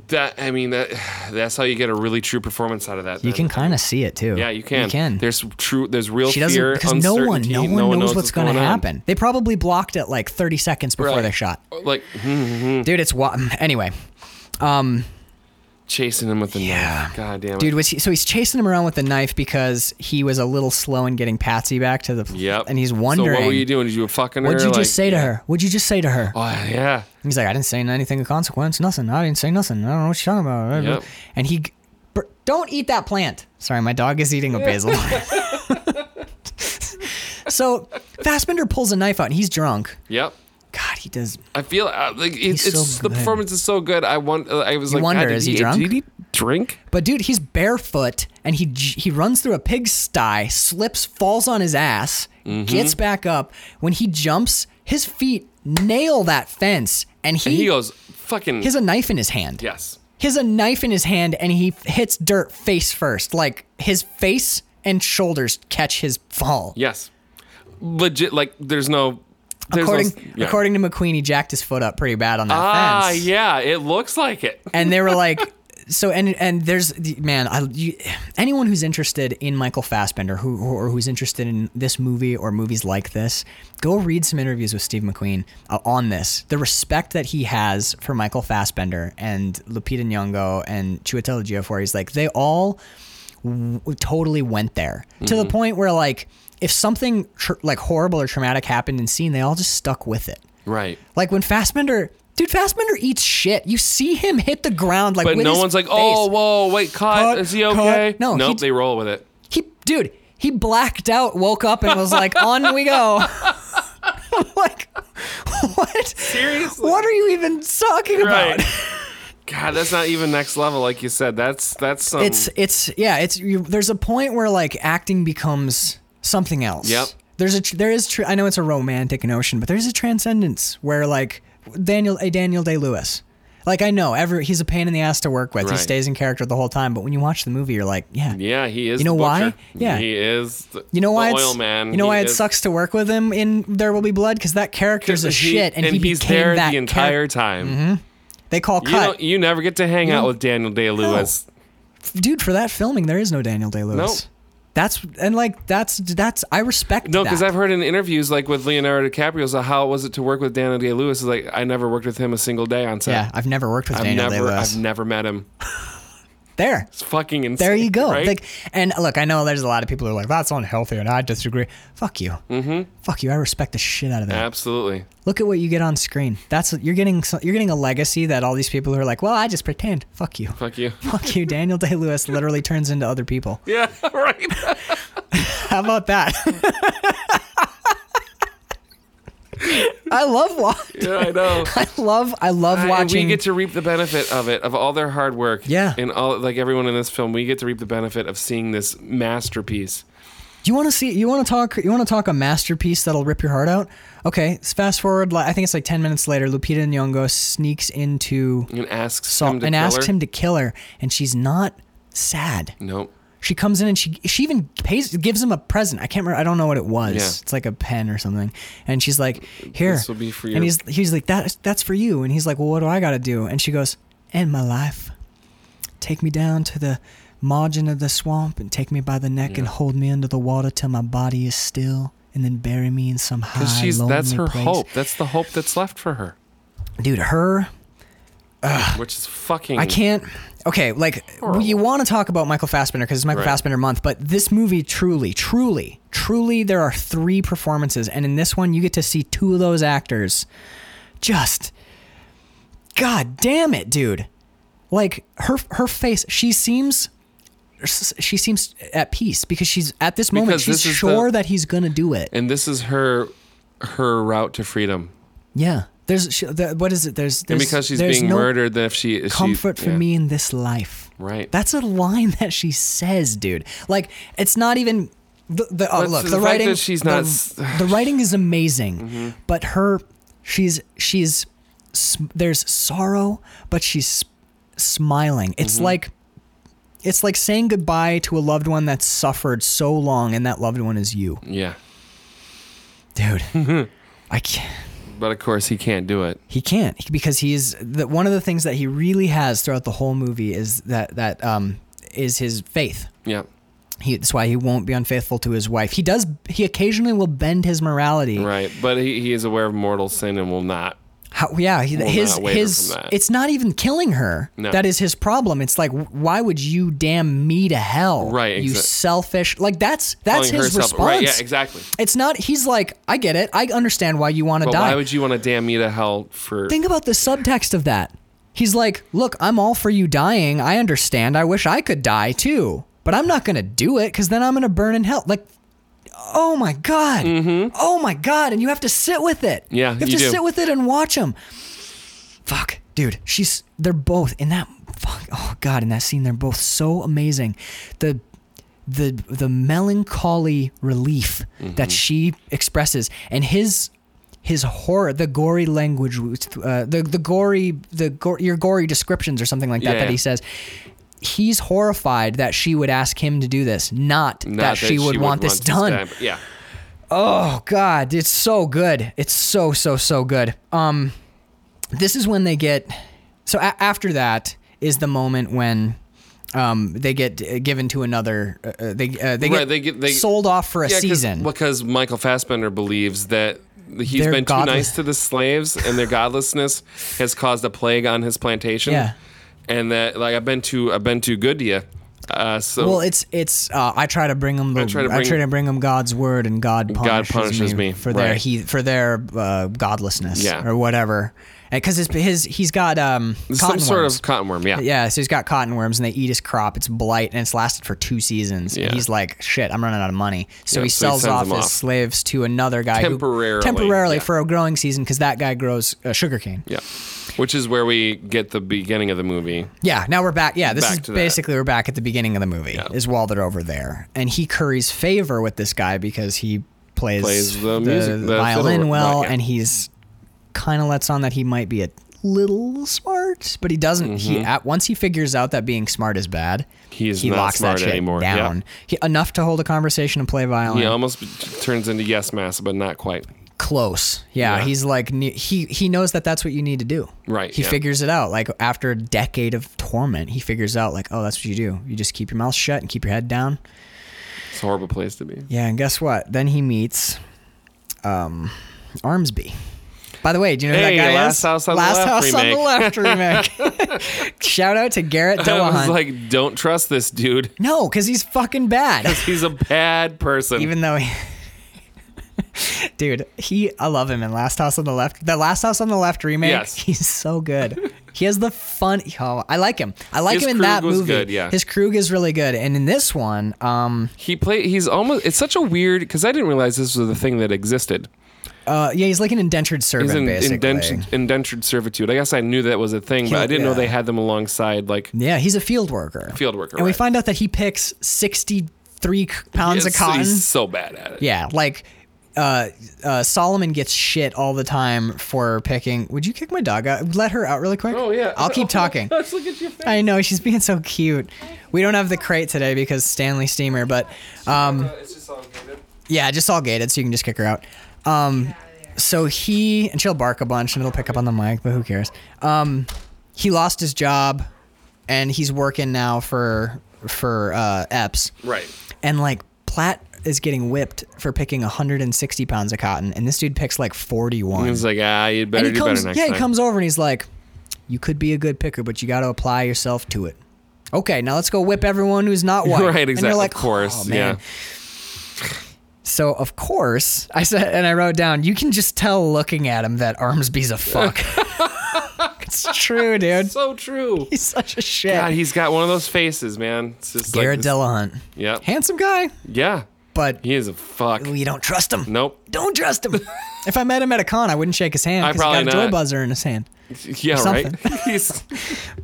Speaker 3: that I mean that that's how you get a really true performance out of that.
Speaker 2: You
Speaker 3: then.
Speaker 2: can kind of see it too.
Speaker 3: Yeah, you can.
Speaker 2: You can.
Speaker 3: There's true. There's real
Speaker 2: she doesn't
Speaker 3: fear,
Speaker 2: because no one,
Speaker 3: uncertainty.
Speaker 2: no one knows, what's,
Speaker 3: going
Speaker 2: gonna
Speaker 3: to
Speaker 2: happen. They probably blocked it like 30 seconds before
Speaker 3: Right.
Speaker 2: they shot.
Speaker 3: Like hmm,
Speaker 2: Dude, it's wa- anyway.
Speaker 3: chasing him with the
Speaker 2: Yeah.
Speaker 3: knife. God damn it.
Speaker 2: Dude was he, so he's chasing him around with the knife because he was a little slow in getting Patsy back to the
Speaker 3: Yep.
Speaker 2: and he's wondering
Speaker 3: So what were you doing? Did you fucking her?
Speaker 2: would you
Speaker 3: Like,
Speaker 2: just say to her? What'd you just say to her?
Speaker 3: Oh yeah.
Speaker 2: He's like, I didn't say anything of consequence. Nothing. I didn't say nothing. I don't know what you're talking about.
Speaker 3: Yep.
Speaker 2: And he, br- don't eat that plant. Sorry, my dog is eating a basil. so Fassbender pulls a knife out and he's drunk.
Speaker 3: Yep.
Speaker 2: God, he does.
Speaker 3: I feel uh, like it,
Speaker 2: He's
Speaker 3: it's
Speaker 2: so
Speaker 3: the
Speaker 2: good.
Speaker 3: performance is so good. I want. uh, I was like,
Speaker 2: wonder,
Speaker 3: God, did
Speaker 2: is he
Speaker 3: he,
Speaker 2: drunk?
Speaker 3: Did he drink?
Speaker 2: But dude, he's barefoot and he j- he runs through a pigsty, slips, falls on his ass,
Speaker 3: Mm-hmm.
Speaker 2: gets back up. When he jumps, his feet nail that fence, and he,
Speaker 3: And he goes fucking
Speaker 2: he has a knife in his hand.
Speaker 3: yes.
Speaker 2: he has a knife in his hand, and he f- hits dirt face first. Like his face and shoulders catch his fall.
Speaker 3: Yes. Legit. Like there's no. There's no-
Speaker 2: According,
Speaker 3: yeah.
Speaker 2: according to McQueen, he jacked his foot up pretty bad on that
Speaker 3: Ah,
Speaker 2: fence.
Speaker 3: yeah. It looks like it.
Speaker 2: and they were like so and and there's man I, you, anyone who's interested in michael fassbender who or who's interested in this movie or movies like this go read some interviews with steve mcqueen uh, on this the respect that he has for michael fassbender and lupita nyong'o and chiwetel ejiofor he's like they all w- totally went there to the point where like if something tr- like horrible or traumatic happened in scene they all just stuck with it
Speaker 3: Right.
Speaker 2: like when Fassbender, dude, Fassbender eats shit. You see him hit the ground like.
Speaker 3: But
Speaker 2: with
Speaker 3: no
Speaker 2: his
Speaker 3: one's like,
Speaker 2: face.
Speaker 3: oh, whoa, wait, cut.
Speaker 2: Cut,
Speaker 3: Is he
Speaker 2: cut."
Speaker 3: okay?
Speaker 2: No,
Speaker 3: Nope.
Speaker 2: he-
Speaker 3: They roll with it.
Speaker 2: He, dude, he blacked out, woke up, and was like, "On we go." like, what?
Speaker 3: Seriously?
Speaker 2: What are you even talking
Speaker 3: Right.
Speaker 2: about?
Speaker 3: God, that's not even next level, like you said. That's that's some.
Speaker 2: It's it's yeah. It's you, there's a point where like acting becomes something else.
Speaker 3: Yep.
Speaker 2: There's a tr- there is tr- I know it's a romantic notion, but there's a transcendence where like Daniel a Daniel Day Lewis. Like I know every he's a pain in the ass to work with. He
Speaker 3: Right.
Speaker 2: stays in character the whole time, but when you watch the movie, you're like, yeah.
Speaker 3: yeah, he is.
Speaker 2: You know
Speaker 3: the
Speaker 2: why?
Speaker 3: butcher.
Speaker 2: Yeah.
Speaker 3: he is. The,
Speaker 2: You know why
Speaker 3: the
Speaker 2: it's
Speaker 3: oil man.
Speaker 2: you know
Speaker 3: He
Speaker 2: why it
Speaker 3: is-
Speaker 2: sucks to work with him in There Will Be Blood because that character's a
Speaker 3: he-
Speaker 2: shit and, he
Speaker 3: he's
Speaker 2: became
Speaker 3: there
Speaker 2: that
Speaker 3: the
Speaker 2: character.
Speaker 3: entire time.
Speaker 2: They call
Speaker 3: You know,
Speaker 2: cut,
Speaker 3: you never get to hang out with Daniel Day Lewis.
Speaker 2: dude. For that filming, there is no Daniel Day Lewis.
Speaker 3: Nope.
Speaker 2: That's and like that's that's I respect.
Speaker 3: No,
Speaker 2: that.
Speaker 3: because I've heard in interviews like with Leonardo DiCaprio, so how was it to work with Daniel Day Lewis? Is like I never worked with him a single day on set.
Speaker 2: Yeah, I've never worked with
Speaker 3: I've
Speaker 2: Daniel
Speaker 3: never,
Speaker 2: Day Lewis.
Speaker 3: I've never met him.
Speaker 2: There.
Speaker 3: It's fucking insane.
Speaker 2: There you go.
Speaker 3: right?
Speaker 2: Like, and look, I know there's a lot of people who are like, that's unhealthy, and I disagree. Fuck you. Mm-hmm. Fuck you. I respect the shit out of that.
Speaker 3: Absolutely.
Speaker 2: Look at what you get on screen. That's you're getting. so- You're getting a legacy that all these people who are like, well, I just pretend. Fuck you.
Speaker 3: Fuck you.
Speaker 2: Fuck you. Daniel Day Lewis literally turns into other people.
Speaker 3: Yeah, right.
Speaker 2: How about that? I love wa-
Speaker 3: Yeah, I know.
Speaker 2: I love. I love
Speaker 3: I- and
Speaker 2: watching.
Speaker 3: we get to reap the benefit of it, of all their hard work.
Speaker 2: Yeah.
Speaker 3: And all like everyone in this film, we get to reap the benefit of seeing this masterpiece.
Speaker 2: You want to see? You want to talk? You want to talk a masterpiece that'll rip your heart out? Okay, let's fast forward. li- I think it's like ten minutes later. Lupita Nyong'o sneaks into
Speaker 3: And asks
Speaker 2: Saul
Speaker 3: him
Speaker 2: and
Speaker 3: to kill
Speaker 2: asks
Speaker 3: her.
Speaker 2: him to kill her, and she's not sad.
Speaker 3: Nope.
Speaker 2: She comes in and she she even pays gives him a present. I can't remember. I don't know what it was.
Speaker 3: Yeah.
Speaker 2: It's like a pen or something. And she's like, "Here,
Speaker 3: This will be for your-
Speaker 2: And he's he's like, "That that's for you." And he's like, "Well, what do I got to do?" And she goes, "End my life. Take me down to the margin of the swamp and take me by the neck and hold me under the water till my body is still." And then bury me in some high,
Speaker 3: Because she's
Speaker 2: lonely
Speaker 3: that's her
Speaker 2: place.
Speaker 3: hope. That's the hope that's left for her.
Speaker 2: dude. Her
Speaker 3: Which is fucking
Speaker 2: I can't. Okay, like you want to talk about Michael Fassbender because it's Michael
Speaker 3: Right.
Speaker 2: Fassbender month, but this movie truly, truly, truly, there are three performances, and in this one, you get to see two of those actors. Just, god damn it, dude! Like her, her face. She seems, she seems at peace because she's at this moment
Speaker 3: Because
Speaker 2: she's
Speaker 3: this is
Speaker 2: sure
Speaker 3: the-
Speaker 2: that he's gonna do it.
Speaker 3: and this is her her route to freedom.
Speaker 2: Yeah. There's she, the, what is it? There's, there's
Speaker 3: and because she's
Speaker 2: there's
Speaker 3: being
Speaker 2: no
Speaker 3: murdered, then if she if she-
Speaker 2: comfort for
Speaker 3: yeah.
Speaker 2: me in this life.
Speaker 3: Right.
Speaker 2: That's a line that she says, dude. Like it's not even the, the oh,
Speaker 3: But
Speaker 2: look.
Speaker 3: the
Speaker 2: The,
Speaker 3: fact
Speaker 2: writing.
Speaker 3: that she's not s- Mm-hmm.
Speaker 2: The, the writing is amazing, but her, she's she's s- there's sorrow, but she's s- smiling. It's
Speaker 3: Mm-hmm.
Speaker 2: like. It's like saying goodbye to a loved one that's suffered so long, and that loved one is you,
Speaker 3: Yeah.
Speaker 2: dude.
Speaker 3: Mm-hmm.
Speaker 2: I can't.
Speaker 3: But of course he can't do it.
Speaker 2: He can't because he is the, one of the things that he really has throughout the whole movie is that that um is his faith.
Speaker 3: Yeah.
Speaker 2: He, that's why he won't be unfaithful to his wife. He does. He occasionally will bend his morality.
Speaker 3: Right. But he, he is aware of mortal sin and will not.
Speaker 2: How, yeah, he,
Speaker 3: Will
Speaker 2: his
Speaker 3: not waver
Speaker 2: his.
Speaker 3: from that.
Speaker 2: It's not even killing her.
Speaker 3: No.
Speaker 2: That is his problem. It's like, why would you damn me to hell?
Speaker 3: Right,
Speaker 2: You
Speaker 3: exa-
Speaker 2: selfish. Like that's that's
Speaker 3: Calling
Speaker 2: his
Speaker 3: herself-
Speaker 2: response.
Speaker 3: Right, yeah, exactly.
Speaker 2: It's not. He's like, I get it. I understand why you want to
Speaker 3: But
Speaker 2: die.
Speaker 3: why would you want to damn me to hell for
Speaker 2: Think about the subtext of that. He's like, Look, I'm all for you dying. I understand. I wish I could die too, but I'm not going to do it because then I'm going to burn in hell. Like, oh my God. Oh my God. And you have to sit with it.
Speaker 3: Mm-hmm. Yeah,
Speaker 2: You have
Speaker 3: you
Speaker 2: to
Speaker 3: do.
Speaker 2: sit with it and watch him. Fuck, dude. She's, they're both in that, fuck, oh God, in that scene, they're both so amazing. The, the the melancholy relief that she expresses and his his horror the gory language uh, the the gory the gore, your gory descriptions or something like that
Speaker 3: Yeah,
Speaker 2: that
Speaker 3: yeah.
Speaker 2: he says he's horrified that she would ask him to do this not,
Speaker 3: not
Speaker 2: that, she would want this done
Speaker 3: but Yeah.
Speaker 2: oh god it's so good it's so so so good um this is when they get so a- after that is the moment when um they get uh, given to another uh, uh, they uh, they,
Speaker 3: Right,
Speaker 2: get
Speaker 3: they get- they-
Speaker 2: sold off for a
Speaker 3: Yeah, 'cause-
Speaker 2: season
Speaker 3: Because Michael Fassbender believes that he's
Speaker 2: They're
Speaker 3: been too
Speaker 2: godless.
Speaker 3: nice to the slaves and their godlessness has caused a plague on his plantation.
Speaker 2: Yeah.
Speaker 3: And that like I've been too I've been too good to you. Uh, so
Speaker 2: well it's it's uh, i try to bring them the, I,
Speaker 3: try
Speaker 2: try
Speaker 3: to
Speaker 2: to
Speaker 3: bring-
Speaker 2: bring them god's word and god punishes,
Speaker 3: punishes
Speaker 2: me,
Speaker 3: me,
Speaker 2: for their
Speaker 3: right.
Speaker 2: he for their uh, godlessness
Speaker 3: Yeah.
Speaker 2: or whatever because his, his he's got um
Speaker 3: some
Speaker 2: cotton
Speaker 3: sort
Speaker 2: worms.
Speaker 3: of cotton worm, yeah.
Speaker 2: Yeah, so he's got cotton worms and they eat his crop. It's blight and it's lasted for two seasons.
Speaker 3: Yeah.
Speaker 2: And he's like, shit, I'm running out of money. So
Speaker 3: Yeah,
Speaker 2: he
Speaker 3: so he
Speaker 2: sells
Speaker 3: sends
Speaker 2: off
Speaker 3: them
Speaker 2: his
Speaker 3: off.
Speaker 2: slaves to another guy who-
Speaker 3: Temporarily,
Speaker 2: temporarily
Speaker 3: yeah.
Speaker 2: for a growing season because that guy grows uh, sugarcane.
Speaker 3: Yeah. Which is where we get the beginning of the movie.
Speaker 2: Yeah, now we're back. Yeah, this
Speaker 3: Back
Speaker 2: is
Speaker 3: to that.
Speaker 2: basically we're back at the beginning of the movie. Is while they're over there, and he curries favor with this guy because he plays,
Speaker 3: Plays the music- the
Speaker 2: violin
Speaker 3: fiddle,
Speaker 2: well,
Speaker 3: right, yeah.
Speaker 2: and he's kind of lets on that he might be a little smart, but he doesn't. He at once he figures out that being smart is bad.
Speaker 3: Mm-hmm. He is
Speaker 2: he
Speaker 3: not
Speaker 2: locks
Speaker 3: smart
Speaker 2: that shit
Speaker 3: anymore, yeah.
Speaker 2: down he, enough to hold a conversation and play violin.
Speaker 3: He almost turns into yes mass, but not quite.
Speaker 2: Close, yeah,
Speaker 3: Yeah.
Speaker 2: He's like ne- he he knows that that's what you need to do.
Speaker 3: Right,
Speaker 2: He
Speaker 3: yeah.
Speaker 2: figures it out. Like after a decade of torment, he figures out like, oh, that's what you do. You just keep your mouth shut and keep your head down.
Speaker 3: It's a horrible place to be.
Speaker 2: Yeah, and guess what? Then he meets um Armsby. By the way, do you know who
Speaker 3: Hey,
Speaker 2: that guy
Speaker 3: Last
Speaker 2: is?
Speaker 3: House on the
Speaker 2: last
Speaker 3: Left
Speaker 2: House on the Left remake. Shout out to Garrett
Speaker 3: I was
Speaker 2: Dillahunt.
Speaker 3: like, don't trust this dude.
Speaker 2: no, because he's fucking bad.
Speaker 3: He's a bad person.
Speaker 2: Even though, he, dude, he I love him in Last House on the Left. The Last House on the Left remake.
Speaker 3: Yes.
Speaker 2: he's so good. he has the fun. Oh, I like him. I like
Speaker 3: His
Speaker 2: him in
Speaker 3: Krug
Speaker 2: that
Speaker 3: was
Speaker 2: movie.
Speaker 3: good, yeah.
Speaker 2: His Krug is really good, and in this one, um,
Speaker 3: he play. He's almost. It's such a weird because I didn't realize this was a thing that existed.
Speaker 2: uh, yeah, he's like an indentured servant,
Speaker 3: He's in
Speaker 2: basically.
Speaker 3: indentured, indentured servitude. I guess I knew that was a thing, but I
Speaker 2: He-
Speaker 3: didn't know
Speaker 2: yeah.
Speaker 3: they had them alongside like
Speaker 2: Yeah, he's a field worker.
Speaker 3: field worker.
Speaker 2: and we
Speaker 3: right?
Speaker 2: find out that he picks sixty-three c- pounds
Speaker 3: Yes,
Speaker 2: of cotton.
Speaker 3: He's so bad at it.
Speaker 2: Yeah, like uh, uh, Solomon gets shit all the time for picking. Would you kick my dog out? Let her out really quick.
Speaker 3: Oh yeah.
Speaker 2: I'll keep talking.
Speaker 3: Let's look at your face.
Speaker 2: I know she's being so cute. We don't have the crate today because Stanley Steamer, but um,
Speaker 3: it's just all good.
Speaker 2: yeah, just all gated, so you can just kick her out. Um, so he and she'll bark a bunch and it'll pick up on the mic, but who cares? Um, he lost his job, and he's working now for for uh, Epps
Speaker 3: Right.
Speaker 2: and like Platt is getting whipped for picking 160 pounds of cotton, and this dude picks like 41.
Speaker 3: He was like, ah, you'd
Speaker 2: and
Speaker 3: better
Speaker 2: he
Speaker 3: do
Speaker 2: comes,
Speaker 3: better next
Speaker 2: yeah,
Speaker 3: time.
Speaker 2: he comes over and he's like, "You could be a good picker, but you got to apply yourself to it." Okay, now let's go whip everyone who's not white.
Speaker 3: Right,
Speaker 2: And
Speaker 3: exactly.
Speaker 2: you're like,
Speaker 3: of course.
Speaker 2: "Oh, man." So of course, I said, and I wrote down, you can just tell looking at him that Armsby's a fuck. it's true,
Speaker 3: yeah.
Speaker 2: dude.
Speaker 3: So true.
Speaker 2: He's such a shit.
Speaker 3: God, he's got one of those faces, man. It's just
Speaker 2: Garrett
Speaker 3: like
Speaker 2: Dillahunt,
Speaker 3: this- Yeah.
Speaker 2: handsome guy,
Speaker 3: Yeah.
Speaker 2: but
Speaker 3: He is a fuck.
Speaker 2: we don't trust him.
Speaker 3: Nope.
Speaker 2: Don't trust him. if I met him at a con, I wouldn't shake his hand
Speaker 3: I
Speaker 2: because he got a
Speaker 3: probably
Speaker 2: joy
Speaker 3: not.
Speaker 2: buzzer in his hand.
Speaker 3: Yeah, right. He's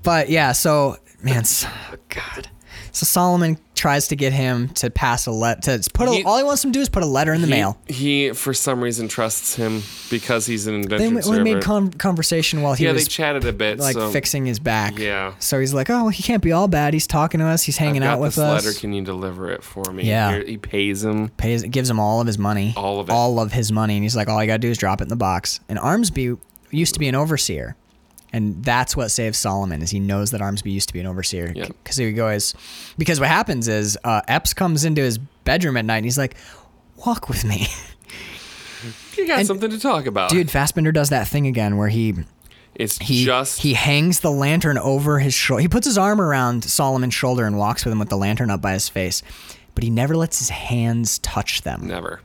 Speaker 2: But yeah, so man, so,
Speaker 3: Oh,
Speaker 2: God. So Solomon tries to get him to pass a let to put a,
Speaker 3: He-
Speaker 2: all he wants him to do is put a letter in the mail.
Speaker 3: He, he, for some reason, trusts him because he's an
Speaker 2: They,
Speaker 3: indentured
Speaker 2: we
Speaker 3: servant.
Speaker 2: made con- conversation while he
Speaker 3: yeah, they
Speaker 2: was
Speaker 3: chatted a bit.
Speaker 2: like
Speaker 3: so
Speaker 2: fixing his back.
Speaker 3: Yeah.
Speaker 2: So he's like, oh, well, he can't be all bad. He's talking to us. He's
Speaker 3: I've
Speaker 2: hanging
Speaker 3: got
Speaker 2: out with
Speaker 3: this
Speaker 2: us.
Speaker 3: letter. Can you deliver it for me?
Speaker 2: Yeah.
Speaker 3: Here- he pays him.
Speaker 2: pays gives him all of his money.
Speaker 3: All of it.
Speaker 2: All of his money. And he's like, all I gotta do is drop it in the box. And Armsby used to be an overseer. And that's what saves Solomon is he knows that Armsby used to be an overseer.
Speaker 3: Yeah.
Speaker 2: Because he goes because what happens is uh, Epps comes into his bedroom at night and he's like, Walk with me.
Speaker 3: You got
Speaker 2: And-
Speaker 3: something to talk about,
Speaker 2: Dude, Fassbender does that thing again where he
Speaker 3: It's
Speaker 2: he
Speaker 3: just
Speaker 2: he hangs the lantern over his shoulder. He puts his arm around Solomon's shoulder and walks with him with the lantern up by his face. But he never lets his hands touch them.
Speaker 3: never.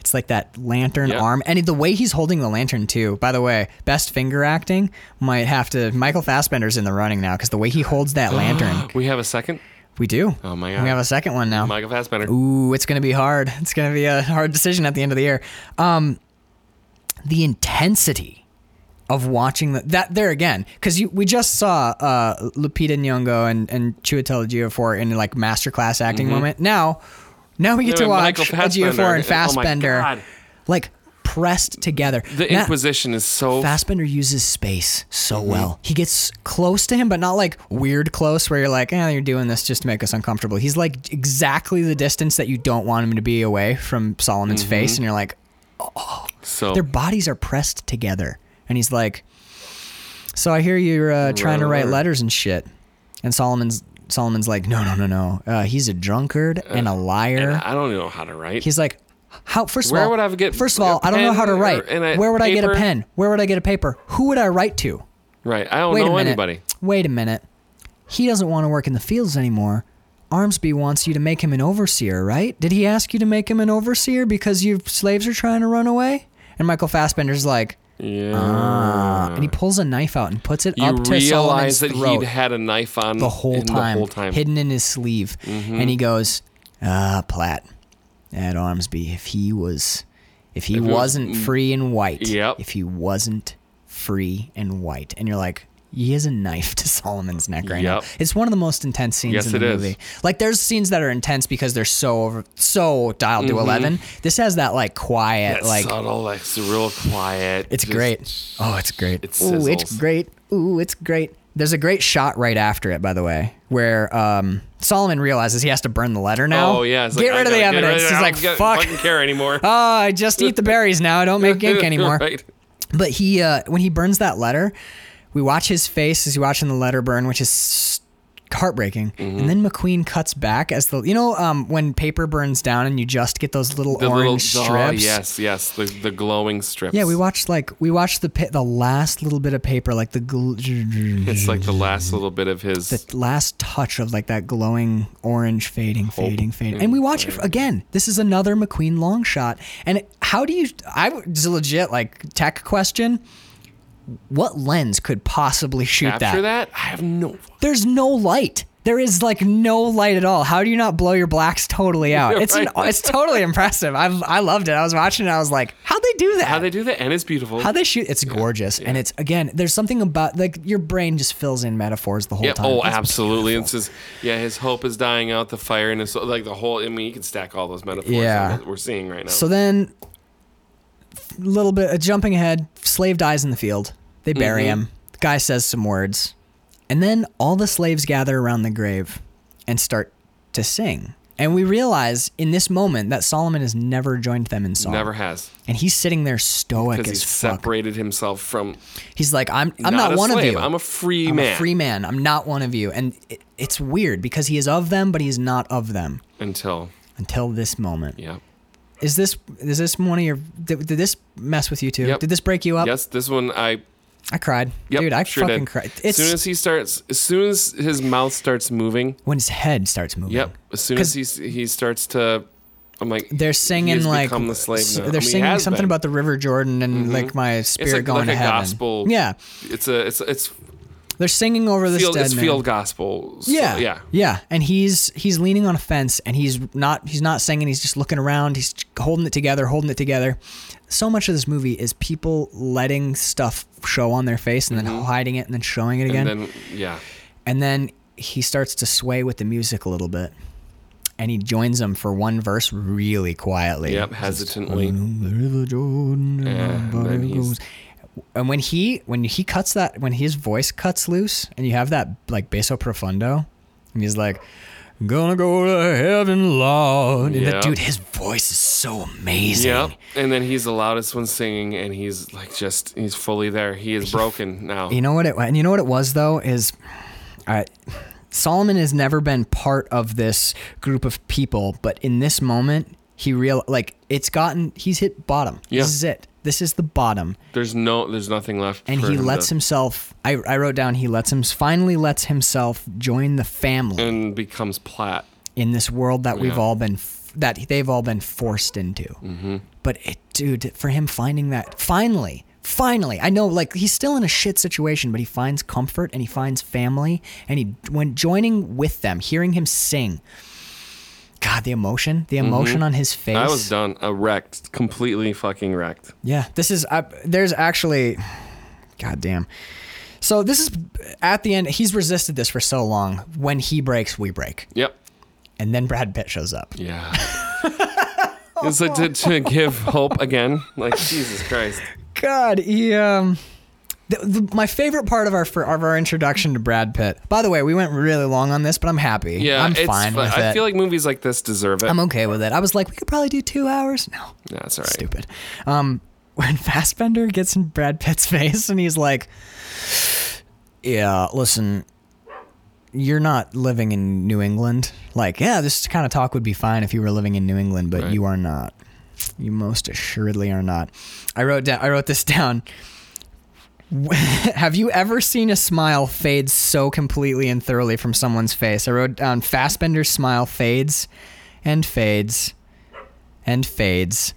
Speaker 2: It's like that lantern
Speaker 3: Yeah.
Speaker 2: arm, and the way he's holding the lantern too. By the way, best finger acting might have to. Michael Fassbender's in the running now because the way he holds that lantern,
Speaker 3: We have a second.
Speaker 2: we do.
Speaker 3: Oh my
Speaker 2: We
Speaker 3: God.
Speaker 2: have a second one now.
Speaker 3: Michael Fassbender.
Speaker 2: Ooh, it's gonna be hard. It's gonna be a hard decision at the end of the year. Um, the intensity of watching the, that there again, because we just saw uh, Lupita Nyong'o and and Chiwetel Ejiofor in like masterclass acting moment. Now, now we get to
Speaker 3: Mm-hmm. Yeah,
Speaker 2: watch
Speaker 3: Michael
Speaker 2: Ejiofor and
Speaker 3: Fassbender. Oh
Speaker 2: Fassbender
Speaker 3: my God.
Speaker 2: like pressed together.
Speaker 3: The
Speaker 2: Now-
Speaker 3: Inquisition is so
Speaker 2: Fassbender uses space so
Speaker 3: Mm-hmm.
Speaker 2: well. He gets close to him, but not like weird close where you're like, eh, you're doing this just to make us uncomfortable. He's like exactly the distance that you don't want him to be away from Solomon's
Speaker 3: Mm-hmm.
Speaker 2: face. And you're like,
Speaker 3: so. Oh.
Speaker 2: their bodies are pressed together. And he's like, so I hear you're uh, trying to
Speaker 3: Right.
Speaker 2: write letters and shit. And Solomon's Solomon's like, no, no, no, no. Uh, he's a drunkard and
Speaker 3: Uh,
Speaker 2: a liar.
Speaker 3: I don't know how to write.
Speaker 2: He's like, how? First of
Speaker 3: Where
Speaker 2: all,
Speaker 3: would I get
Speaker 2: First of
Speaker 3: a
Speaker 2: all, I don't know how to
Speaker 3: pen or-
Speaker 2: write.
Speaker 3: and a
Speaker 2: Where would I get a
Speaker 3: paper?
Speaker 2: pen? Where would I get a paper? Who would I write to?
Speaker 3: right. I don't
Speaker 2: Wait a
Speaker 3: know
Speaker 2: minute.
Speaker 3: anybody.
Speaker 2: Wait a minute. He doesn't want to work in the fields anymore. Armsby wants you to make him an overseer, right? Did he ask you to make him an overseer because your slaves are trying to run away? And Michael Fassbender's like,
Speaker 3: Yeah.
Speaker 2: "Uh," and he pulls a knife out and puts it
Speaker 3: you
Speaker 2: up to Solomon's
Speaker 3: realize that
Speaker 2: throat
Speaker 3: he'd had a knife on
Speaker 2: the whole,
Speaker 3: in
Speaker 2: time,
Speaker 3: The whole time. Mm-hmm.
Speaker 2: hidden in his sleeve. And he goes, "Ah, Platt, at Armsby, if he was, if he
Speaker 3: If it was-
Speaker 2: wasn't free and white,
Speaker 3: Yep.
Speaker 2: if he wasn't free and white," and you're like. He has a knife to Solomon's neck right now.
Speaker 3: Yep.
Speaker 2: It's one of the most intense scenes
Speaker 3: Yes,
Speaker 2: in the
Speaker 3: it is.
Speaker 2: movie. Like there's scenes that are intense because they're so over, so dialed
Speaker 3: Mm-hmm.
Speaker 2: to eleven. This has that like quiet,
Speaker 3: It's
Speaker 2: like
Speaker 3: subtle, like it's real quiet.
Speaker 2: it's
Speaker 3: just-
Speaker 2: great. Oh, it's great.
Speaker 3: it
Speaker 2: Ooh, it's
Speaker 3: sizzles.
Speaker 2: great. Ooh, it's great. There's a great shot right after it, by the way, where um, Solomon realizes he has to burn the letter now.
Speaker 3: Oh yeah, it's
Speaker 2: get
Speaker 3: like, I
Speaker 2: rid of the
Speaker 3: gotta get
Speaker 2: evidence.
Speaker 3: rid
Speaker 2: He's
Speaker 3: of- I
Speaker 2: like,
Speaker 3: don't get-
Speaker 2: fuck.
Speaker 3: fucking care anymore.
Speaker 2: Oh, I just eat the berries now. I don't make ink anymore.
Speaker 3: right.
Speaker 2: But he, uh, when he burns that letter, we watch his face as he's watching the letter burn, which is s- heartbreaking. And then McQueen cuts back as the you know um, when paper burns down and you just get those little
Speaker 3: The
Speaker 2: orange
Speaker 3: little oh,
Speaker 2: strips.
Speaker 3: yes, yes, the, the glowing strips.
Speaker 2: Yeah, we watched like we watched the pa- the last little bit of paper, like the gl-
Speaker 3: It's like the last little bit of his.
Speaker 2: Mm. the last touch of like that glowing orange fading fading fading and we watch it again this is another mcqueen long shot and how do you i it's a legit like tech question what lens could possibly shoot
Speaker 3: after that, I have no.
Speaker 2: there's no light there is like no light at all. How do you not blow your blacks totally out?
Speaker 3: You're
Speaker 2: It's an,
Speaker 3: right.
Speaker 2: it's totally impressive. I I loved it. I was watching it. I was like, how'd they do that?
Speaker 3: How they do that, and it's beautiful.
Speaker 2: How they shoot, it's gorgeous, and it's again. There's something about like your brain just fills in metaphors the whole
Speaker 3: yeah,
Speaker 2: time.
Speaker 3: oh,
Speaker 2: It's
Speaker 3: absolutely. It's just, yeah, his hope is dying out. The fire in his soul, like the whole. I mean, you can stack all those metaphors
Speaker 2: Yeah.
Speaker 3: that we're seeing right now.
Speaker 2: So then, a little bit uh, jumping ahead, slave dies in the field. They bury
Speaker 3: Mm-hmm.
Speaker 2: him. The guy says some words. And then all the slaves gather around the grave and start to sing. And we realize in this moment that Solomon has never joined them in song.
Speaker 3: never has
Speaker 2: And he's sitting there stoic
Speaker 3: because
Speaker 2: as
Speaker 3: he's
Speaker 2: fuck.
Speaker 3: separated himself from.
Speaker 2: He's like, I'm, I'm not,
Speaker 3: a
Speaker 2: one
Speaker 3: slave.
Speaker 2: of you.
Speaker 3: I'm a free
Speaker 2: I'm
Speaker 3: man.
Speaker 2: a free man. I'm not one of you. And it, it's weird because he is of them, but he's not of them
Speaker 3: until
Speaker 2: until this moment.
Speaker 3: yeah.
Speaker 2: Is this is this one of your? Did, did this mess with you too?
Speaker 3: Yep.
Speaker 2: Did this break you up?
Speaker 3: Yes, this one I.
Speaker 2: I cried,
Speaker 3: Yep,
Speaker 2: dude. I
Speaker 3: sure
Speaker 2: fucking
Speaker 3: did.
Speaker 2: cried.
Speaker 3: As
Speaker 2: It's
Speaker 3: soon as he starts, as soon as his mouth starts moving.
Speaker 2: when his head starts moving.
Speaker 3: Yep. As soon as he he starts to, I'm like
Speaker 2: They're
Speaker 3: he
Speaker 2: singing
Speaker 3: has
Speaker 2: like
Speaker 3: become the slave
Speaker 2: s-
Speaker 3: now. I
Speaker 2: they're
Speaker 3: mean, he
Speaker 2: singing
Speaker 3: has
Speaker 2: something
Speaker 3: been. Mm-hmm.
Speaker 2: about the River Jordan and like my spirit
Speaker 3: like-
Speaker 2: going
Speaker 3: like
Speaker 2: to
Speaker 3: a
Speaker 2: heaven.
Speaker 3: gospel-
Speaker 2: Yeah,
Speaker 3: It's a it's it's
Speaker 2: they're singing over this
Speaker 3: field
Speaker 2: dead
Speaker 3: it's
Speaker 2: man.
Speaker 3: field gospel. So,
Speaker 2: yeah,
Speaker 3: yeah.
Speaker 2: yeah. And he's he's leaning on a fence, and he's not he's not singing. He's just looking around. He's holding it together, holding it together. So much of this movie is people letting stuff show on their face and then hiding it and then showing it again.
Speaker 3: Mm-hmm. And then yeah.
Speaker 2: And then he starts to sway with the music a little bit. And he joins them for one verse really quietly.
Speaker 3: Yep, hesitantly.
Speaker 2: The River Jordan and my
Speaker 3: And
Speaker 2: body
Speaker 3: then he's-
Speaker 2: goes. And when he when he cuts that when his voice cuts loose and you have that like basso profundo and he's like gonna go to heaven Lord and
Speaker 3: Yeah.
Speaker 2: that dude his voice is so amazing.
Speaker 3: Yep. And then he's the loudest one singing and he's like just he's fully there. He is broken now.
Speaker 2: You know what it and you know what it was though is, I Solomon has never been part of this group of people, but in this moment he real like it's gotten he's hit bottom.
Speaker 3: Yeah.
Speaker 2: This is it. This is the bottom,
Speaker 3: There's no there's nothing left.
Speaker 2: and
Speaker 3: for
Speaker 2: he
Speaker 3: him
Speaker 2: lets
Speaker 3: to-
Speaker 2: himself. I I wrote down he lets him finally lets himself join the family
Speaker 3: and becomes Platt.
Speaker 2: in this world that we've
Speaker 3: Yeah. Mm-hmm.
Speaker 2: all been f- that they've all been forced into. But it, dude, for him finding that finally, finally, I know like he's still in a shit situation, but he finds comfort and he finds family, and he when joining with them, hearing him sing. God, the emotion, the emotion on his face.
Speaker 3: Mm-hmm. I was done. A wrecked. Completely fucking wrecked.
Speaker 2: Yeah, this is. I, there's actually, God damn. So this is at the end. He's resisted this for so long. When he breaks, we break,
Speaker 3: Yep.
Speaker 2: and then Brad Pitt shows up.
Speaker 3: Yeah. it's like to, to give hope again. Like Jesus Christ.
Speaker 2: God, he um. The, the, my favorite part of our for, of our introduction to Brad Pitt. By the way, we went really long on this, but I'm happy.
Speaker 3: Yeah,
Speaker 2: I'm
Speaker 3: it's
Speaker 2: fine
Speaker 3: fu-
Speaker 2: with
Speaker 3: I
Speaker 2: it.
Speaker 3: feel like movies like this deserve it.
Speaker 2: I'm okay with it. I was like, we could probably do two hours. No,
Speaker 3: That's all right.
Speaker 2: stupid. Um, when Fassbender gets in Brad Pitt's face and he's like, "Yeah, listen, you're not living in New England. Like, yeah, this kind of talk would be fine if you were living in New England, but
Speaker 3: Right.
Speaker 2: you are not. You most assuredly are not." I wrote down. I wrote this down. Have you ever seen a smile fade so completely and thoroughly from someone's face? I wrote down Fassbender's smile fades and fades and fades.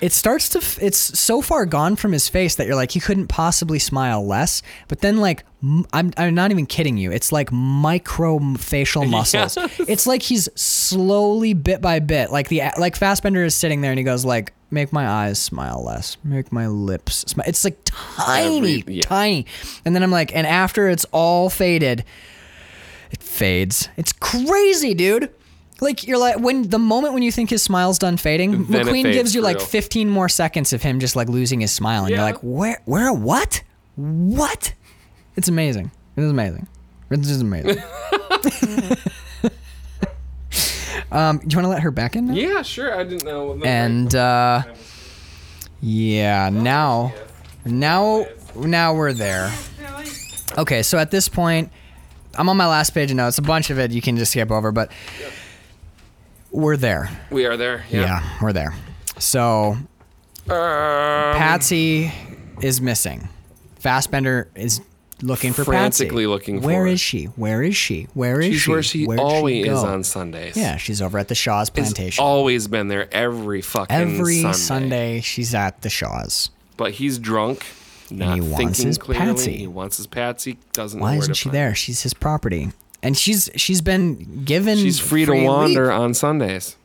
Speaker 2: It starts to, f- it's so far gone from his face that you're like, he couldn't possibly smile less. But then, like, m- I'm, I'm not even kidding you. It's like micro m- facial muscles. It's like he's slowly, bit by bit, like the, like Fassbender is sitting there and he goes, like, make my eyes smile less, make my lips smile. It's like tiny,
Speaker 3: Every- yeah.
Speaker 2: tiny. And then I'm like, and after it's all faded, it fades. It's crazy, dude. Like you're like when the moment when you think his smile's done fading,
Speaker 3: Then it
Speaker 2: McQueen
Speaker 3: fades
Speaker 2: gives you
Speaker 3: for
Speaker 2: like
Speaker 3: real.
Speaker 2: 15 more seconds of him just like losing his smile, and
Speaker 3: Yeah.
Speaker 2: you're like, where, where, what, what? It's amazing. It is amazing. It is amazing. um, do you want to let her back in now?
Speaker 3: Yeah, sure. I didn't know. No,
Speaker 2: And uh, yeah, now, now, now we're there. Okay, so at this point, I'm on my last page now. It's a bunch of it. You can just skip over, but we're there.
Speaker 3: We are there.
Speaker 2: Yeah,
Speaker 3: Yeah.
Speaker 2: we're there. So
Speaker 3: Um,
Speaker 2: Patsy is missing. Fastbender is looking for Patsy.
Speaker 3: Frantically looking for
Speaker 2: Where
Speaker 3: her.
Speaker 2: is she? Where is she? Where is
Speaker 3: she's
Speaker 2: she?
Speaker 3: where she
Speaker 2: Where'd
Speaker 3: always
Speaker 2: go?
Speaker 3: is on Sundays.
Speaker 2: Yeah, she's over at the Shaw's
Speaker 3: She's
Speaker 2: plantation.
Speaker 3: always been there every fucking
Speaker 2: Every
Speaker 3: Sunday.
Speaker 2: Sunday, she's at the Shaw's.
Speaker 3: But he's drunk, not
Speaker 2: he wants
Speaker 3: thinking
Speaker 2: his
Speaker 3: clearly.
Speaker 2: Patsy.
Speaker 3: He wants his Patsy. Doesn't. know
Speaker 2: Why
Speaker 3: where
Speaker 2: isn't
Speaker 3: to
Speaker 2: she
Speaker 3: find her.
Speaker 2: there? She's his property, and she's she's been given.
Speaker 3: She's free, to
Speaker 2: free
Speaker 3: wander
Speaker 2: leave.
Speaker 3: on Sundays.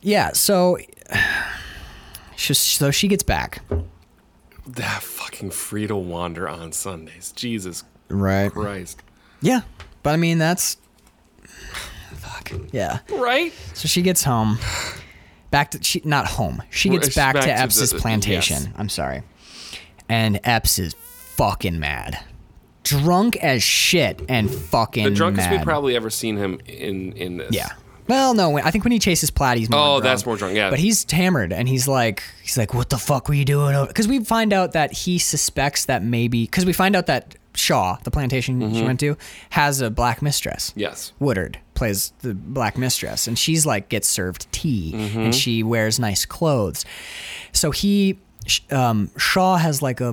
Speaker 2: Yeah, so she, so she gets back.
Speaker 3: That fucking free to wander on Sundays. Jesus
Speaker 2: Right.
Speaker 3: Christ.
Speaker 2: Yeah, but I mean that's fuck. Yeah.
Speaker 3: Right?
Speaker 2: So she gets home. Back to she not home. She
Speaker 3: Well,
Speaker 2: gets
Speaker 3: it's
Speaker 2: back,
Speaker 3: back
Speaker 2: to
Speaker 3: to the-
Speaker 2: Epps'
Speaker 3: yes.
Speaker 2: plantation. I'm sorry. And Epps is fucking mad. Drunk as shit and fucking
Speaker 3: The drunkest
Speaker 2: mad.
Speaker 3: we've probably ever seen him in in this.
Speaker 2: Yeah. Well, no, I think when he chases Platt, he's more
Speaker 3: Oh,
Speaker 2: drunk.
Speaker 3: that's more drunk, yeah.
Speaker 2: But he's hammered, and he's like, he's like, what the fuck were you doing? Because we find out that he suspects that maybe, because we find out that Shaw, the plantation she
Speaker 3: Mm-hmm.
Speaker 2: went to, has a black mistress.
Speaker 3: Yes.
Speaker 2: Woodard plays the black mistress, and she's like gets served tea,
Speaker 3: Mm-hmm.
Speaker 2: and she wears nice clothes. So he, sh- um, Shaw has like a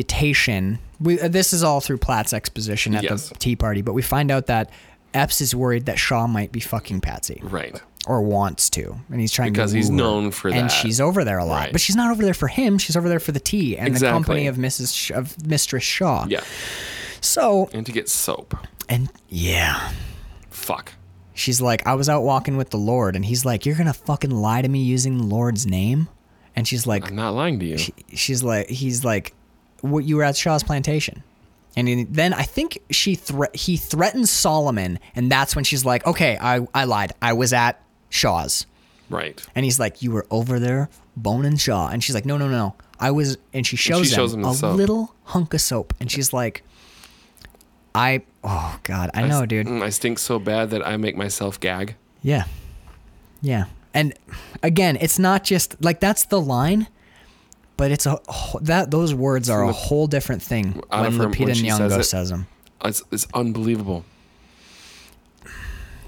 Speaker 2: reputation. We, uh, this is all through Platt's exposition at
Speaker 3: Yes.
Speaker 2: the tea party, but we find out that Epps is worried that Shaw might be fucking Patsy
Speaker 3: Right.
Speaker 2: or wants to, and he's trying
Speaker 3: Because
Speaker 2: to
Speaker 3: he's
Speaker 2: woo her.
Speaker 3: known for
Speaker 2: And
Speaker 3: that.
Speaker 2: she's over there a lot,
Speaker 3: Right.
Speaker 2: but she's not over there for him. She's over there for the tea and the company
Speaker 3: Exactly.
Speaker 2: of Mrs. Sh- of Mistress Shaw.
Speaker 3: Yeah.
Speaker 2: So
Speaker 3: And to get soap.
Speaker 2: and yeah.
Speaker 3: Fuck.
Speaker 2: She's like, I was out walking with the Lord. And he's like, You're going to fucking lie to me using the Lord's name? And she's like,
Speaker 3: I'm not lying to you.
Speaker 2: She's like, He's like, What you were at Shaw's plantation. And he- then I think she thre- he threatens Solomon. And that's when she's like, Okay, I, I lied. I was at Shaw's.
Speaker 3: Right.
Speaker 2: And he's like, You were over there boning Shaw. And she's like, No, no, no. I was. And she shows,
Speaker 3: she shows
Speaker 2: him,
Speaker 3: him the
Speaker 2: a
Speaker 3: soap.
Speaker 2: little hunk of soap. And she's like, I, oh God, I know, dude.
Speaker 3: Mm, I stink so bad that I make myself gag.
Speaker 2: Yeah. Yeah. And again, it's not just like that's the line, but it's a wh- that those words are a whole different thing
Speaker 3: Out
Speaker 2: when
Speaker 3: of her-
Speaker 2: Lupita
Speaker 3: when she
Speaker 2: Nyong'o
Speaker 3: says it.
Speaker 2: says, them.
Speaker 3: It's, it's unbelievable.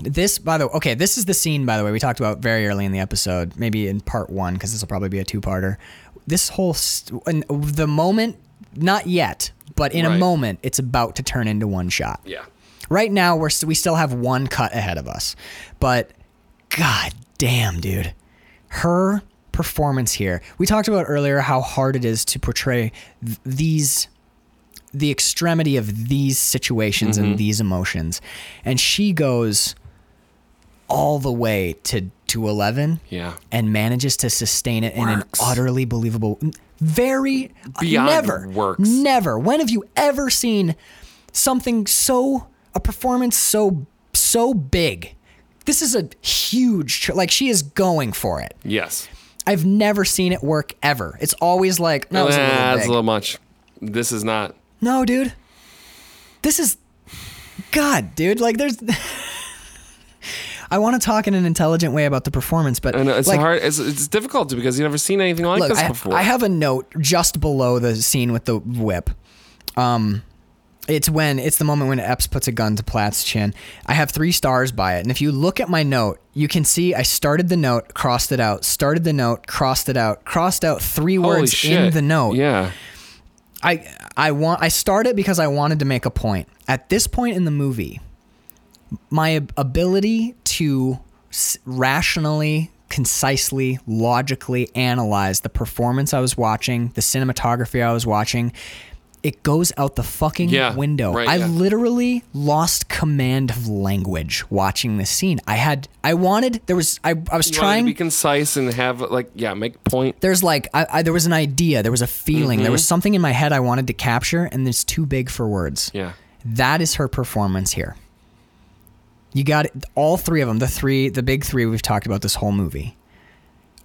Speaker 2: This, by the way, okay, this is the scene. By the way, we talked about very early in the episode, maybe in part one, because this will probably be a two-parter. This whole st- and the moment, not yet, but in a
Speaker 3: Right.
Speaker 2: moment, it's about to turn into one shot.
Speaker 3: Yeah.
Speaker 2: Right now, we're st- we still have one cut ahead of us, but god damn, dude, her performance here. We talked about earlier how hard it is to portray th- these, the extremity of these situations and these emotions, and she goes all the way to to eleven
Speaker 3: Yeah.
Speaker 2: and manages to sustain it in an
Speaker 3: Works.
Speaker 2: utterly believable, very
Speaker 3: Beyond
Speaker 2: never
Speaker 3: works.
Speaker 2: Never. When have you ever seen something so a performance so so big? This is a huge tr- like she is going for it.
Speaker 3: Yes.
Speaker 2: I've never seen it work ever. It's always like no, it's a
Speaker 3: Nah,
Speaker 2: little
Speaker 3: that's
Speaker 2: big.
Speaker 3: a little much. This is not.
Speaker 2: no, dude. This is God, dude. Like there's. I want to talk in an intelligent way about the performance, but
Speaker 3: I know, it's
Speaker 2: like,
Speaker 3: hard. It's, it's difficult because you've never seen anything like
Speaker 2: Look,
Speaker 3: this
Speaker 2: I,
Speaker 3: before.
Speaker 2: I have a note just below the scene with the whip. Um, it's when it's the moment when Epps puts a gun to Platt's chin. I have three stars by it, and if you look at my note, you can see I started the note, crossed it out, started the note, crossed it out, crossed out three
Speaker 3: Holy
Speaker 2: words
Speaker 3: shit.
Speaker 2: in the note.
Speaker 3: Yeah.
Speaker 2: I I want I started because I wanted to make a point. At this point in the movie, my ab- ability to s- rationally, concisely, logically analyze the performance I was watching, the cinematography I was watching, it goes out the fucking
Speaker 3: Yeah,
Speaker 2: window.
Speaker 3: right,
Speaker 2: I
Speaker 3: yeah.
Speaker 2: literally lost command of language watching this scene. I had I wanted there was I I was
Speaker 3: You wanted
Speaker 2: trying
Speaker 3: to be concise and have like yeah, make point.
Speaker 2: there's like I, I there was an idea there was a feeling there was something in my head i wanted to capture and it's too big for words
Speaker 3: Yeah.
Speaker 2: that is her performance here you got it- all three of them the three the big three we've talked about this whole movie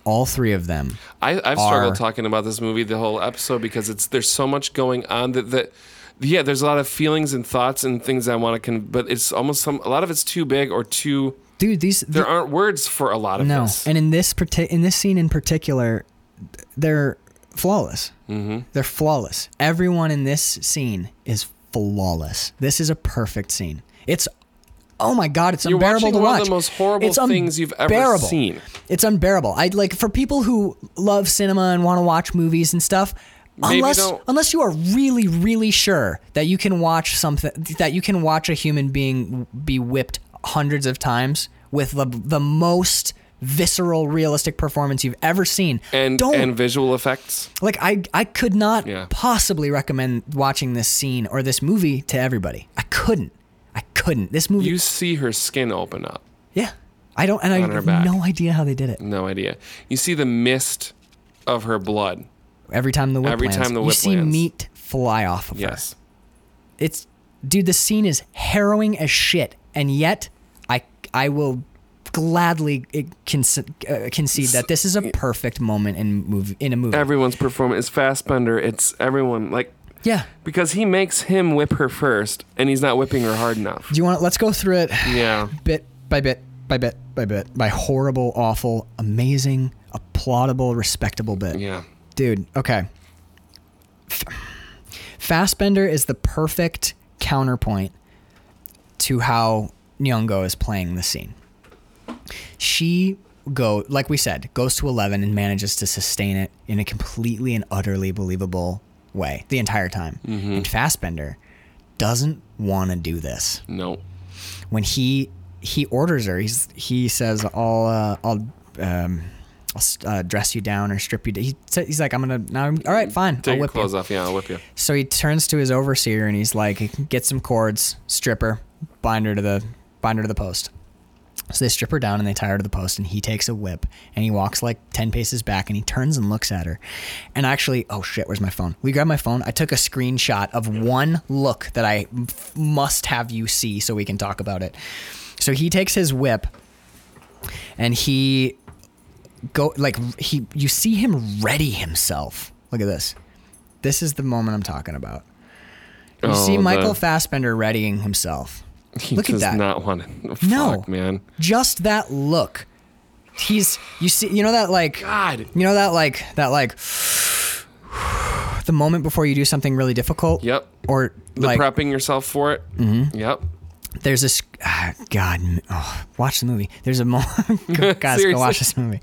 Speaker 2: all three of them
Speaker 3: I, I've struggled
Speaker 2: are-
Speaker 3: talking about this movie the whole episode because it's there's so much going on that that yeah, there's a lot of feelings and thoughts and things I want to con, but it's almost some a lot of it's too big or too
Speaker 2: dude these
Speaker 3: there aren't words for a lot of
Speaker 2: no
Speaker 3: this.
Speaker 2: and in this parti- in this scene in particular they're flawless mm-hmm. they're flawless everyone in this scene is flawless this is a perfect scene It's oh my god, it's
Speaker 3: You're
Speaker 2: unbearable
Speaker 3: watching
Speaker 2: to
Speaker 3: one
Speaker 2: watch.
Speaker 3: of the most horrible
Speaker 2: it's
Speaker 3: things you've ever
Speaker 2: unbearable.
Speaker 3: seen.
Speaker 2: It's unbearable. I like for people who love cinema and want to watch movies and stuff.
Speaker 3: Maybe
Speaker 2: unless
Speaker 3: don't-
Speaker 2: unless you are really really sure that you can watch something that you can watch a human being be whipped hundreds of times with the the most visceral realistic performance you've ever seen
Speaker 3: and
Speaker 2: don't
Speaker 3: and visual effects.
Speaker 2: like I I could not
Speaker 3: Yeah.
Speaker 2: possibly recommend watching this scene or this movie to everybody. I couldn't. I couldn't. This movie.
Speaker 3: You see her skin open up.
Speaker 2: yeah. I don't and I
Speaker 3: On her
Speaker 2: have
Speaker 3: back.
Speaker 2: no idea how they did it.
Speaker 3: No idea. You see the mist of her blood.
Speaker 2: Every time the whip
Speaker 3: Every
Speaker 2: lands,
Speaker 3: time the
Speaker 2: you
Speaker 3: whip
Speaker 2: see
Speaker 3: lands.
Speaker 2: meat fly off of her.
Speaker 3: Yes.
Speaker 2: It's dude, this scene is harrowing as shit, and yet I I will gladly eh, conce- uh, concede that this is a perfect moment in move in a movie.
Speaker 3: Everyone's performance. It's Fassbender. It's everyone. Like
Speaker 2: yeah.
Speaker 3: because he makes him whip her first, and he's not whipping her hard enough.
Speaker 2: Do you want? Let's go through it.
Speaker 3: Yeah.
Speaker 2: bit by bit by bit by bit by horrible, awful, amazing, applaudable, respectable bit.
Speaker 3: Yeah.
Speaker 2: Dude, okay. F- Fassbender is the perfect counterpoint to how Nyong'o is playing the scene. She go like we said, goes to 11 and manages to sustain it in a completely and utterly believable way the entire time. And Fassbender doesn't want to do this
Speaker 3: No.
Speaker 2: when he he orders her, he's he says, "I'll uh, I'll um, I'll uh, dress you down or strip you." d He sa- he's like, "I'm gonna now. I'm, all right, fine.
Speaker 3: Take
Speaker 2: I'll
Speaker 3: your
Speaker 2: whip you."
Speaker 3: clothes off. Yeah, I'll whip you.
Speaker 2: So he turns to his overseer and he's like, "Get some cords, strip her, bind her to the bind her to the post." So they strip her down and they tie her to the post, and he takes a whip and he walks like ten paces back and he turns and looks at her, and actually, oh shit, where's my phone? We grab my phone. I took a screenshot of one look that I f- must have you see so we can talk about it. So he takes his whip and he go like he you see him ready himself. Look at this. This is the moment I'm talking about. You
Speaker 3: Oh,
Speaker 2: see
Speaker 3: the-
Speaker 2: Michael Fassbender readying himself.
Speaker 3: He
Speaker 2: Look at
Speaker 3: does
Speaker 2: that.
Speaker 3: not want to.
Speaker 2: No.
Speaker 3: Fuck, man.
Speaker 2: Just that look. He's you see you know that like
Speaker 3: God.
Speaker 2: you know that like that like the moment before you do something really difficult.
Speaker 3: Yep.
Speaker 2: Or
Speaker 3: The
Speaker 2: like
Speaker 3: prepping yourself for it. Mm-hmm. Yep.
Speaker 2: there's this ah, God m- oh, watch the movie. There's a moment guys go
Speaker 3: Seriously.
Speaker 2: watch this movie.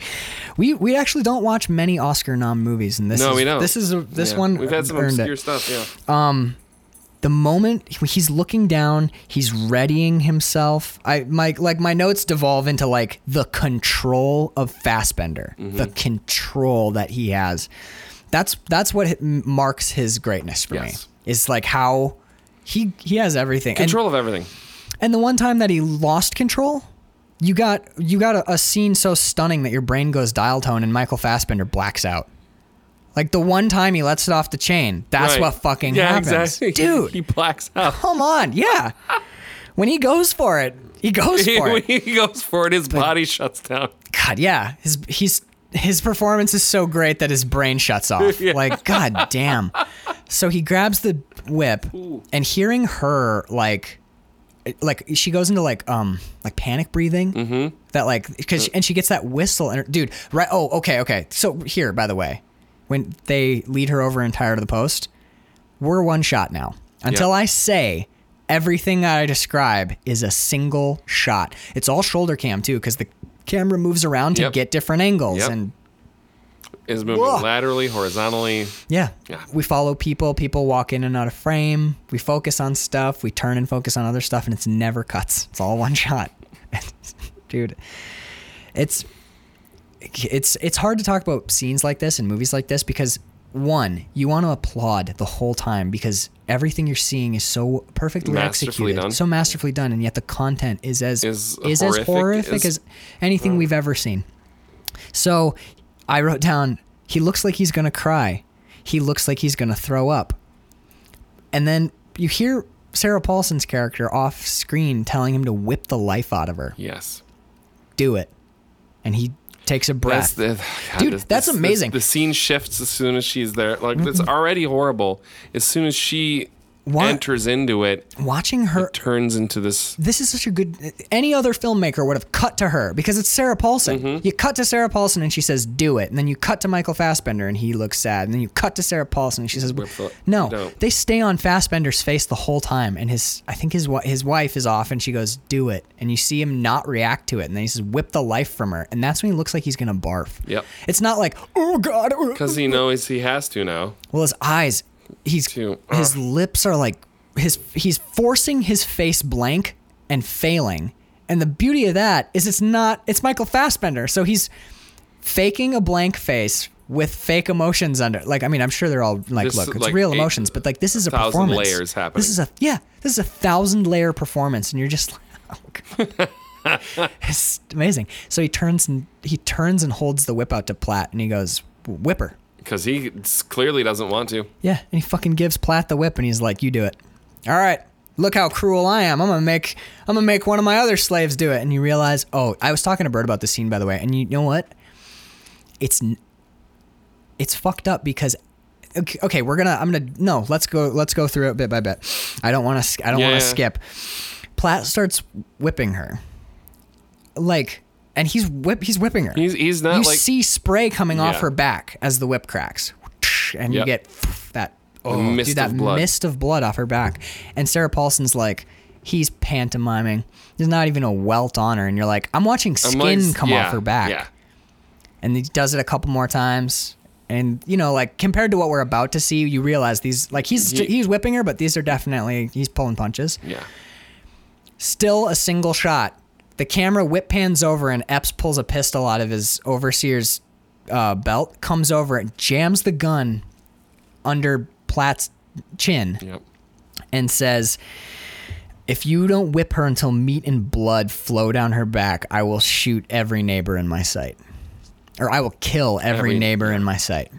Speaker 2: We we actually don't watch many Oscar nom movies and this
Speaker 3: No,
Speaker 2: is,
Speaker 3: we don't.
Speaker 2: this is a, this
Speaker 3: Yeah.
Speaker 2: one
Speaker 3: We've had some
Speaker 2: earned
Speaker 3: obscure
Speaker 2: it.
Speaker 3: stuff. Yeah.
Speaker 2: the moment he's looking down, he's readying himself. I my like my notes devolve into like the control of Fassbender,
Speaker 3: Mm-hmm.
Speaker 2: the control that he has. That's that's what h- marks his greatness for
Speaker 3: Yes.
Speaker 2: me. Is like how he he has everything. And-
Speaker 3: Control of everything.
Speaker 2: and the one time that he lost control, you got you got a, a scene so stunning that your brain goes dial tone and Michael Fassbender blacks out. Like the one time he lets it off the chain, that's
Speaker 3: Right.
Speaker 2: what fucking
Speaker 3: yeah,
Speaker 2: happens,
Speaker 3: Exactly.
Speaker 2: dude.
Speaker 3: He blacks out.
Speaker 2: Come on, yeah. When he goes for it, he goes for
Speaker 3: when
Speaker 2: it.
Speaker 3: he goes for it, his body shuts down.
Speaker 2: God, yeah. His he's his performance is so great that his brain shuts off. Like, god damn. So he grabs the whip and hearing her like like she goes into like um like panic breathing mm-hmm. that like because
Speaker 3: Uh.
Speaker 2: and she gets that whistle and her, dude right oh okay okay so here by the way when they lead her over and tie her to the post we're one shot now until
Speaker 3: Yeah.
Speaker 2: i say everything that i describe is a single shot it's all shoulder cam too because the camera moves around to
Speaker 3: Yep.
Speaker 2: get different angles
Speaker 3: Yep.
Speaker 2: and
Speaker 3: Is moving
Speaker 2: Ugh.
Speaker 3: laterally, horizontally.
Speaker 2: yeah.
Speaker 3: Yeah.
Speaker 2: We follow people, people walk in and out of frame, we focus on stuff, we turn and focus on other stuff, and it's never cuts. It's all one shot. Dude. It's it's it's hard to talk about scenes like this and movies like this because one, you want to applaud the whole time because everything you're seeing is so perfectly
Speaker 3: Masterfully
Speaker 2: executed,
Speaker 3: done.
Speaker 2: so masterfully done, and yet the content is as
Speaker 3: Is
Speaker 2: is
Speaker 3: horrific
Speaker 2: as horrific
Speaker 3: as-
Speaker 2: as anything we've ever seen. So I wrote down, he looks like he's going to cry. He looks like he's going to throw up. And then you hear Sarah Paulson's character off screen telling him to whip the life out of her.
Speaker 3: Yes.
Speaker 2: Do it. And he takes a breath.
Speaker 3: That's the, God,
Speaker 2: Dude,
Speaker 3: this-
Speaker 2: that's
Speaker 3: this-
Speaker 2: amazing.
Speaker 3: The scene shifts as soon as she's there. Like it's already horrible. As soon as she
Speaker 2: Why-
Speaker 3: enters into it,
Speaker 2: Watching her
Speaker 3: turns into this.
Speaker 2: this is such a good any other filmmaker would have cut to her because it's Sarah Paulson.
Speaker 3: Mm-hmm.
Speaker 2: You cut to Sarah Paulson and she says do it and then you cut to Michael Fassbender and he looks sad and then you cut to Sarah Paulson and she says
Speaker 3: Phil-
Speaker 2: no.
Speaker 3: don't.
Speaker 2: They stay on Fassbender's face the whole time and his I think his wi- his wife is off and she goes do it and you see him not react to it and then he says whip the life from her and that's when he looks like he's going to barf.
Speaker 3: Yep.
Speaker 2: It's not like oh god uh,
Speaker 3: Because he knows he has to now.
Speaker 2: well, his eyes, he's
Speaker 3: Too- uh.
Speaker 2: his lips are like his he's forcing his face blank and failing. And the beauty of that is it's not it's Michael Fassbender, so he's faking a blank face with fake emotions under. Like I mean, I'm sure they're all like,
Speaker 3: This is
Speaker 2: look, it's
Speaker 3: like
Speaker 2: real
Speaker 3: eight-
Speaker 2: emotions, but like this is a
Speaker 3: thousand
Speaker 2: performance.
Speaker 3: layers happening.
Speaker 2: This is a yeah, this is a thousand layer performance, and you're just like. Oh, God. it's amazing. So he turns and he turns and holds the whip out to Platt, and he goes, "Whipper."
Speaker 3: Because he s- clearly doesn't want to.
Speaker 2: Yeah, and he fucking gives Platt the whip, and he's like, "You do it." All right. Look how cruel I am. I'm gonna make I'm gonna make one of my other slaves do it. And you realize, oh, I was talking to Bird about this scene by the way, and you know what? It's n- it's fucked up because okay, okay, we're gonna I'm gonna no, let's go let's go through it bit by bit. I don't want to I don't
Speaker 3: Yeah.
Speaker 2: want to skip. Platt starts whipping her, like, and he's whip he's whipping her
Speaker 3: He's, he's not
Speaker 2: you
Speaker 3: like.
Speaker 2: see spray coming off
Speaker 3: Yeah.
Speaker 2: her back as the whip cracks, and you
Speaker 3: Yep.
Speaker 2: get that oh,
Speaker 3: mist
Speaker 2: dude, that
Speaker 3: of blood.
Speaker 2: mist of blood off her back. And Sarah Paulson's like, he's pantomiming. There's not even a welt on her, and you're like, I'm watching
Speaker 3: I'm
Speaker 2: skin
Speaker 3: like,
Speaker 2: come
Speaker 3: yeah,
Speaker 2: off her back.
Speaker 3: Yeah.
Speaker 2: And he does it a couple more times. And you know, like compared to what we're about to see, you realize these like he's
Speaker 3: Ye-
Speaker 2: he's whipping her, but these are definitely he's pulling punches.
Speaker 3: Yeah.
Speaker 2: Still a single shot. The camera whip pans over and Epps pulls a pistol out of his overseer's uh, belt, comes over and jams the gun under Platt's chin
Speaker 3: Yep.
Speaker 2: and says, If you don't whip her until meat and blood flow down her back, I will shoot every neighbor in my sight. Or I will kill every,
Speaker 3: Every-
Speaker 2: neighbor in my sight.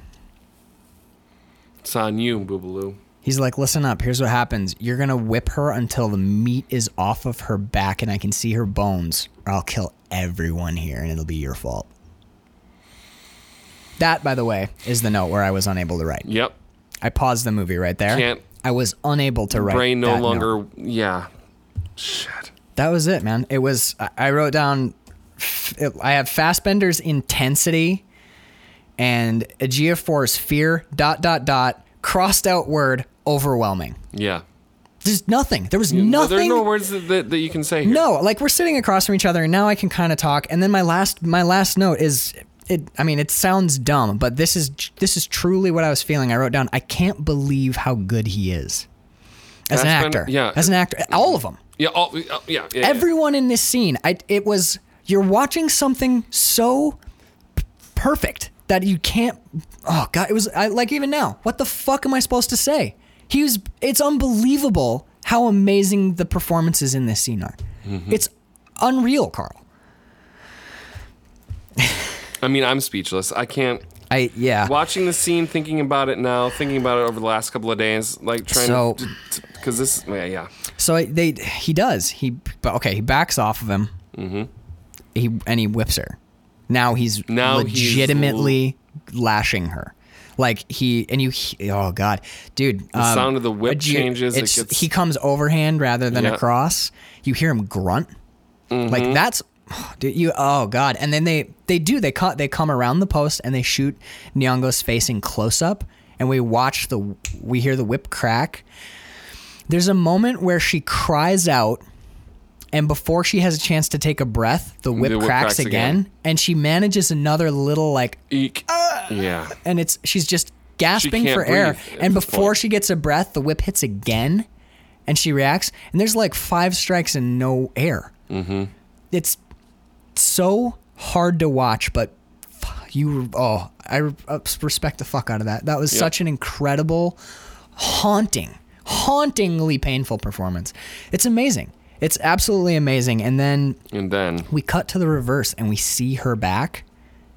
Speaker 3: It's on you, Boobaloo.
Speaker 2: He's like, listen up. Here's what happens. You're going to whip her until the meat is off of her back and I can see her bones, or I'll kill everyone here and it'll be your fault. That, by the way, is the note where I was unable to write.
Speaker 3: Yep.
Speaker 2: I paused the movie right there.
Speaker 3: Can't-
Speaker 2: I was unable to write.
Speaker 3: Brain no
Speaker 2: that note.
Speaker 3: longer. Yeah. Shit.
Speaker 2: That was it, man. It was. I- I wrote down. f- it- I have Fassbender's intensity, and Aegea Force fear. Dot dot dot. Crossed out word overwhelming.
Speaker 3: Yeah.
Speaker 2: There's nothing. There was
Speaker 3: No, There are
Speaker 2: nothing.
Speaker 3: no words that, that, that you can say here.
Speaker 2: No, like we're sitting across from each other, and now I can kind of talk. And then my last my last note is it. I mean, it sounds dumb, but this is this is truly what I was feeling. I wrote down. I can't believe how good he is as an
Speaker 3: Fassbender-
Speaker 2: actor.
Speaker 3: yeah.
Speaker 2: as an actor, all of them.
Speaker 3: Yeah. All, oh, yeah, yeah, yeah.
Speaker 2: Everyone in this scene, I, it was you're watching something so p- perfect that you can't. Oh god, it was I, like even now. What the fuck am I supposed to say? He was. It's unbelievable how amazing the performances in this scene are. It's unreal, Carl.
Speaker 3: I mean, I'm speechless. I can't.
Speaker 2: I yeah.
Speaker 3: Watching the scene, thinking about it now, thinking about it over the last couple of days, like trying
Speaker 2: So-
Speaker 3: to. Because this. Yeah. Yeah.
Speaker 2: So I- they he does he but okay he backs off of him. Mm-hmm. He and he whips her. Now he's
Speaker 3: Now he's-
Speaker 2: legitimately lashing her. Like he and you, he- oh god, dude. um, The
Speaker 3: sound of the whip changes, it gets-
Speaker 2: He comes overhand rather than
Speaker 3: Yeah. Mm-hmm.
Speaker 2: across. You hear him grunt. Like that's, dude. You oh god. And then they they do they cut they come around the post and they shoot Nyong'o's facing close up, and we watch the we hear the whip crack. There's a moment where she cries out, and before she has a chance to take a breath, the whip,
Speaker 3: The whip
Speaker 2: cracks,
Speaker 3: cracks
Speaker 2: again,
Speaker 3: again.
Speaker 2: and she manages another little like,
Speaker 3: Eek. Uh. yeah.
Speaker 2: and it's she's just gasping
Speaker 3: can't
Speaker 2: for air.
Speaker 3: breathe at
Speaker 2: And
Speaker 3: this
Speaker 2: before
Speaker 3: point.
Speaker 2: she gets a breath, the whip hits again, and she reacts. And there's like five strikes and no air. Mm-hmm. It's so hard to watch, but f- you oh, I uh, respect the fuck out of that. That was such an incredible, haunting, hauntingly painful performance. It's amazing. It's absolutely amazing. And then
Speaker 3: And then.
Speaker 2: we cut to the reverse and we see her back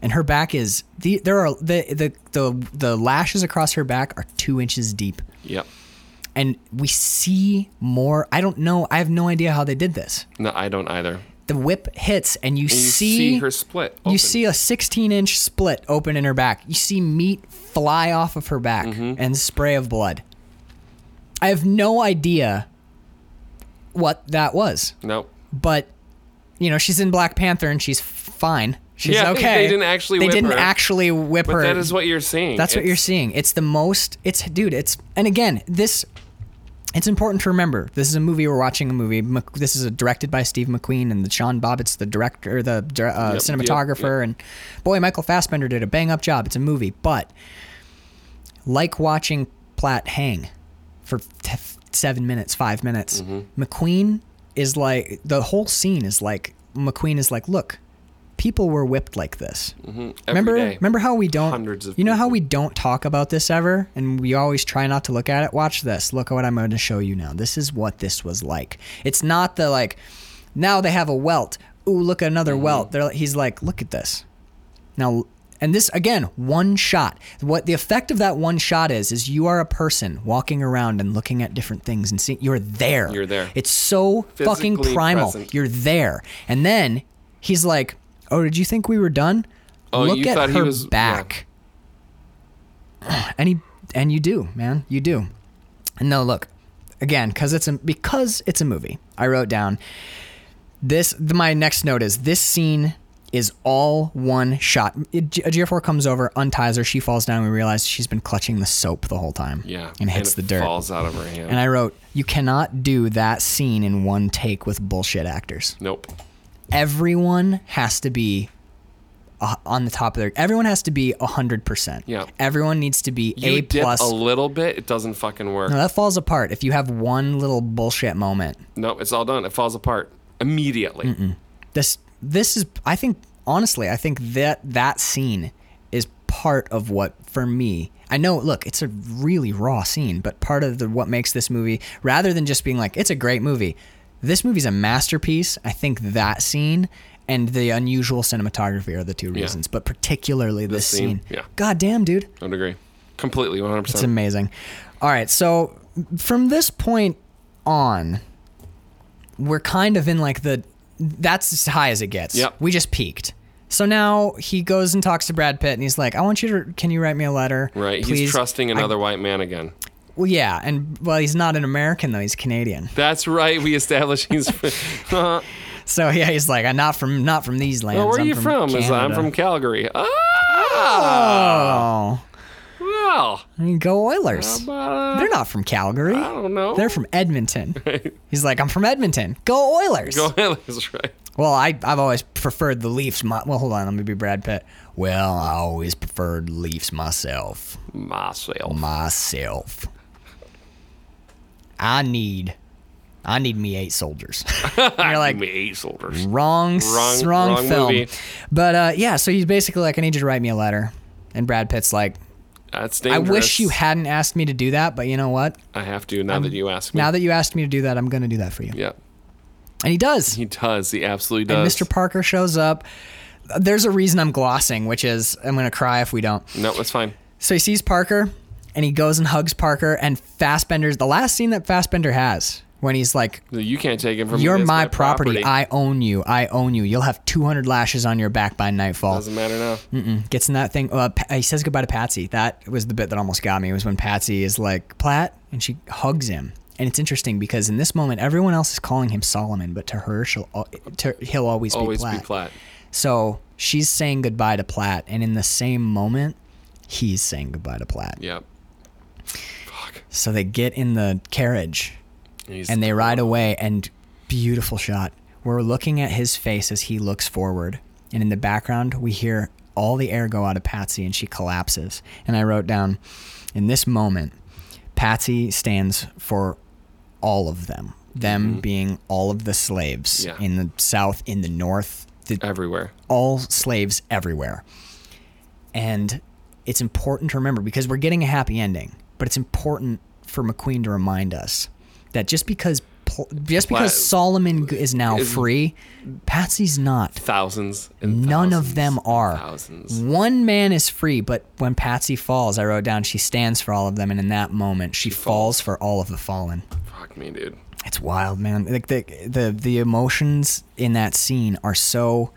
Speaker 2: and her back is the there are the the the, the lashes across her back are two inches deep
Speaker 3: Yep.
Speaker 2: and we see more i don't know i have no idea how they did this
Speaker 3: No, I don't either.
Speaker 2: the whip hits and you,
Speaker 3: You
Speaker 2: see,
Speaker 3: her split.
Speaker 2: you
Speaker 3: open.
Speaker 2: see a 16 inch split open in Mm-hmm. her back you see meat fly off of her back and spray of blood I have no idea what that was,
Speaker 3: Nope.
Speaker 2: but you know, she's in Black Panther and she's fine. She's
Speaker 3: Yeah, they-
Speaker 2: okay.
Speaker 3: they didn't actually
Speaker 2: They
Speaker 3: whip
Speaker 2: didn't
Speaker 3: her.
Speaker 2: actually whip
Speaker 3: But
Speaker 2: her.
Speaker 3: that is what you're seeing.
Speaker 2: That's what you're
Speaker 3: It's-
Speaker 2: seeing. It's the most. It's dude. It's and again this. It's important to remember. This is a movie. We're watching a movie. Mc- This is a, directed by Steve McQueen and the Sean Bobbitt's the director, the dir- uh,
Speaker 3: Yep,
Speaker 2: cinematographer, and boy, Michael Fassbender did a bang up job. It's a movie, but like watching Platt hang for t- seven minutes, five minutes.
Speaker 3: Mm-hmm.
Speaker 2: McQueen is like the whole scene is like McQueen is like, look, people were whipped like this.
Speaker 3: every
Speaker 2: remember,
Speaker 3: day.
Speaker 2: remember how we don't.
Speaker 3: Hundreds of
Speaker 2: you know how
Speaker 3: people.
Speaker 2: we don't talk about this ever, and we always try not to look at it. Watch this. Look at what I'm going to show you now. This is what this was like. It's not the like. Now they have a welt. Ooh, look at
Speaker 3: Mm-hmm.
Speaker 2: another welt. They're, like- he's like, look at this. Now, and this again, one shot. What the effect of that one shot is, is you are a person walking around and looking at different things and seeing. You're there.
Speaker 3: You're there.
Speaker 2: It's so fucking
Speaker 3: Physically
Speaker 2: primal.
Speaker 3: present.
Speaker 2: You're there. And then he's like, "Oh, did you think we were done?
Speaker 3: Oh,
Speaker 2: Look
Speaker 3: you
Speaker 2: at
Speaker 3: thought
Speaker 2: her
Speaker 3: he was-
Speaker 2: back." and he and you do, man, you do. And no, look, again, because it's a because it's a movie. I wrote down this th- my next note is this scene is all one shot. It- G- GR4 comes over, unties her, she falls down. We realize she's been clutching the soap the whole time.
Speaker 3: Yeah.
Speaker 2: And hits
Speaker 3: it
Speaker 2: the dirt.
Speaker 3: Falls out of her hand.
Speaker 2: And I wrote, You cannot do that scene in one take with bullshit actors.
Speaker 3: nope.
Speaker 2: Everyone has to be uh, on the top of their. Everyone has to be 100%.
Speaker 3: Yeah.
Speaker 2: Everyone needs to be
Speaker 3: You
Speaker 2: A
Speaker 3: dip
Speaker 2: plus.
Speaker 3: a little bit, it doesn't fucking work.
Speaker 2: No, that falls apart if you have one little bullshit moment.
Speaker 3: Nope, it's all done. It falls apart immediately.
Speaker 2: this this is I think honestly I think that that scene is part of what for me I know look it's a really raw scene but part of the what makes this movie rather than just being like it's a great movie this movie's a masterpiece I think that scene and the unusual cinematography are the two reasons but particularly this,
Speaker 3: scene,
Speaker 2: scene,
Speaker 3: yeah.
Speaker 2: god damn dude
Speaker 3: I would agree. Completely, 100%.
Speaker 2: it's amazing. All right, so from this point on, we're kind of in like the that's as high as it gets.
Speaker 3: Yep.
Speaker 2: We just peaked. So now he goes and talks to Brad Pitt, and he's like, "I want you to. Can you write me a letter?
Speaker 3: right?
Speaker 2: please?
Speaker 3: He's trusting
Speaker 2: I-
Speaker 3: another white man again.
Speaker 2: well, yeah, and well, he's not an American though; he's Canadian.
Speaker 3: That's right. We established he's. Uh,
Speaker 2: So yeah, he's like, "I'm not from not from these lands.
Speaker 3: where are
Speaker 2: I'm
Speaker 3: you from? Is- I'm
Speaker 2: Canada."
Speaker 3: from Calgary. Ah!
Speaker 2: Oh,
Speaker 3: Well,
Speaker 2: I mean, go Oilers.
Speaker 3: uh,
Speaker 2: They're not from Calgary.
Speaker 3: I don't know.
Speaker 2: They're from Edmonton. He's like, I'm from Edmonton. Go Oilers.
Speaker 3: Go Oilers, right?
Speaker 2: Well, I, I've always preferred the Leafs. My, well, hold on, let me be Brad Pitt. Well, I always preferred Leafs myself.
Speaker 3: Myself.
Speaker 2: Myself. I need, I need me eight soldiers. And you're like, "Mm,
Speaker 3: Me eight soldiers.
Speaker 2: wrong, s-
Speaker 3: Wrong-
Speaker 2: wrong,
Speaker 3: wrong
Speaker 2: film.
Speaker 3: movie.
Speaker 2: But uh, yeah, so he's basically like, I need you to write me a letter. And Brad Pitt's like,
Speaker 3: That's
Speaker 2: I
Speaker 3: dangerous.
Speaker 2: wish you hadn't asked me to do that, but you know what?
Speaker 3: I have to now that you ask me.
Speaker 2: Now that you asked me to do that, I'm going to do that for you.
Speaker 3: yeah,
Speaker 2: And he does.
Speaker 3: he does. He absolutely
Speaker 2: and
Speaker 3: does.
Speaker 2: Mr. Parker shows up. There's a reason I'm glossing, which is I'm gonna cry if we don't.
Speaker 3: no, it's fine.
Speaker 2: So he sees Parker, and he goes and hugs Parker. And Fassbender's the last scene that Fassbender has when he's like,
Speaker 3: You can't take him from me.
Speaker 2: "You're
Speaker 3: It's
Speaker 2: my property. I own you. I own you. You'll have 200 lashes on your back by nightfall."
Speaker 3: Doesn't matter now.
Speaker 2: Mm, Gets in that thing. Uh, Pa- he says goodbye to Patsy. That was the bit that almost got me. Was when Patsy is like Platt, and she hugs him. And it's interesting because in this moment, everyone else is calling him Solomon, but to her, she'll al- to, he'll always,
Speaker 3: Always
Speaker 2: be Platt.
Speaker 3: be flat.
Speaker 2: So she's saying goodbye to Platt, and in the same moment, he's saying goodbye to Platt.
Speaker 3: Yep.
Speaker 2: So they get in the carriage
Speaker 3: He's-
Speaker 2: and they ride away, and beautiful shot. We're looking at his face as he looks forward, and in the background, we hear all the air go out of Patsy, and she collapses. And I wrote down, in this moment, Patsy stands for all of them. Them being all of the slaves
Speaker 3: Mm-hmm. Yeah.
Speaker 2: in the South, in the North, the
Speaker 3: everywhere.
Speaker 2: all slaves everywhere. And it's important to remember because we're getting a happy ending, but it's important for McQueen to remind us that just because Pl- just
Speaker 3: Pla-
Speaker 2: because Solomon g- is now
Speaker 3: is-
Speaker 2: free, Patsy's not.
Speaker 3: Thousands and
Speaker 2: None of
Speaker 3: thousands
Speaker 2: them
Speaker 3: and
Speaker 2: are. Mm.
Speaker 3: Thousands.
Speaker 2: One man is free, but when Patsy falls, I wrote down she stands for all of them, and in that moment, she, falls for all of the fallen.
Speaker 3: Fuck me, dude.
Speaker 2: It's wild, man. Like the the the emotions in that scene are so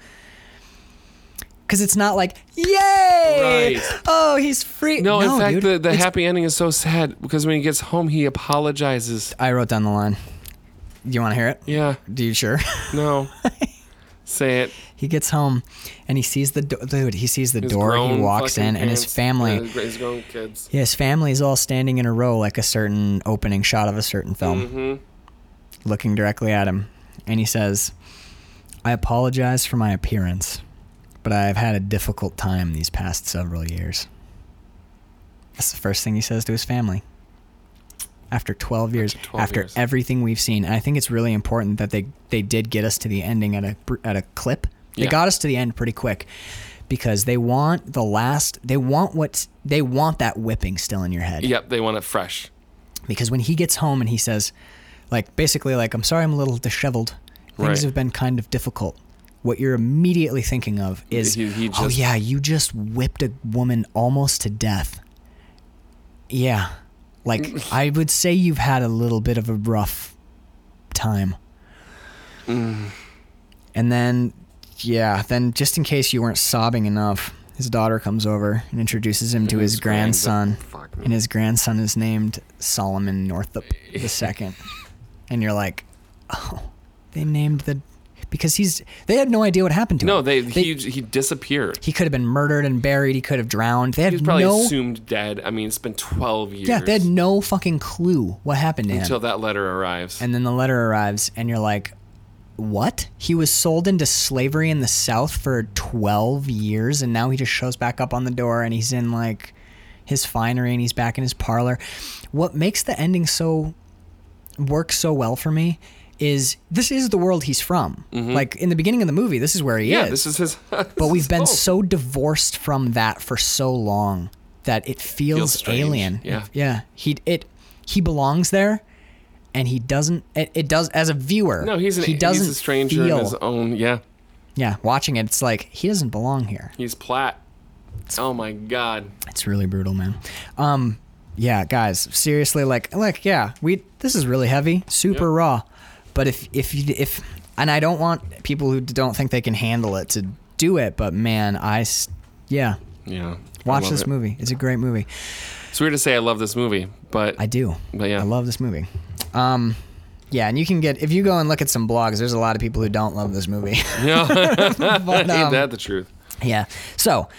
Speaker 2: because it's not like yay, oh he's free.
Speaker 3: No, in fact,
Speaker 2: dude,
Speaker 3: the, the
Speaker 2: it's-
Speaker 3: happy ending is so sad because when he gets home, he apologizes.
Speaker 2: I wrote down the line. You want to hear it?
Speaker 3: Yeah,
Speaker 2: Do you sure?
Speaker 3: no. Say it.
Speaker 2: he gets home, and he sees the do- dude. He sees the
Speaker 3: His
Speaker 2: door. He
Speaker 3: grown
Speaker 2: walks in,
Speaker 3: fucking
Speaker 2: and his
Speaker 3: parents-
Speaker 2: family.
Speaker 3: uh, his- his grown kids.
Speaker 2: Yeah, his family's all standing in a row like a certain opening shot of a certain
Speaker 3: Mm.
Speaker 2: film,
Speaker 3: Mm-hmm.
Speaker 2: looking directly at him. And he says, I apologize for my appearance, but I have had a difficult time these past several years. That's the first thing he says to his family. After 12 years, after,
Speaker 3: 12 years.
Speaker 2: everything we've seen, and I think it's really important that they, they did get us to the ending at a, br- at a clip. They
Speaker 3: Yeah.
Speaker 2: got us to the end pretty quick because they want the last they want what they want that whipping still in your head
Speaker 3: Yep, they want it fresh.
Speaker 2: because when he gets home and he says like basically like i'm sorry i'm a little disheveled things
Speaker 3: Right.
Speaker 2: have been kind of difficult what you're immediately thinking of is
Speaker 3: He- he
Speaker 2: oh
Speaker 3: just-
Speaker 2: yeah you just whipped a woman almost to death yeah like i would say you've had a little bit of a rough time Mm. and then yeah then just in case you weren't sobbing enough his daughter comes over and introduces him to his,
Speaker 3: his
Speaker 2: grandson
Speaker 3: grandson. Fuck me.
Speaker 2: and his grandson is named solomon northup the second and you're like oh they named the because he's they had no idea what happened to him
Speaker 3: No, they,
Speaker 2: They-
Speaker 3: he he disappeared.
Speaker 2: he could have been murdered and buried he could have drowned they had
Speaker 3: He was probably
Speaker 2: no
Speaker 3: assumed dead. I mean, it's been 12 years.
Speaker 2: yeah they had no fucking clue what happened to him
Speaker 3: until that letter arrives.
Speaker 2: and then the letter arrives and you're like what he was sold into slavery in the south for 12 years and now he just shows back up on the door and he's in like his finery and he's back in his parlor what makes the ending so work so well for me is this is the world he's from like in the beginning of the movie this is where he
Speaker 3: Mm-hmm. yeah,
Speaker 2: is
Speaker 3: this is his.
Speaker 2: but we've
Speaker 3: Oh.
Speaker 2: been so divorced from that for so long that it
Speaker 3: Feels
Speaker 2: feels,
Speaker 3: strange,
Speaker 2: alien.
Speaker 3: yeah.
Speaker 2: yeah. He it he belongs there, and he doesn't. It, it does as a viewer.
Speaker 3: No, he's an
Speaker 2: he doesn't
Speaker 3: he's a stranger
Speaker 2: feel,
Speaker 3: in his own. Yeah,
Speaker 2: Yeah, watching it, it's like he doesn't belong here.
Speaker 3: he's Platt. Oh my God.
Speaker 2: It's really brutal, man. Um, yeah, guys, seriously, like, like, yeah, we this is really heavy, super
Speaker 3: Yep.
Speaker 2: raw. But if if you if and I don't want people who don't think they can handle it to do it, but man, I s- yeah,
Speaker 3: Yeah. I
Speaker 2: watch
Speaker 3: love
Speaker 2: this
Speaker 3: it.
Speaker 2: movie. It's a great movie.
Speaker 3: It's weird to say I love this movie, but
Speaker 2: I do.
Speaker 3: But yeah.
Speaker 2: I love this movie. Um, yeah, and you can get if you go and look at some blogs. There's a lot of people who don't love this movie.
Speaker 3: yeah,
Speaker 2: But,
Speaker 3: ain't
Speaker 2: um,
Speaker 3: that the truth?
Speaker 2: yeah. So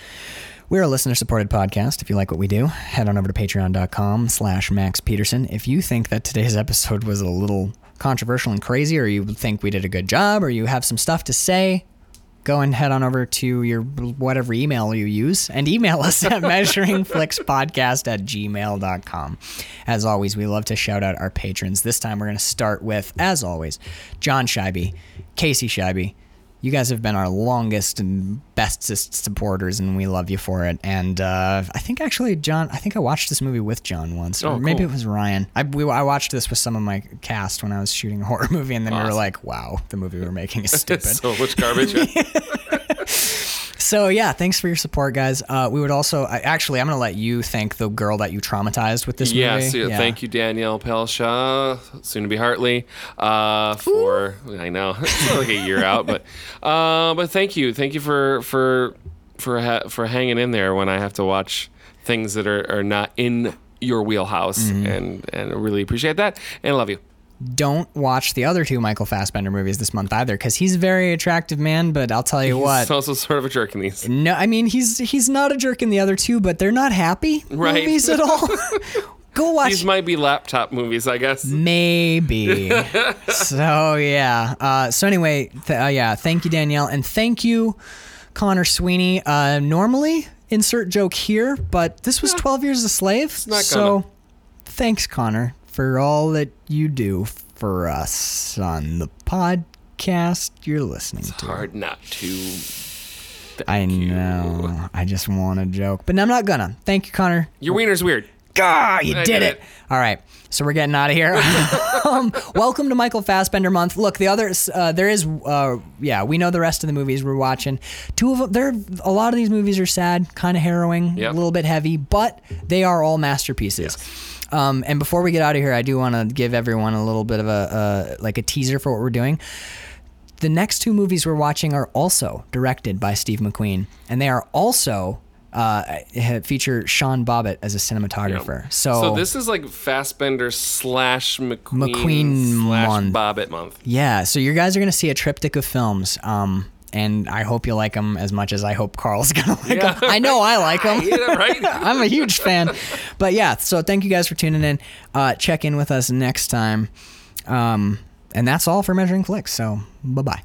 Speaker 2: we're a listener-supported podcast. If you like what we do, head on over to patreon.com slash Max Peterson. If you think that today's episode was a little controversial and crazy, or you think we did a good job, or you have some stuff to say, go and head on over to your whatever email you use and email us at measuringflixpodcast at gmail.com. As always, we love to shout out our patrons. This time we're going to start with, as always, John Scheibe, Casey Scheibe. You guys have been our longest and bestest supporters, and we love you for it. And uh, I think actually, John, I think I watched this movie with John once,
Speaker 3: Oh,
Speaker 2: or maybe
Speaker 3: cool.
Speaker 2: it was Ryan. I, we, I watched this with some of my cast when I was shooting a horror movie, and then we were
Speaker 3: Awesome.
Speaker 2: like, "Wow, the movie we're making is stupid."
Speaker 3: so much garbage.
Speaker 2: So yeah, thanks for your support, guys. Uh, we would also I, actually, I'm gonna let you thank the girl that you traumatized with this
Speaker 3: yeah,
Speaker 2: movie.
Speaker 3: so thank you, Danielle Pelshaw, soon to be Hartley, uh, for I know it's like a year out, but uh, but thank you, thank you for for for ha- for hanging in there when I have to watch things that are, are not in your wheelhouse,
Speaker 2: Mm-hmm.
Speaker 3: and and I really appreciate that, and I love you.
Speaker 2: Don't watch the other two Michael Fassbender movies this month either, because he's a very attractive man. But I'll tell you what.
Speaker 3: He's also sort of a jerk in these.
Speaker 2: no, I mean he's he's not a jerk in the other two, but they're not happy
Speaker 3: Right.
Speaker 2: movies at all. Go watch
Speaker 3: These might be laptop movies, I guess.
Speaker 2: Maybe. so yeah. Uh, so anyway, th- uh, yeah. Thank you, Danielle, and thank you, Connor Sweeney. Uh, normally insert joke here, but this was 12 years a slave.
Speaker 3: not
Speaker 2: so
Speaker 3: gonna.
Speaker 2: thanks, Connor, for all that you do for us on the podcast you're listening to.
Speaker 3: Hard not to.
Speaker 2: I know. I just want a joke, but I'm not gonna. Thank you, Connor.
Speaker 3: Your wiener's weird.
Speaker 2: Ah, you
Speaker 3: I
Speaker 2: did,
Speaker 3: did
Speaker 2: it.
Speaker 3: it.
Speaker 2: All right, so we're getting out of here. um, welcome to Michael Fassbender month. Look, the other uh, there is, uh, yeah, we know the rest of the movies we're watching. Two of them, there a lot of these movies are sad, kind of harrowing,
Speaker 3: Yep.
Speaker 2: a little bit heavy, but they are all masterpieces. Um, and before we get out of here, I do want to give everyone a little bit of a uh, like a teaser for what we're doing the next two movies we're watching are also directed by Steve McQueen, and they are also uh, ha- feature Sean Bobbitt as a cinematographer. So,
Speaker 3: So this is like Fassbender slash McQueen,
Speaker 2: McQueen
Speaker 3: slash
Speaker 2: month.
Speaker 3: Bobbitt month.
Speaker 2: yeah, so you guys are gonna see a triptych of films. Um, and I hope you like them as much as I hope Carl's gonna like
Speaker 3: Yeah.
Speaker 2: them. I know I like them.
Speaker 3: Yeah, right.
Speaker 2: I'm a huge fan. But yeah, so thank you guys for tuning in. Uh, check in with us next time. Um, and that's all for measuring flicks. So bye bye.